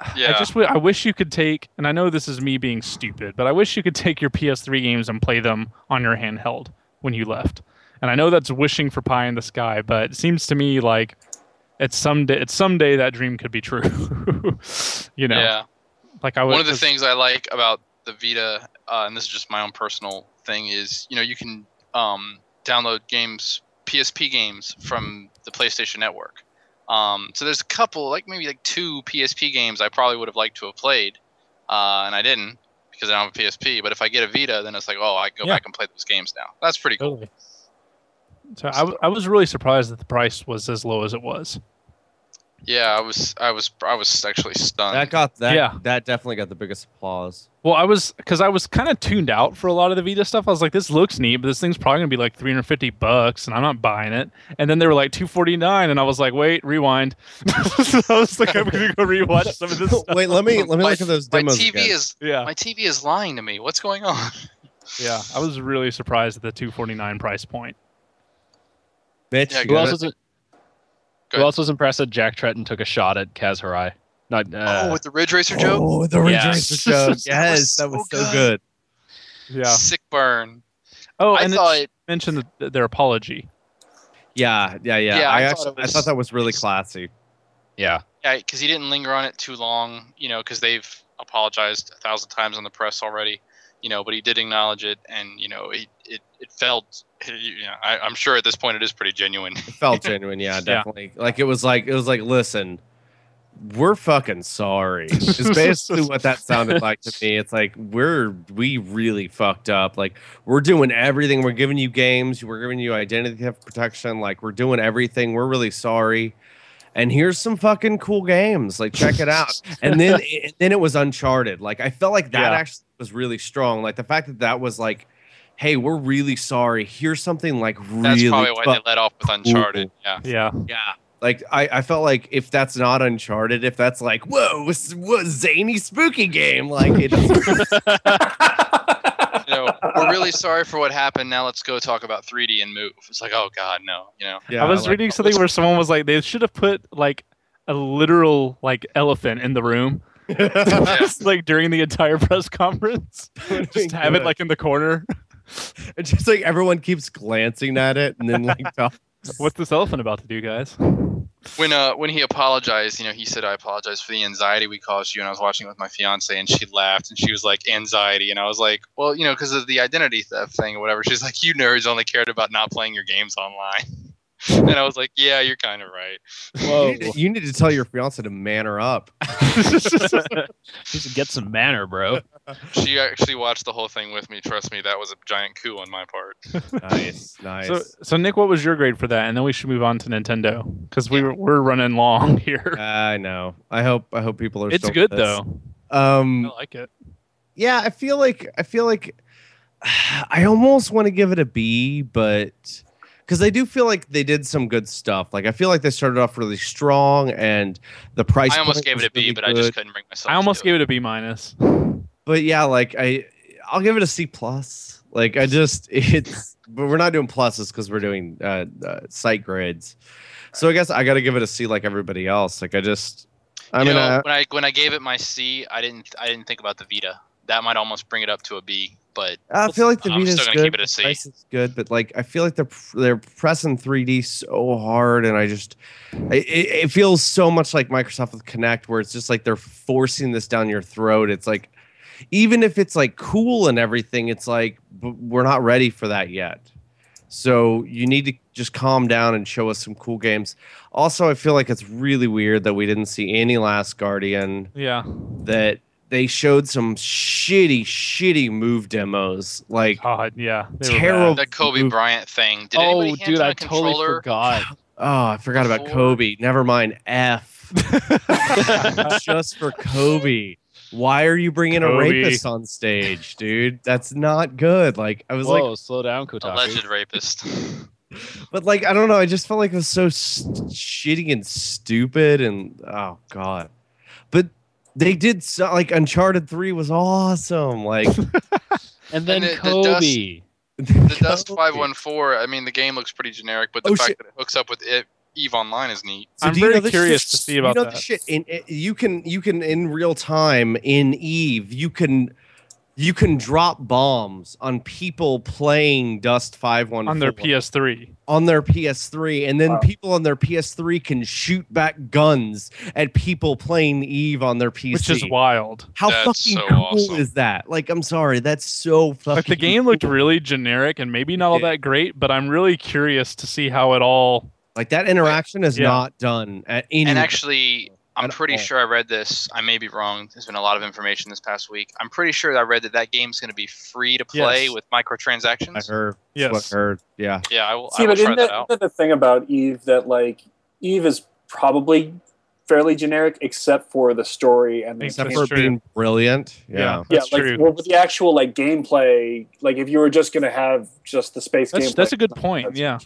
I
yeah,
just w- I wish you could take, and I know this is me being stupid, but I wish you could take your PS3 games and play them on your handheld when you left. And I know that's wishing for pie in the sky, but it seems to me like at some day, at some day that dream could be true. you know,
yeah.
like I would.
One of the
'cause-
things I like about the Vita, uh, and this is just my own personal thing, is you know you can um, download games, PSP games from the PlayStation Network. Um, so there's a couple, like maybe like two PSP games I probably would have liked to have played, uh, and I didn't because I don't have a PSP. But if I get a Vita, then it's like, oh, I can go
Yeah.
back and play those games now. That's pretty cool.
Totally. So I, w- I was really surprised that the price was as low as it was.
Yeah, I was, I was, I was actually stunned.
that got that.
Yeah.
that definitely got the biggest applause.
Well, I was because I was kind of tuned out for a lot of the Vita stuff. I was like, "This looks neat, but this thing's probably gonna be like 350 bucks, and I'm not buying it." And then they were like 249, and I was like, "Wait, rewind." so I was like, "I'm gonna go rewatch some of this." Stuff.
Wait, let me let me
My-
look at those
my
demos.
TV
again.
is
Yeah,
my TV is lying to me. What's going on?
yeah, I was really surprised at the 249 price point.
bitch.
Yeah,
you
Who
go
got
else
it.
was
Go
Who
ahead.
else was impressed that Jack Tretton took a shot at Kaz Harai? Not uh,
oh, with the Ridge Racer joke.
Oh, the
Yeah.
rejoicer joke.
That
Yes,
was
that was
so
so good.
good.
Yeah.
Sick burn.
Oh,
I
and
thought
it
it
mentioned the, their apology.
Yeah, yeah, yeah.
Yeah,
I,
I thought
actually,
it
I
was-
thought that was really classy.
yeah.
Yeah, because he didn't linger on it too long, you know, because they've apologized a thousand times on the press already, you know, but he did acknowledge it, and you know, it it, it felt, you know, I, I'm sure at this point it is pretty genuine.
It felt genuine, yeah, definitely. Like it was like it was like, listen, we're fucking sorry. It's basically what that sounded like to me. It's like we're we really fucked up. Like we're doing everything. We're giving you games. We're giving you identity theft protection. Like we're doing everything. We're really sorry. And here's some fucking cool games. Like check it out. And then and then it was Uncharted. Like I felt like that
Yeah.
actually was really strong. Like the fact that that was like, hey, we're really sorry. Here's something like really.
That's probably why
fuck-
they let off with Uncharted. Yeah,
Yeah,
yeah. Like I, I felt like if that's not Uncharted, if that's like whoa, s- what zany spooky game, like it doesn't-
you know, we're really sorry for what happened. Now let's go talk about 3D and move. It's like, oh god, no, you know.
yeah,
I was
like-
reading something where someone was like, "They should have put like a literal like elephant in the room." Just, like during the entire press conference. Just have it like in the corner.
It's just like everyone keeps glancing at it and then like talk-
What's this elephant about to do, guys?
when uh when he apologized, you know, he said, "I apologize for the anxiety we caused you." And I was watching it with my fiance, and she laughed, and she was like, "Anxiety," and I was like, "Well, you know, because of the identity theft thing or whatever." She's like, "You nerds only cared about not playing your games online," and I was like, "Yeah, you're kind of right."
You, need to, you need to tell your fiance to manner up.
Just get some manner, bro.
She actually watched the whole thing with me. Trust me, that was a giant coup on my part.
nice, nice.
So, so Nick, what was your grade for that? And then we should move on to Nintendo because we were, we're running long here.
I know. I hope. I hope people are.
it's
still
good
with us.
though. I
Um,
like it.
yeah, I feel like I feel like I almost want to give it a B, but because I do feel like they did some good stuff. Like I feel like they started off really strong, and the price.
I almost
point
gave it
was
a B,
really
but I just
good.
couldn't bring myself.
I
to
almost
do
gave it a B minus.
But yeah, like I, I'll give it a C plus. Like I just it's, but we're not doing pluses because we're doing uh, uh site grades. So I guess I got to give it a C like everybody else. Like I just, I
You
mean,
know,
I,
when I when I gave it my C, I didn't I didn't think about the Vita. That might almost bring it up to a B, but
I feel like the
I'm
Vita's
still gonna
good.
keep it a
the
C.
price is good, but like I feel like they're they're pressing 3D so hard, and I just I, it, it feels so much like Microsoft with Connect, where it's just like they're forcing this down your throat. It's like even if it's like cool and everything, it's like b- we're not ready for that yet. So you need to just calm down and show us some cool games. Also, I feel like it's really weird that we didn't see any Last Guardian
Yeah.
that they showed some shitty, shitty move demos. Like oh,
God. Yeah. they were bad.
terrible.
that Kobe
move-
Bryant thing. Did anybody
oh,
hand
dude,
him a
I totally
controller?
forgot.
Oh, I forgot about
Before-
Kobe. Never mind. F. Just for Kobe. Why are you bringing a
Kobe.
rapist on stage, dude? That's not good. Like I was
Whoa,
like,
slow down, Kotaku.
Alleged rapist.
but like I don't know. I just felt like it was so st- shitty and stupid, and oh god. But they did so, like Uncharted Three was awesome. Like
And then
And the- the
Kobe.
The Dust Five One Four. I mean, the game looks pretty generic, but the
Oh,
fact
shit.
that it hooks up with it, Eve Online is neat.
So
I'm
do you
very
know this
curious
shit-
to see about
you know
that.
This shit in, in- you can you can in real time in Eve you can you can drop bombs on people playing Dust Five One
on their PS3.
on their PS3, and then
Wow.
people on their PS3 can shoot back guns at people playing Eve on their PC.
Which is wild.
How
That's
fucking
so
cool
awesome.
is that? Like, I'm sorry, that's so fucking.
Like the game looked really generic and maybe not all
did.
that great, but I'm really curious to see how it all.
like that interaction is
Yeah.
not done at any.
And actually, I'm
At
pretty
all.
sure I read this. I may be wrong. There's been a lot of information this past week. I'm pretty sure I read that that game's going to be free to play
Yes.
with
I
microtransactions.
heard. That's
Yes.
What I heard. Yeah.
Yeah, I will.
See,
I will
but
try
isn't
that
that,
out.
isn't that the thing about Eve that like Eve is probably fairly generic except for the story and the
Except
Except
That's
for
true.
being brilliant. yeah.
yeah,
that's
like
true.
well, with the actual like gameplay, like if you were just gonna have just the space
That's-
gameplay,
that's a good
that's
point, yeah.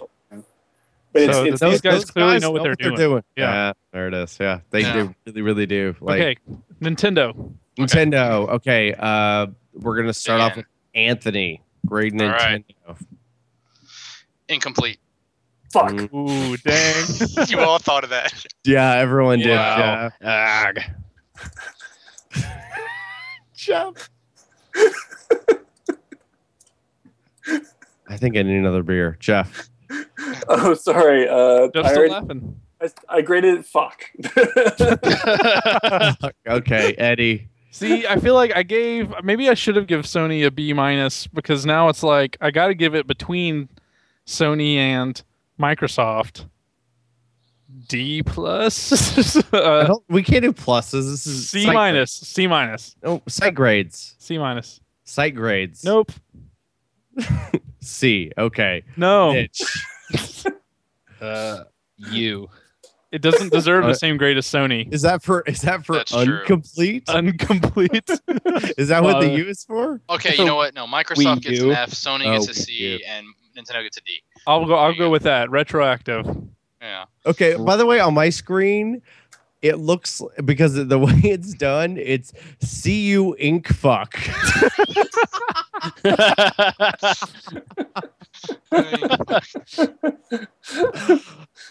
but it's,
So
it's,
those
it's,
guys clearly know what they're doing. Yeah.
Yeah. there it is. Yeah, they,
Yeah.
they really, really do. Like
okay, Nintendo.
Nintendo. Okay, uh, we're gonna start off
Dan.
with Anthony. Great
All
Nintendo.
right. Incomplete.
fuck.
Mm.
Ooh, dang.
you all thought of that.
Yeah, everyone did.
Wow. Ugh.
Yeah, I think I need another beer, Jeff.
Oh, sorry. Uh,
Jeff's
I,
still
already,
laughing.
I, I graded it fuck.
okay, Eddie.
See, I feel like I gave maybe I should have give Sony a B minus because now it's like I got to give it between Sony and Microsoft D plus
I
uh,
don't, we can't do pluses. This is
C
site-
minus C minus
No, site grades.
C minus.
Site grades.
Nope,
C. Okay.
no, it,
Mitch.
Uh, you.
doesn't deserve
Uh,
the same grade as Sony.
Is that for? Is that for
That's true.
incomplete?
Uh, Incomplete.
Is that what the
uh,
U is for?
Okay,
So,
you know what? No, Microsoft gets
U.
an F, Sony
Oh,
gets a
Wii U.
C, and Nintendo gets a D.
I'll go. I'll go with that. Retroactive.
Yeah.
Okay. By the way, on my screen, it looks because of the way it's done, it's see you ink fuck.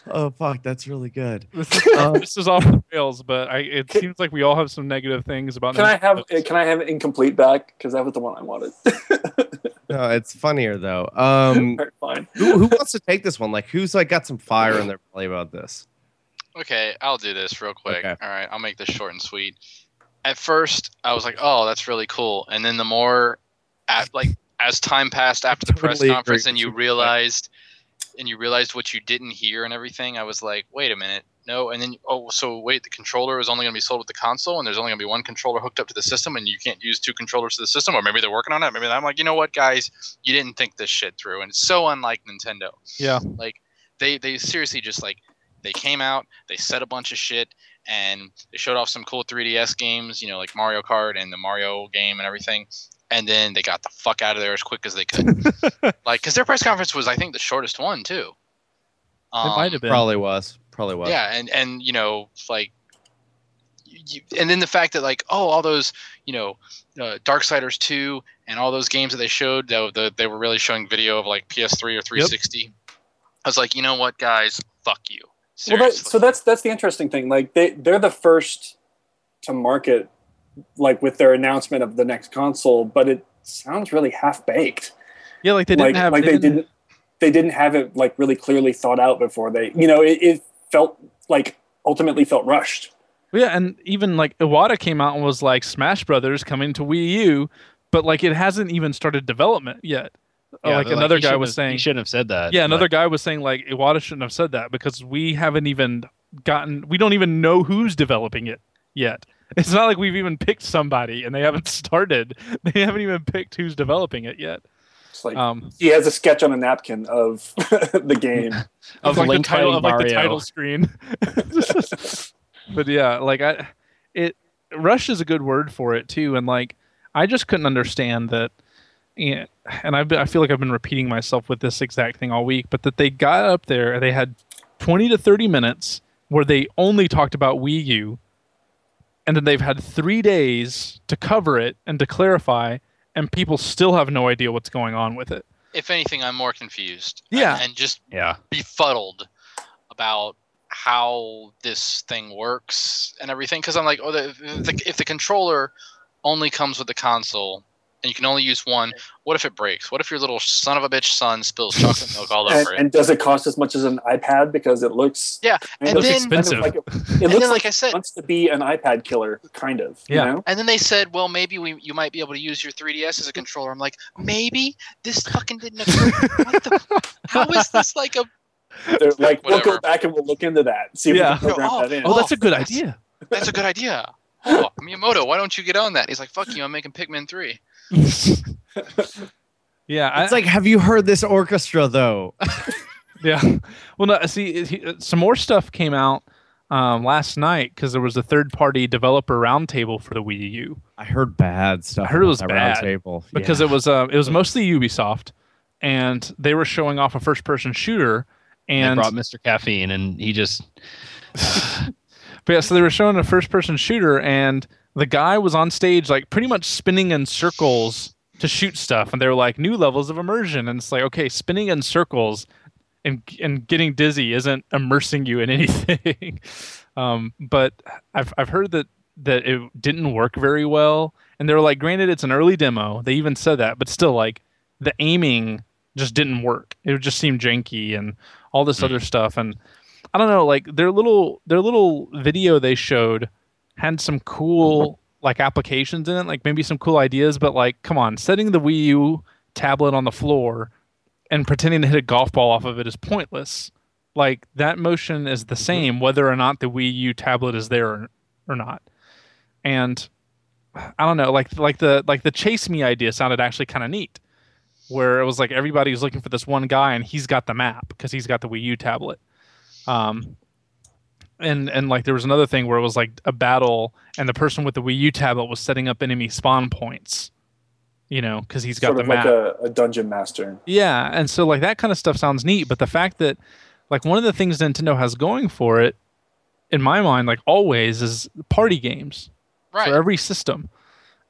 oh fuck, that's really good.
This is,
Um,
this is off the rails, but I, it seems like we all have some negative things about.
can I have uh,
Nintendo.
can I have it incomplete back because that was the one I wanted.
No, it's funnier though. Um,
Alright, Fine.
who, who wants to take this one? Like, who's like got some fire in their belly about this?
Okay, I'll do this real quick.
Okay.
All right, I'll make this short and sweet. At first, I was like, "Oh, that's really cool," and then the more, at, like as time passed after the press
Totally agree
conference, and
with
you realized, and you realized what you didn't hear and everything, I was like, "Wait a minute, no!" And then, oh, so wait, the controller is only going to be sold with the console, and there's only going to be one controller hooked up to the system, and you can't use two controllers to the system, or maybe they're working on it. Maybe I'm like, you know what, guys, you didn't think this shit through, and it's so unlike Nintendo.
Yeah.
like they they seriously just like they came out, they said a bunch of shit, and they showed off some cool 3DS games, you know, like Mario Kart and the Mario game and everything. And then they got the fuck out of there as quick as they could. like, because their press conference was, I think, the shortest one too. Um,
it might have been.
Probably was. Probably was.
yeah, and and you know, like, you, you- and then the fact that like, oh, all those, you know, uh, Darksiders two and all those games that they showed, that the, they were really showing video of like PS3 or 360. I was like, you know what, guys, fuck you.
Well,
Seriously.
that, so that's that's the interesting thing. Like they they're the first to market, like with their announcement of the next console, but it sounds really half baked.
Yeah, like they didn't
Like
have.
like they didn't they didn't have it like really clearly thought out before they you know it, it felt like ultimately felt rushed.
Well, Yeah, and even like Iwata came out and was like Smash Brothers coming to Wii U, but like it hasn't even started development yet. Uh,
Yeah,
like
they're
another
he
guy
shouldn't
was
have-
saying,
he shouldn't have said that.
yeah, another guy was saying like Iwata shouldn't have said that because we haven't even gotten, we don't even know who's developing it yet. It's not like we've even picked somebody and they haven't started. They haven't even picked who's developing it yet.
It's like
Um,
he has a sketch on a napkin of the game.
of
Of
like the
Link
title
fighting
of like the
Mario.
title screen. but yeah, like I, it rush is a good word for it too, and like I just couldn't understand that. And and I've been, I feel like I've been repeating myself with this exact thing all week, but that they got up there, and they had twenty to thirty minutes where they only talked about Wii U, and then they've had three days to cover it and to clarify, and people still have no idea what's going on with it.
if anything, I'm more confused.
Yeah.
And, and just
Yeah.
befuddled about how this thing works and everything. Because I'm like, oh, the, the, if the controller only comes with the console and you can only use one, what if it breaks? What if your little son of a bitch son spills chocolate milk all
And,
over it?
and does it cost as much as an iPad because it looks
Yeah,
kind
and
of-
then-
kind of like it, it
And
looks
then,
like
like I said,
it wants to be an iPad killer kind of
Yeah.
you know
And then they said, "Well, maybe we you might be able to use your 3DS as a controller." I'm like, "Maybe this fucking didn't occur. what the, how is this like a
They're like we'll
Whatever.
go back and we'll look into that. See if
Yeah.
we can program
Oh,
that in.
oh, that's a
good
that's- that's a good idea?" Oh, Miyamoto, why don't you get on that? He's like, "Fuck you, I'm making Pikmin 3."
yeah, I,
It's like, have you heard this orchestra though?
Yeah. Well, no. See, it- he- uh, some more stuff came out um, last night because there was a third-party developer roundtable for the Wii U
I heard bad stuff.
I heard it
on
was
that
bad,
roundtable.
because
Yeah.
it was uh, it was mostly Ubisoft, and they were showing off a first-person shooter.
And
And
they brought Mr. Caffeine, and he just
but yeah, so they were showing a first-person shooter, and the guy was on stage like pretty much spinning in circles to shoot stuff, and they were like new levels of immersion, and it's like okay, spinning in circles and and getting dizzy isn't immersing you in anything. um, but I've I've heard that that it didn't work very well, and they were like, granted, it's an early demo. They even said that, but still, like the aiming just didn't work. It just seemed janky and all this other stuff. And I don't know, like their little their little video they showed had some cool like applications in it, like maybe some cool ideas. But like, come on, setting the Wii U tablet on the floor and pretending to hit a golf ball off of it is pointless. Like that motion is
Mm-hmm.
the same whether or not the Wii U tablet is there or, or not. And I don't know, like like the like the chase me idea sounded actually kind of neat, where it was like everybody was looking for this one guy and he's got the map because he's got the Wii U tablet. Um, and and like there was another thing where it was like a battle and the person with the Wii U tablet was setting up enemy spawn points, you know, because he's got
sort
the
of
map.
like a, a dungeon master.
Yeah, and so like that kind of stuff sounds neat, but the fact that like one of the things Nintendo has going for it, in my mind, like always, is party games
Right.
for every system,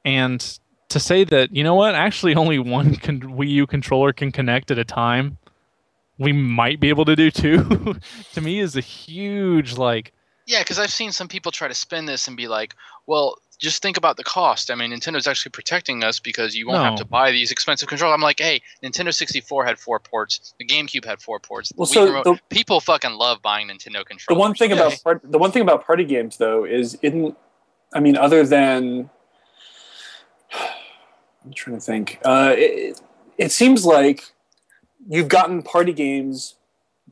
and to say that you know what, actually only one con- Wii U controller can connect at a time, we might be able to do two. to me, is a huge like
Yeah, because I've seen some people try to spin this and be like, "Well, just think about the cost. I mean, Nintendo's actually protecting us because you won't have
No.
to buy these expensive controllers. I'm like, hey, Nintendo 64 had four ports, the GameCube had four ports.
Well,
the Wii
so
remote-
the-
people fucking love buying Nintendo controllers.
The one thing
Yeah.
about part, the one thing about party games though is in I mean other than I'm trying to think. Uh, it, it seems like you've gotten party games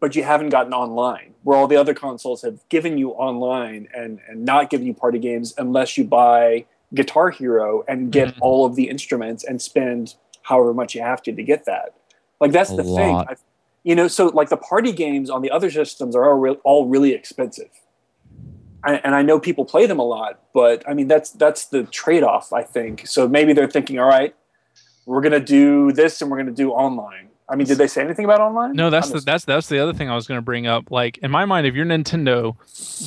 but you haven't gotten online where all the other consoles have given you online and, and not given you party games unless you buy guitar hero and get
Mhm.
all of the instruments and spend however much you have to to get that like that's
A
the thing
lot.
I've, you know so like the party games on the other systems are all, re- all really expensive I, and i know people play them a lot but i mean that's that's the trade-off i think so maybe they're thinking all right we're going to do this and we're going to do online i mean did they say anything about online
No, that's
I'm
the
just-
that's that's the other thing I was going to bring up. Like in my mind, if you're Nintendo,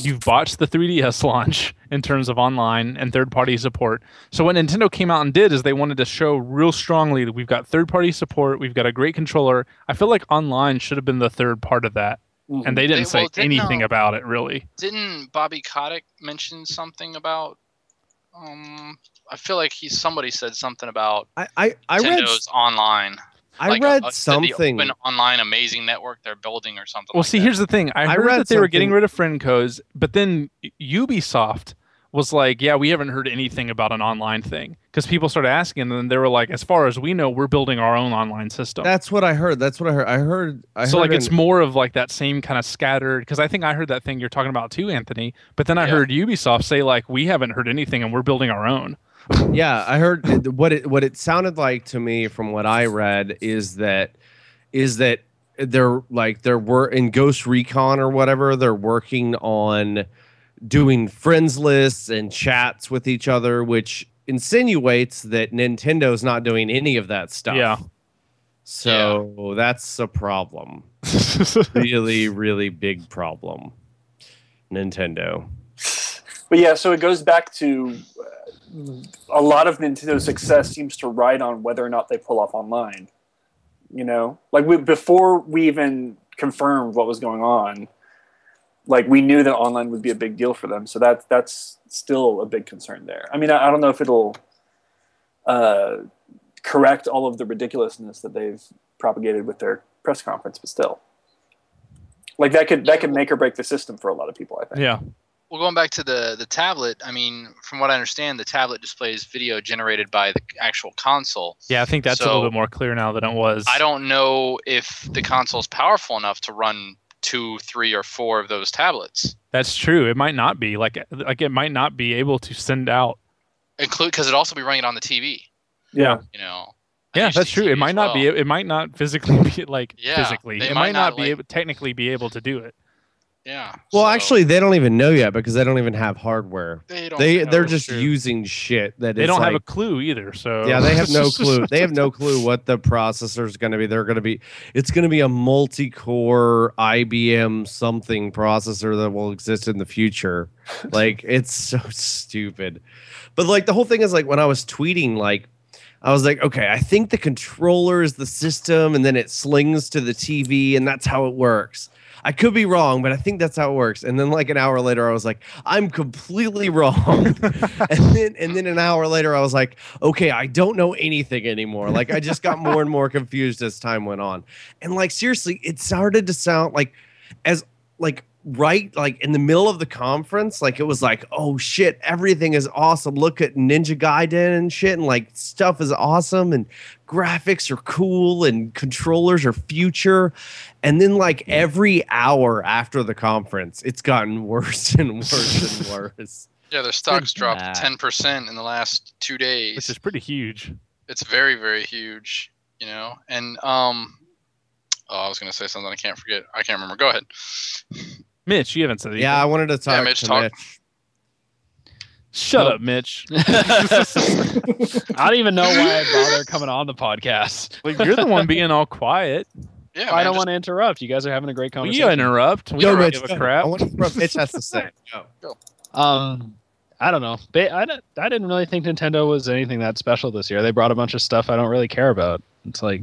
you've botched the 3DS launch in terms of online and third-party support. So what Nintendo came out and did is they wanted to show real strongly that we've got third-party support, we've got a great controller. I feel like online should have been the third part of that,
Mhm.
and they didn't
They-
say
well, didn't,
anything
um,
about it really.
Didn't Bobby Kotick mention something about? Um, I feel like he somebody said something about
I I, I read
Nintendo's online.
I
like a-
read
a- the
something.
open online amazing network they're building or something.
Well,
like
see,
that.
here's the thing. I,
I
heard
read
that they were getting
something-
rid of friend codes, but then Ubisoft was like, "Yeah, we haven't heard anything about an online thing." Because people started asking, and then they were like, "As far as we know, we're building our own online system."
That's what I heard. That's what I heard. I heard. I
so
heard
like it's
an-
more of like that same kind of scattered because I think I heard that thing you're talking about too, Anthony. But then I
Yeah.
heard Ubisoft say like we haven't heard anything and we're building our own.
yeah. I heard uh, what it what it sounded like to me from what I read is that is that they're like there were in Ghost Recon or whatever they're working on doing friends lists and chats with each other, which insinuates that Nintendo's not doing any of that stuff.
Yeah.
So that's a problem. really, really big problem. Nintendo.
But yeah, so it goes back to uh, a lot of Nintendo's success seems to ride on whether or not they pull off online. You know, like we, before we even confirmed what was going on, like we knew that online would be a big deal for them. So that that's still a big concern there. I mean, I, I don't know if it'll uh, correct all of the ridiculousness that they've propagated with their press conference, but still, like that could that could make or break the system for a lot of people. I think.
Yeah.
Well, going back to the the tablet, I mean, from what I understand, the tablet displays video generated by the actual console.
Yeah, I think that's a
So-
little bit more clear now than it was.
I don't know if the console's powerful enough to run two, three, or four of those tablets,
That's true. It might not be like like it might not be able to send out.
include because it'd also be running it on the TV.
Yeah.
You know. a
Yeah, that's
HD
true. It
as
might not be.
well.
It might not physically be like
Yeah,
physically.
they
It might
might
not,
not,
be
like-
able, technically be able to do it.
Yeah.
Well,
so
actually, they don't even know yet because they don't even have hardware.
they don't
They
know.
they're just
true.
using shit that
They
is
don't have a
like-
clue either. So
yeah, they have no clue. They have no clue what the processor is going to be. They're going to be it's going to be a multi-core IBM something processor that will exist in the future. Like it's so stupid. But like the whole thing is like when I was tweeting like I was like, okay, I think the controller is the system and then it slings to the TV and that's how it works. I could be wrong, but I think that's how it works. And then like an hour later I was like, I'm completely wrong. and then and then an hour later I was like, okay, I don't know anything anymore. Like I just got more and more confused as time went on. And like seriously, it started to sound like as like right like in the middle of the conference, like it was like, oh shit, everything is awesome. Look at Ninja Gaiden and shit and like stuff is awesome and graphics are cool and controllers are future. And then like every hour after the conference, it's gotten worse and worse and worse.
Yeah, their stocks
bad.
dropped ten percent in the last two days.
which is pretty huge.
it's very very huge you know and um oh i was going to say something i can't forget i can't remember go ahead
Mitch, you haven't said anything.
Yeah, I wanted to talk
Mitch,
to
talk.
Mitch.
Shut
Nope.
up, Mitch.
I don't even know why I bother coming on the podcast.
Like you're the one being all quiet.
yeah man,
I don't
just
want to interrupt. You guys are having a great
We
conversation.
you interrupt. We
Yo,
don't
Mitch,
give
go.
a crap.
I want to interrupt. Mitch has to say. Go.
Um, I don't know. They, I, don't- I didn't really think Nintendo was anything that special this year. They brought a bunch of stuff I don't really care about. It's like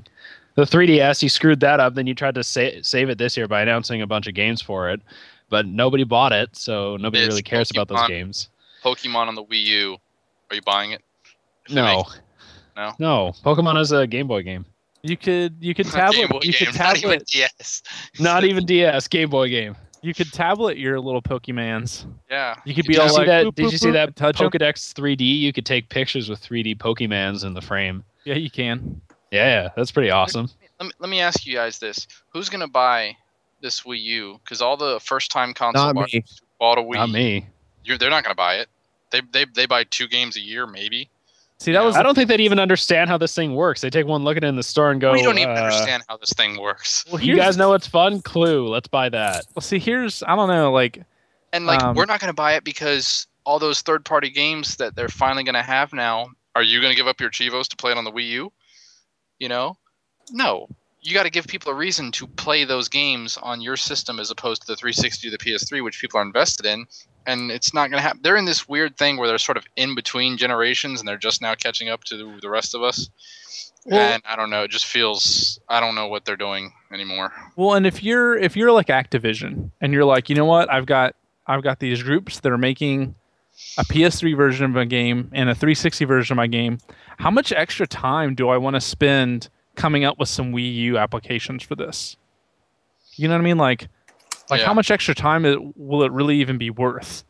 the 3DS, you screwed that up. Then you tried to sa- save it this year by announcing a bunch of games for it, but nobody bought it, so nobody
It's
really cares about those
Pokemon.
games.
pokemon on the wii u Are you buying it? If it
No.
makes- No?
No. Pokemon is a Game Boy game.
You could you could
Game
tablet
Boy
you
game,
could
not even E
tablet
DS.
Not even DS. Game Boy game.
you could tablet your little Pokemans.
Yeah.
You could
Did
be
you
all
see
like,
that?
boop,
Did
boop,
you see
boop,
that
and touch 'em.
Pokedex 3D? You could take pictures with 3D Pokemans in the frame.
Yeah, you can.
Yeah, that's pretty awesome.
Let me, let me ask you guys this: Who's gonna buy this Wii U? Because all the first-time console
Not
buyers
me.
who bought a Wii.
Not me.
You're, they're not gonna buy it. They, they, they buy two games a year, maybe.
See, that
Yeah.
was
I don't think they'd even understand how this thing works. They take one look at it in the store and go,
we don't even
uh,
understand how this thing works.
well,
You
here's-
guys know it's fun? Clue. Let's buy that.
Well, see, here's I don't know, like
And like,
um,
we're not gonna buy it because all those third-party games that they're finally gonna have now. Are you gonna give up your Chivos to play it on the Wii U? You know, no. You got to give people a reason to play those games on your system as opposed to the 360 or the PS3, which people are invested in. And it's not going to happen. They're in this weird thing where they're sort of in between generations and they're just now catching up to the rest of us. and I don't know. It just feels, I don't know what they're doing anymore.
Well, and if you're if you're like Activision and you're like, you know what, I've got I've got these groups that are making a PS3 version of a game and a 360 version of my game. How much extra time do I want to spend coming up with some Wii U applications for this? You know what I mean? Like, like
Yeah.
how much extra time it, will it really even be worth?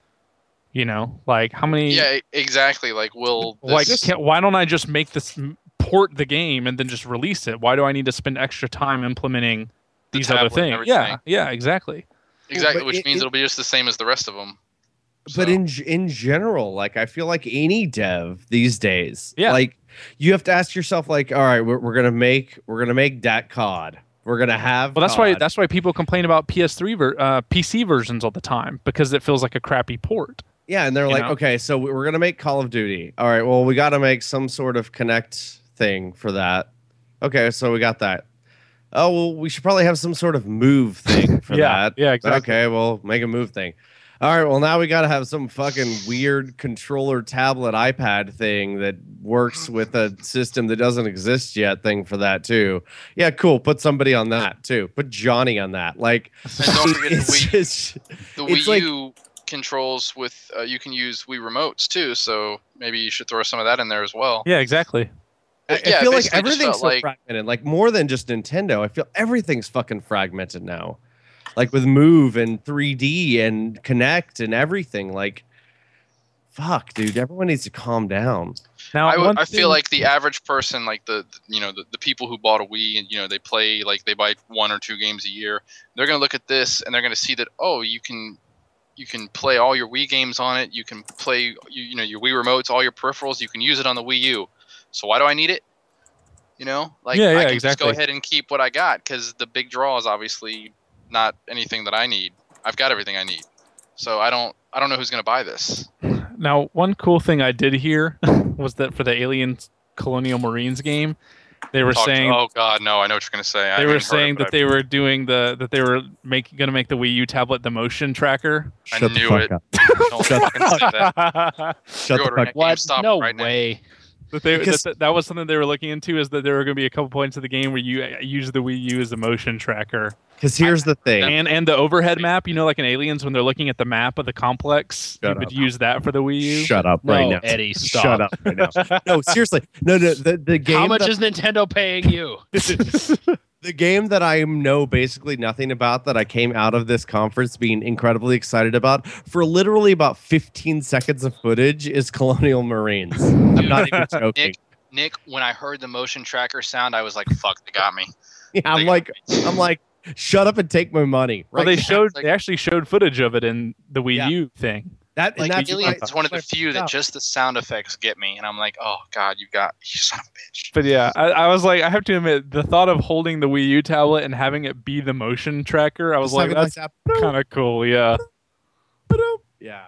You know, like how many?
Yeah, e- exactly. Like, will this,
like, can why don't I just make this port the game and then just release it? Why do I need to spend extra time implementing
The
these other
tablet and
things?
everything.
Yeah, yeah, exactly.
exactly,
But
which
it-
means
it-
it'll be just the same as the rest of them.
but in in general like i feel like any dev these days
Yeah.
like you have to ask yourself like all right we're, we're gonna make we're gonna make dat cod we're gonna have
Well, that's why
COD.
that's why people complain about PS3 ver- uh, PC versions all the time because it feels like a crappy port.
yeah and they're
you
like
know?
okay so we- we're gonna make call of duty all right well we gotta make some sort of connect thing for that okay so we got that oh well we should probably have some sort of move thing for
yeah,
that
yeah, exactly.
Okay, well, make a move thing. All right, well, now we got to have some fucking weird controller tablet iPad thing that works with a system that doesn't exist yet thing for that, too. Yeah, cool. Put somebody on that, too. Put Johnny on that. Like,
And don't forget the
it's
Wii.
just-
The
It's
Wii
like-
U controls with, uh, you can use Wii remotes too. So maybe you should throw some of that in there as well.
Yeah, exactly.
I, I
Yeah,
feel like
basically just
everything's
felt
so
like-
fragmented. Like, more than just Nintendo, I feel everything's fucking fragmented now. Like, with Move and 3D and Connect and everything. Like, fuck, dude, everyone needs to calm down.
Now,
I, would-
one
I
thing-
feel like the average person, like the, the- you know the, the people who bought a Wii and you know they play like they buy one or two games a year. They're gonna look at this and they're gonna see that oh you can you can play all your Wii games on it. You can play you, you know your Wii remotes, all your peripherals. You can use it on the Wii U. So why do I need it? You know, like
Yeah, yeah,
I can just
exactly.
go ahead and keep what I got because the big draw is obviously not anything that I need. I've got everything I need. So I don't I don't know who's gonna buy this.
now one cool thing I did hear was that for the Alien Colonial Marines game, they were
Talk to-
saying
oh God, no! I know what you're gonna say. I
they were
haven't heard it,
saying
but
that
I-
they were doing the that they were make going to make the Wii U tablet the motion tracker.
I
Shut the
knew
fuck
it.
up. Oh,
Don't fucking say
Shut
that.
the
Jordan,
fuck
I can't
What?
stop
no
right now.
way.
That they
Because-
that, that was something they were looking into is that there were going to be a couple points of the game where you uh, use the Wii U as a motion tracker
Because here's the thing.
and and the overhead map. You know, like in Aliens when they're looking at the map of the complex,
Shut
you could
up.
use that for the Wii U.
Shut up right
no,
now.
Eddie, stop.
Shut up right now. No, seriously. No, no. The, the game.
How much
that,
is Nintendo paying you?
the game that I know basically nothing about that I came out of this conference being incredibly excited about for literally about 15 seconds of footage is Colonial Marines. I'm not even joking.
Nick, when I heard the motion tracker sound, I was like, "Fuck, they got me."
Yeah, I'm like, I'm like, shut up and take my money.
well,
Right?
they showed
Like-
they actually showed footage of it in the Wii
Yeah.
U thing.
that, and
Like,
that's
Aliens is one of the
that's
few that
out.
just the sound effects get me, and I'm like, "Oh God, you got you son of a bitch."
But yeah, I, I was like, I have to admit, the thought of holding the Wii U tablet and having it be the motion tracker, I was
Just
like,
having, like,
that's kind of cool, yeah.
that- Yeah.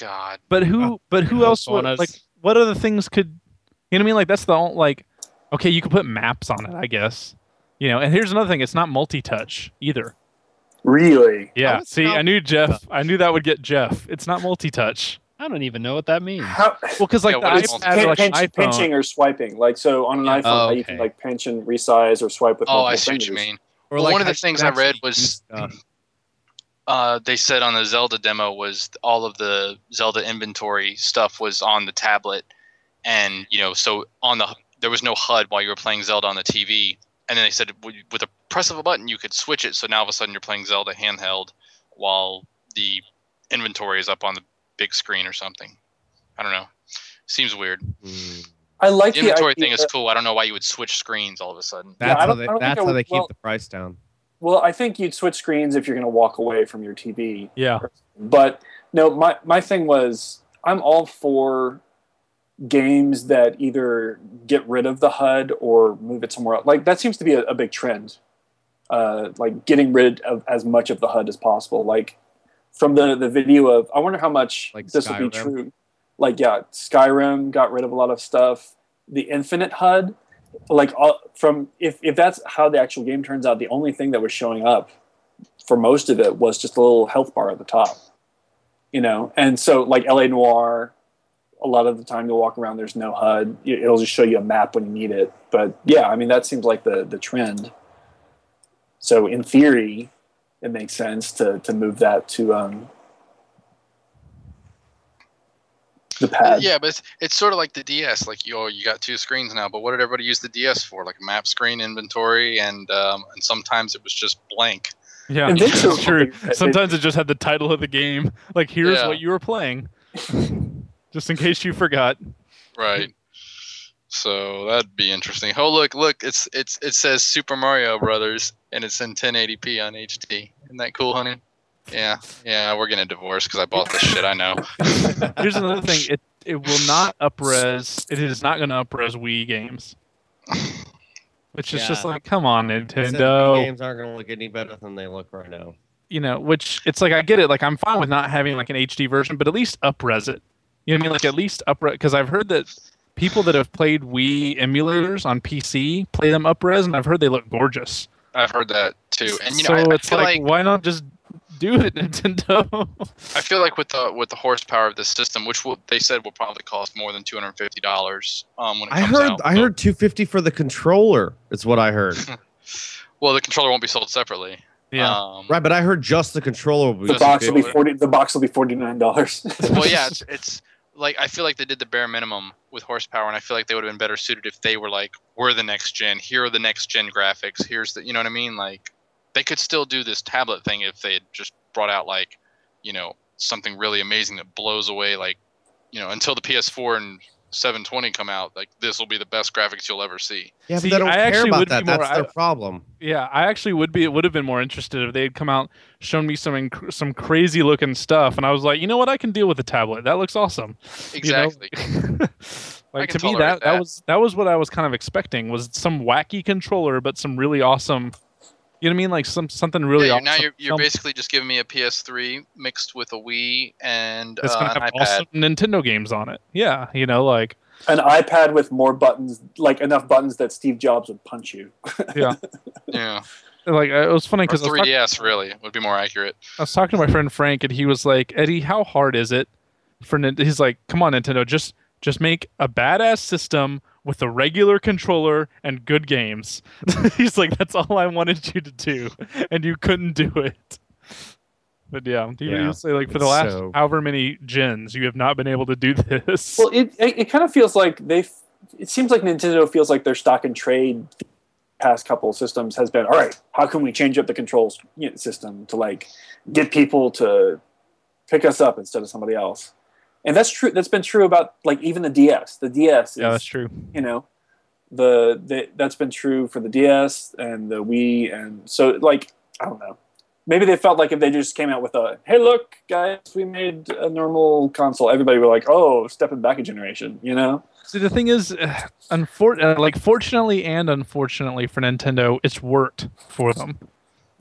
God,
But who? But who
Yeah,
else would
bonus.
like? What other things could? You know what I mean? Like that's the only like. Okay, you could put maps on it, I guess. You know, and here's another thing: it's not multi-touch either.
Really?
Yeah.
How is
See,
how-
I knew Jeff. I knew that would get Jeff. It's not multi-touch.
I don't even know what that means.
How,
Well, because like
Yeah, what
the
is
iPad or like an
pinch-
iPhone.
pinching or swiping. Like so on an iPhone,
Oh,
how you can
okay.
like pinch and resize or swipe with
oh,
multiple
I see what
fingers.
you mean.
Or
Well, one of
how
the things
you
I read
actually
was-
use stuff.
uh, they said on the Zelda demo was all of the Zelda inventory stuff was on the tablet, and you know, so on the there was no HUD while you were playing Zelda on the TV, and then they said w- with a press of a button you could switch it, so now all of a sudden you're playing Zelda handheld while the inventory is up on the big screen or something. I don't know. Seems weird.
Hmm.
I like
The
the
inventory
idea-
thing is cool. I don't know why you would switch screens all of a sudden.
Yeah,
That's
I
how
don't-
they,
I don't think
that's
I
how
would-
they keep
well-
the price down.
Well, I think you'd switch screens if you're going to walk away from your TV.
Yeah.
But no, my my thing was I'm all for games that either get rid of the HUD or move it somewhere else. Like that seems to be a, a big trend. Uh, like getting rid of as much of the HUD as possible. Like from the the video of I wonder how much
Like
this will be
Skyrim.
true. Like yeah, Skyrim got rid of a lot of stuff. The infinite HUD, like all, from if if that's how the actual game turns out, the only thing that was showing up for most of it was just a little health bar at the top. You know, and so like LA Noir, a lot of the time you'll walk around, there's no HUD. It- It'll just show you a map when you need it. But yeah, I mean that seems like the the trend. So in theory, it makes sense to to move that to um the pad.
Yeah, but it's, it's sort of like the DS. Like, you oh, you got two screens now, but what did everybody use the DS for? Like map screen, inventory, and um, and sometimes it was just blank.
Yeah,
And this
that's
is-
true. Sometimes it just had the title of the game. Like, here's
Yeah.
what you were playing, just in case you forgot.
Right. So that'd be interesting. Oh look, look, it's it's it says Super Mario Brothers, and it's in 1080p on HD. Isn't that cool, honey? Yeah, yeah, we're getting a divorce because I bought this shit. I know.
Here's another thing: it it will not upres. It is not going to upres Wii games. Which is just
Yeah.
like, come on,
Said the
Nintendo.
games aren't going to look any better than they look right now.
You know, which it's like I get it. Like I'm fine with not having like an HD version, but at least upres it. You know what I mean? Like at least upres because I've heard that people that have played Wii emulators on PC play them upres, and I've heard they look gorgeous.
I've heard that too. And you
so
know, I, I
it's
feel like, Um,
like, why not just do it, Nintendo?
I feel like with the with the horsepower of this system, which will, they said will probably cost more than two hundred fifty dollars. Um, when it
I
comes
heard
out.
I
So-
heard 250 for the controller. Is what I heard.
Well, the controller won't be sold separately. Um,
right, but I heard just the controller will be
the
Doesn't
box will be
feel it.
forty. The box will be forty nine dollars.
well, yeah, it's, it's like I feel like they did the bare minimum with horsepower, and I feel like they would have been better suited if they were like, we're the next gen. Here are the next gen graphics. Here's the, you know what I mean? Like, they could still do this tablet thing if they had just brought out like, you know, something really amazing that blows away like, you know, until the PS4 and 720 come out, like this will be the best graphics you'll ever see.
Yeah,
See,
but they don't
I
care
actually
about
would
that.
be more-
That's
I-
their problem.
Yeah, I actually would be. Would have been more interested if they had come out, shown me some inc- some crazy looking stuff, and I was like, you know what, I can deal with a tablet. That looks awesome. You know?
Exactly.
like
can
to me, that,
tolerate
that
that.
was that was what I was kind of expecting was some wacky controller, but some really awesome. You know what I mean? Like some something really
yeah, you're-
awesome.
now you're, you're
Some-
basically just giving me a PS3 mixed with a Wii and
that's
uh,
gonna
an
have
iPad.
awesome Nintendo games on it. Yeah, you know, like
An iPad with more buttons, like enough buttons that Steve Jobs would punch you.
Yeah,
like uh, it was funny
or
because
3DS really would be more accurate.
I was talking to my friend Frank, and he was like, "Eddie, how hard is it for?" Nin-? He's like, "Come on, Nintendo, just just make a badass system with a regular controller and good games." He's like, "That's all I wanted you to do, and you couldn't do it." But yeah, he
Yeah.
was say like for the
It's
last
so-
however many gens, you have not been able to do this.
Well, it it, it kind of feels like they. have It seems like Nintendo feels like their stock and trade past couple of systems has been all right. How can we change up the controls you know, system to like get people to pick us up instead of somebody else? And that's true. That's been true about like even the DS. The DS is
yeah, that's true.
you know the, the that's been true for the DS and the Wii and so like I don't know maybe they felt like if they just came out with a hey look guys we made a normal console everybody were like oh stepping back a generation you know
See, the thing is, uh, unfor- uh, like fortunately and unfortunately for Nintendo, it's worked for them.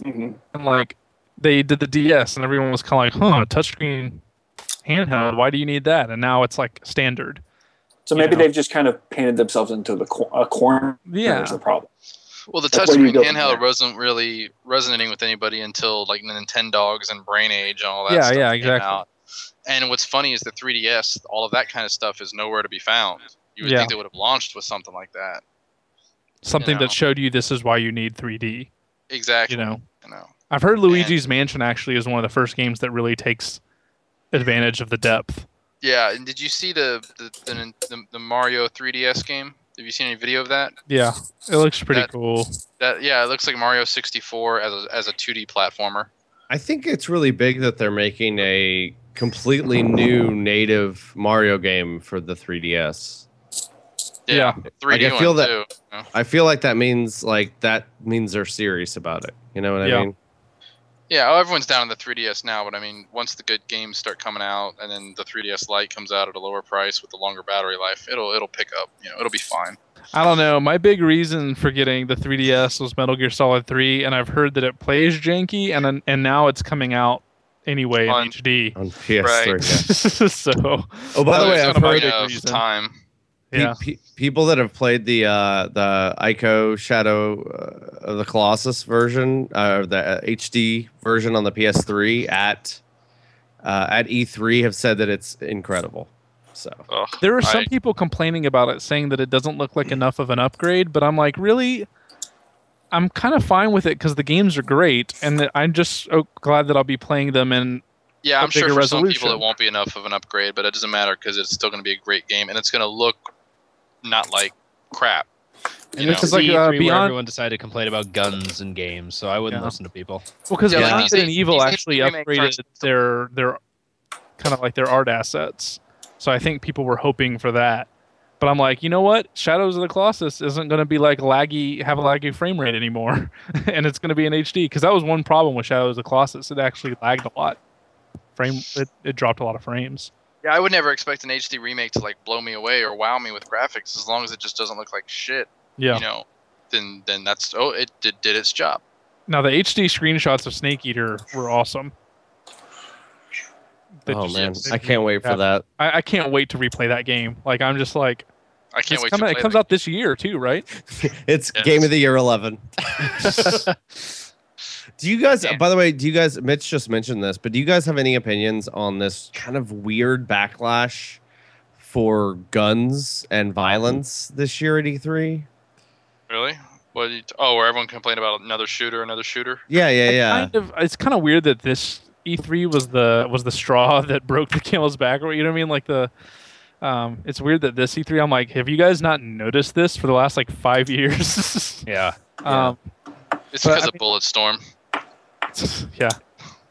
and like they did the DS, and everyone was kind of like, "Huh, touchscreen handheld? Why do you need that?" And now it's like standard.
so maybe
Yeah.
they've just kind of painted themselves into the cor- a corner
Yeah,
is the problem
Well, the
Like, where do you
touchscreen
go from
handheld
there?
wasn't really resonating with anybody until like Nintendogs and Brain Age and all that.
Yeah,
stuff
yeah,
came
exactly.
out. And what's funny is the 3DS, all of that kind of stuff is nowhere to be found. You would
Yeah.
think they would have launched with something like that.
something
you know.
that showed you this is why you need 3D.
Exactly.
You know,
You know.
I've heard Luigi's Mansion actually is one of the first games that really takes advantage of the depth.
Yeah, and did you see the the, the, the, the Mario 3DS game? Have you seen any video of that?
Yeah, it looks pretty
That-
cool.
That yeah, it looks like Mario 64 as a, as a 2D platformer.
I think it's really big that they're making a completely new native Mario game for the 3DS.
Yeah.
Yeah, 3D
Like, I feel
one
that-
too.
I feel like that means like that means they're serious about it. You know what I
Yeah.
mean?
Yeah, oh, everyone's down in the 3DS now, but I mean, once the good games start coming out, and then the 3DS Lite comes out at a lower price with a longer battery life, it'll it'll pick up. You know, it'll be fine.
I don't know. My big reason for getting the 3DS was Metal Gear Solid 3, and I've heard that it plays janky, and then- and now it's coming out anyway
On-
in HD.
On PS3.
Right.
yeah.
so
Oh, by the
Others
way,
gonna
I've
buy
heard
a
it out of
reason.
time.
pe-
yeah,
pe- people that have played the uh, the Ico Shadow uh, of the Colossus version, uh, the uh, HD version on the PS3 at uh, at E3 have said that it's incredible. So
Ugh.
there are some
I-
people complaining about it, saying that it doesn't look like enough of an upgrade. But I'm like, really, I'm kind of fine with it because the games are great, and that I'm just oh, glad that I'll be playing them in
Yeah,
a
I'm sure
bigger
for some people
resolution.
it won't be enough of an upgrade, but it doesn't matter because it's still going to be a great game, and it's going to look not like crap. You
And
know?
this
Because,
is
like,
like
E
uh,
where
Beyond-
everyone decided to complain about guns and games, so I wouldn't
Yeah.
listen to people.
because
Yeah,
well, 'cause
like
Resident
these-
Evil
these
actually
HD remakes are
upgraded
still-
their their kind of like their art assets. So I think people were hoping for that. But I'm like, you know what? Shadows of the Colossus isn't going to be like laggy, have a laggy frame rate anymore, and it's going to be in HD because that was one problem with Shadows of the Colossus. It actually lagged a lot. Frame, it, it dropped a lot of frames.
Yeah, I would never expect an HD remake to like blow me away or wow me with graphics as long as it just doesn't look like shit.
Yeah.
You know, then then that's oh it did, did its job.
Now the HD screenshots of Snake Eater were awesome. They
oh
just-
man,
they-
I can't wait
Yeah.
for that.
I, I can't wait to replay that game. Like I'm just like,
I can't
it's
wait
coming-
to
it
play
comes
that.
out this year too, right?
it's
Yes.
game of the year 11 do you guys
Yeah.
by the way do you guys mitch just mentioned this but do you guys have any opinions on this kind of weird backlash for guns and violence this year at E e3
Really? What? do you t- oh, where everyone complained about another shooter, another shooter.
yeah yeah
I
yeah
Kind of, it's kind of weird that this E3 was the was the straw that broke the camel's back. Or you know what I mean? Like the, um, it's weird that this E3. I'm like, have you guys not noticed this for the last like five years?
Yeah.
um,
It's
But
because
I
of Bulletstorm.
yeah.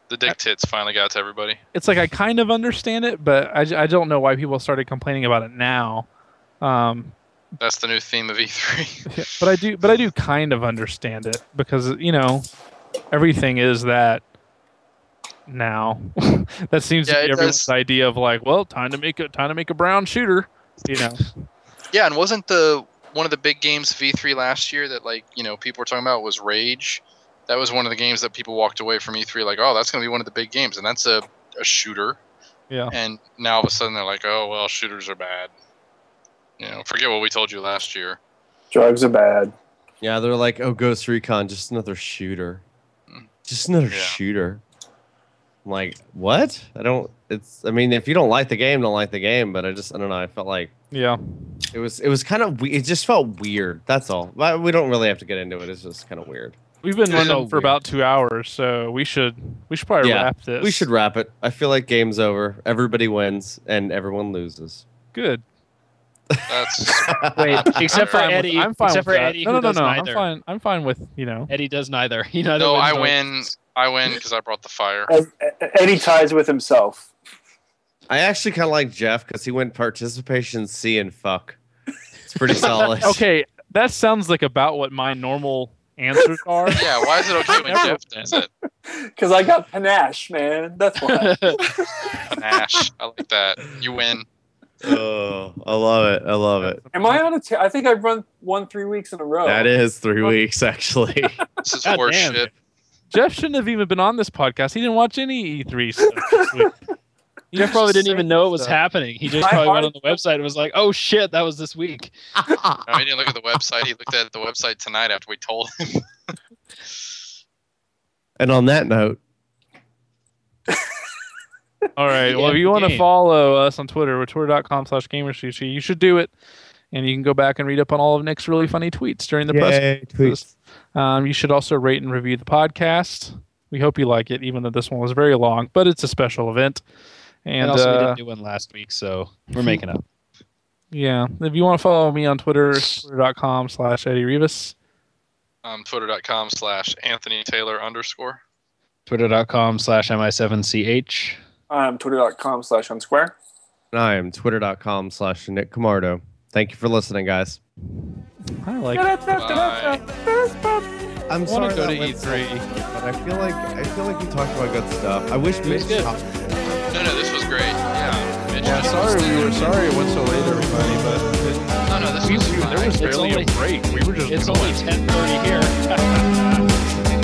The dick tits finally got to everybody.
It's like I kind of understand it, but I, j- I don't know why people started complaining about it now. Um,
That's the new theme of E E3.
Yeah, but I do, but I do kind of understand it because you know, everything is that now. that seems
Yeah,
to
it
be everyone's
does.
idea of like, well, time to make a time to make a brown shooter. You know,
yeah, and wasn't the one of the big games of E3 last year that like you know people were talking about was Rage. That was one of the games that people walked away from E3 like, oh, that's going to be one of the big games, and that's a, a shooter.
yeah,
And now all of a sudden they're like, oh well, shooters are bad. You know, forget what we told you last year.
Drugs are bad.
yeah they're like oh ghost recon just another shooter just another
Yeah.
shooter I'm like what i don't it's i mean if you don't like the game don't like the game but i just i don't know i felt like
yeah.
It was it was kind of we- it just felt weird. That's all. But we don't really have to get into it. It's just kind of weird.
We've been
It's
running
so
for
weird.
about two hours, so we should we should probably
Yeah,
wrap this.
We should wrap it. I feel like game's over. Everybody wins and everyone loses.
good.
That's
Wait, except for
I'm fine with-
Eddie.
I'm fine
except
with
for
that.
Eddie,
No, no,
who
no,
does
no. I'm
neither.
fine. I'm fine with you know.
Eddie does neither. He neither
No,
wins
I
nor
win.
loses.
I win because I brought the fire.
And- e, and Eddie ties with himself.
I actually kind of like Jeff because he went participation C and fuck. It's pretty solid.
Okay, that sounds like about what my normal answers are.
Yeah, why is it okay when
Never
Jeff does it?
Because I got panache, man. That's why.
Nash, I like that. You win.
Oh, I love it. I love it.
Am I on a tear? I think I've run one three weeks in a row.
That is three weeks actually.
This is
God
horseshit.
damn.
Jeff shouldn't have even been on this podcast. He didn't watch any E3 stuff.
Jeff probably didn't even know it was
stuff.
happening. He just
I
probably went on
hard-
the website and was like, "Oh shit, that was this week."
No, he didn't look at the website. He looked at the website tonight after we told him.
and on that note,
All right. Well, if
Yeah,
you want to
game.
follow us on Twitter, we're twitter.com slash gamersushi. You should do it. And you can go back and read up on all of Nick's really funny tweets during the press.
Yay, tweets.
Um, you should also rate and review the podcast. We hope you like it, even though this one was very long, but it's a special event.
And
And
also, we
uh,
didn't do one last week, so we're making up.
yeah, if you want to follow me on Twitter, it's twitter.com slash Eddie Rivas.
Um, Twitter.com slash Anthony Taylor underscore.
Twitter.com slash MI7CH.
Um, Twitter.com slash unsquare.
And I am twitter.com slash Nick Camardo. Thank you for listening, guys.
I like
Bye.
I'm
I want
sorry
to go
that
to E
went so
E3.
long, but I feel like I feel like we talked about good stuff. I wish Mitch
good.
talked-
No, no, this was great. Yeah. Mitch,
Yeah,
you-
sorry we were sorry it went so late, everybody, but it-
No, no, this
We-
was
we-
fine.
there was
It's
barely
only-
a break. We were just
It's
going.
only 10.30 here.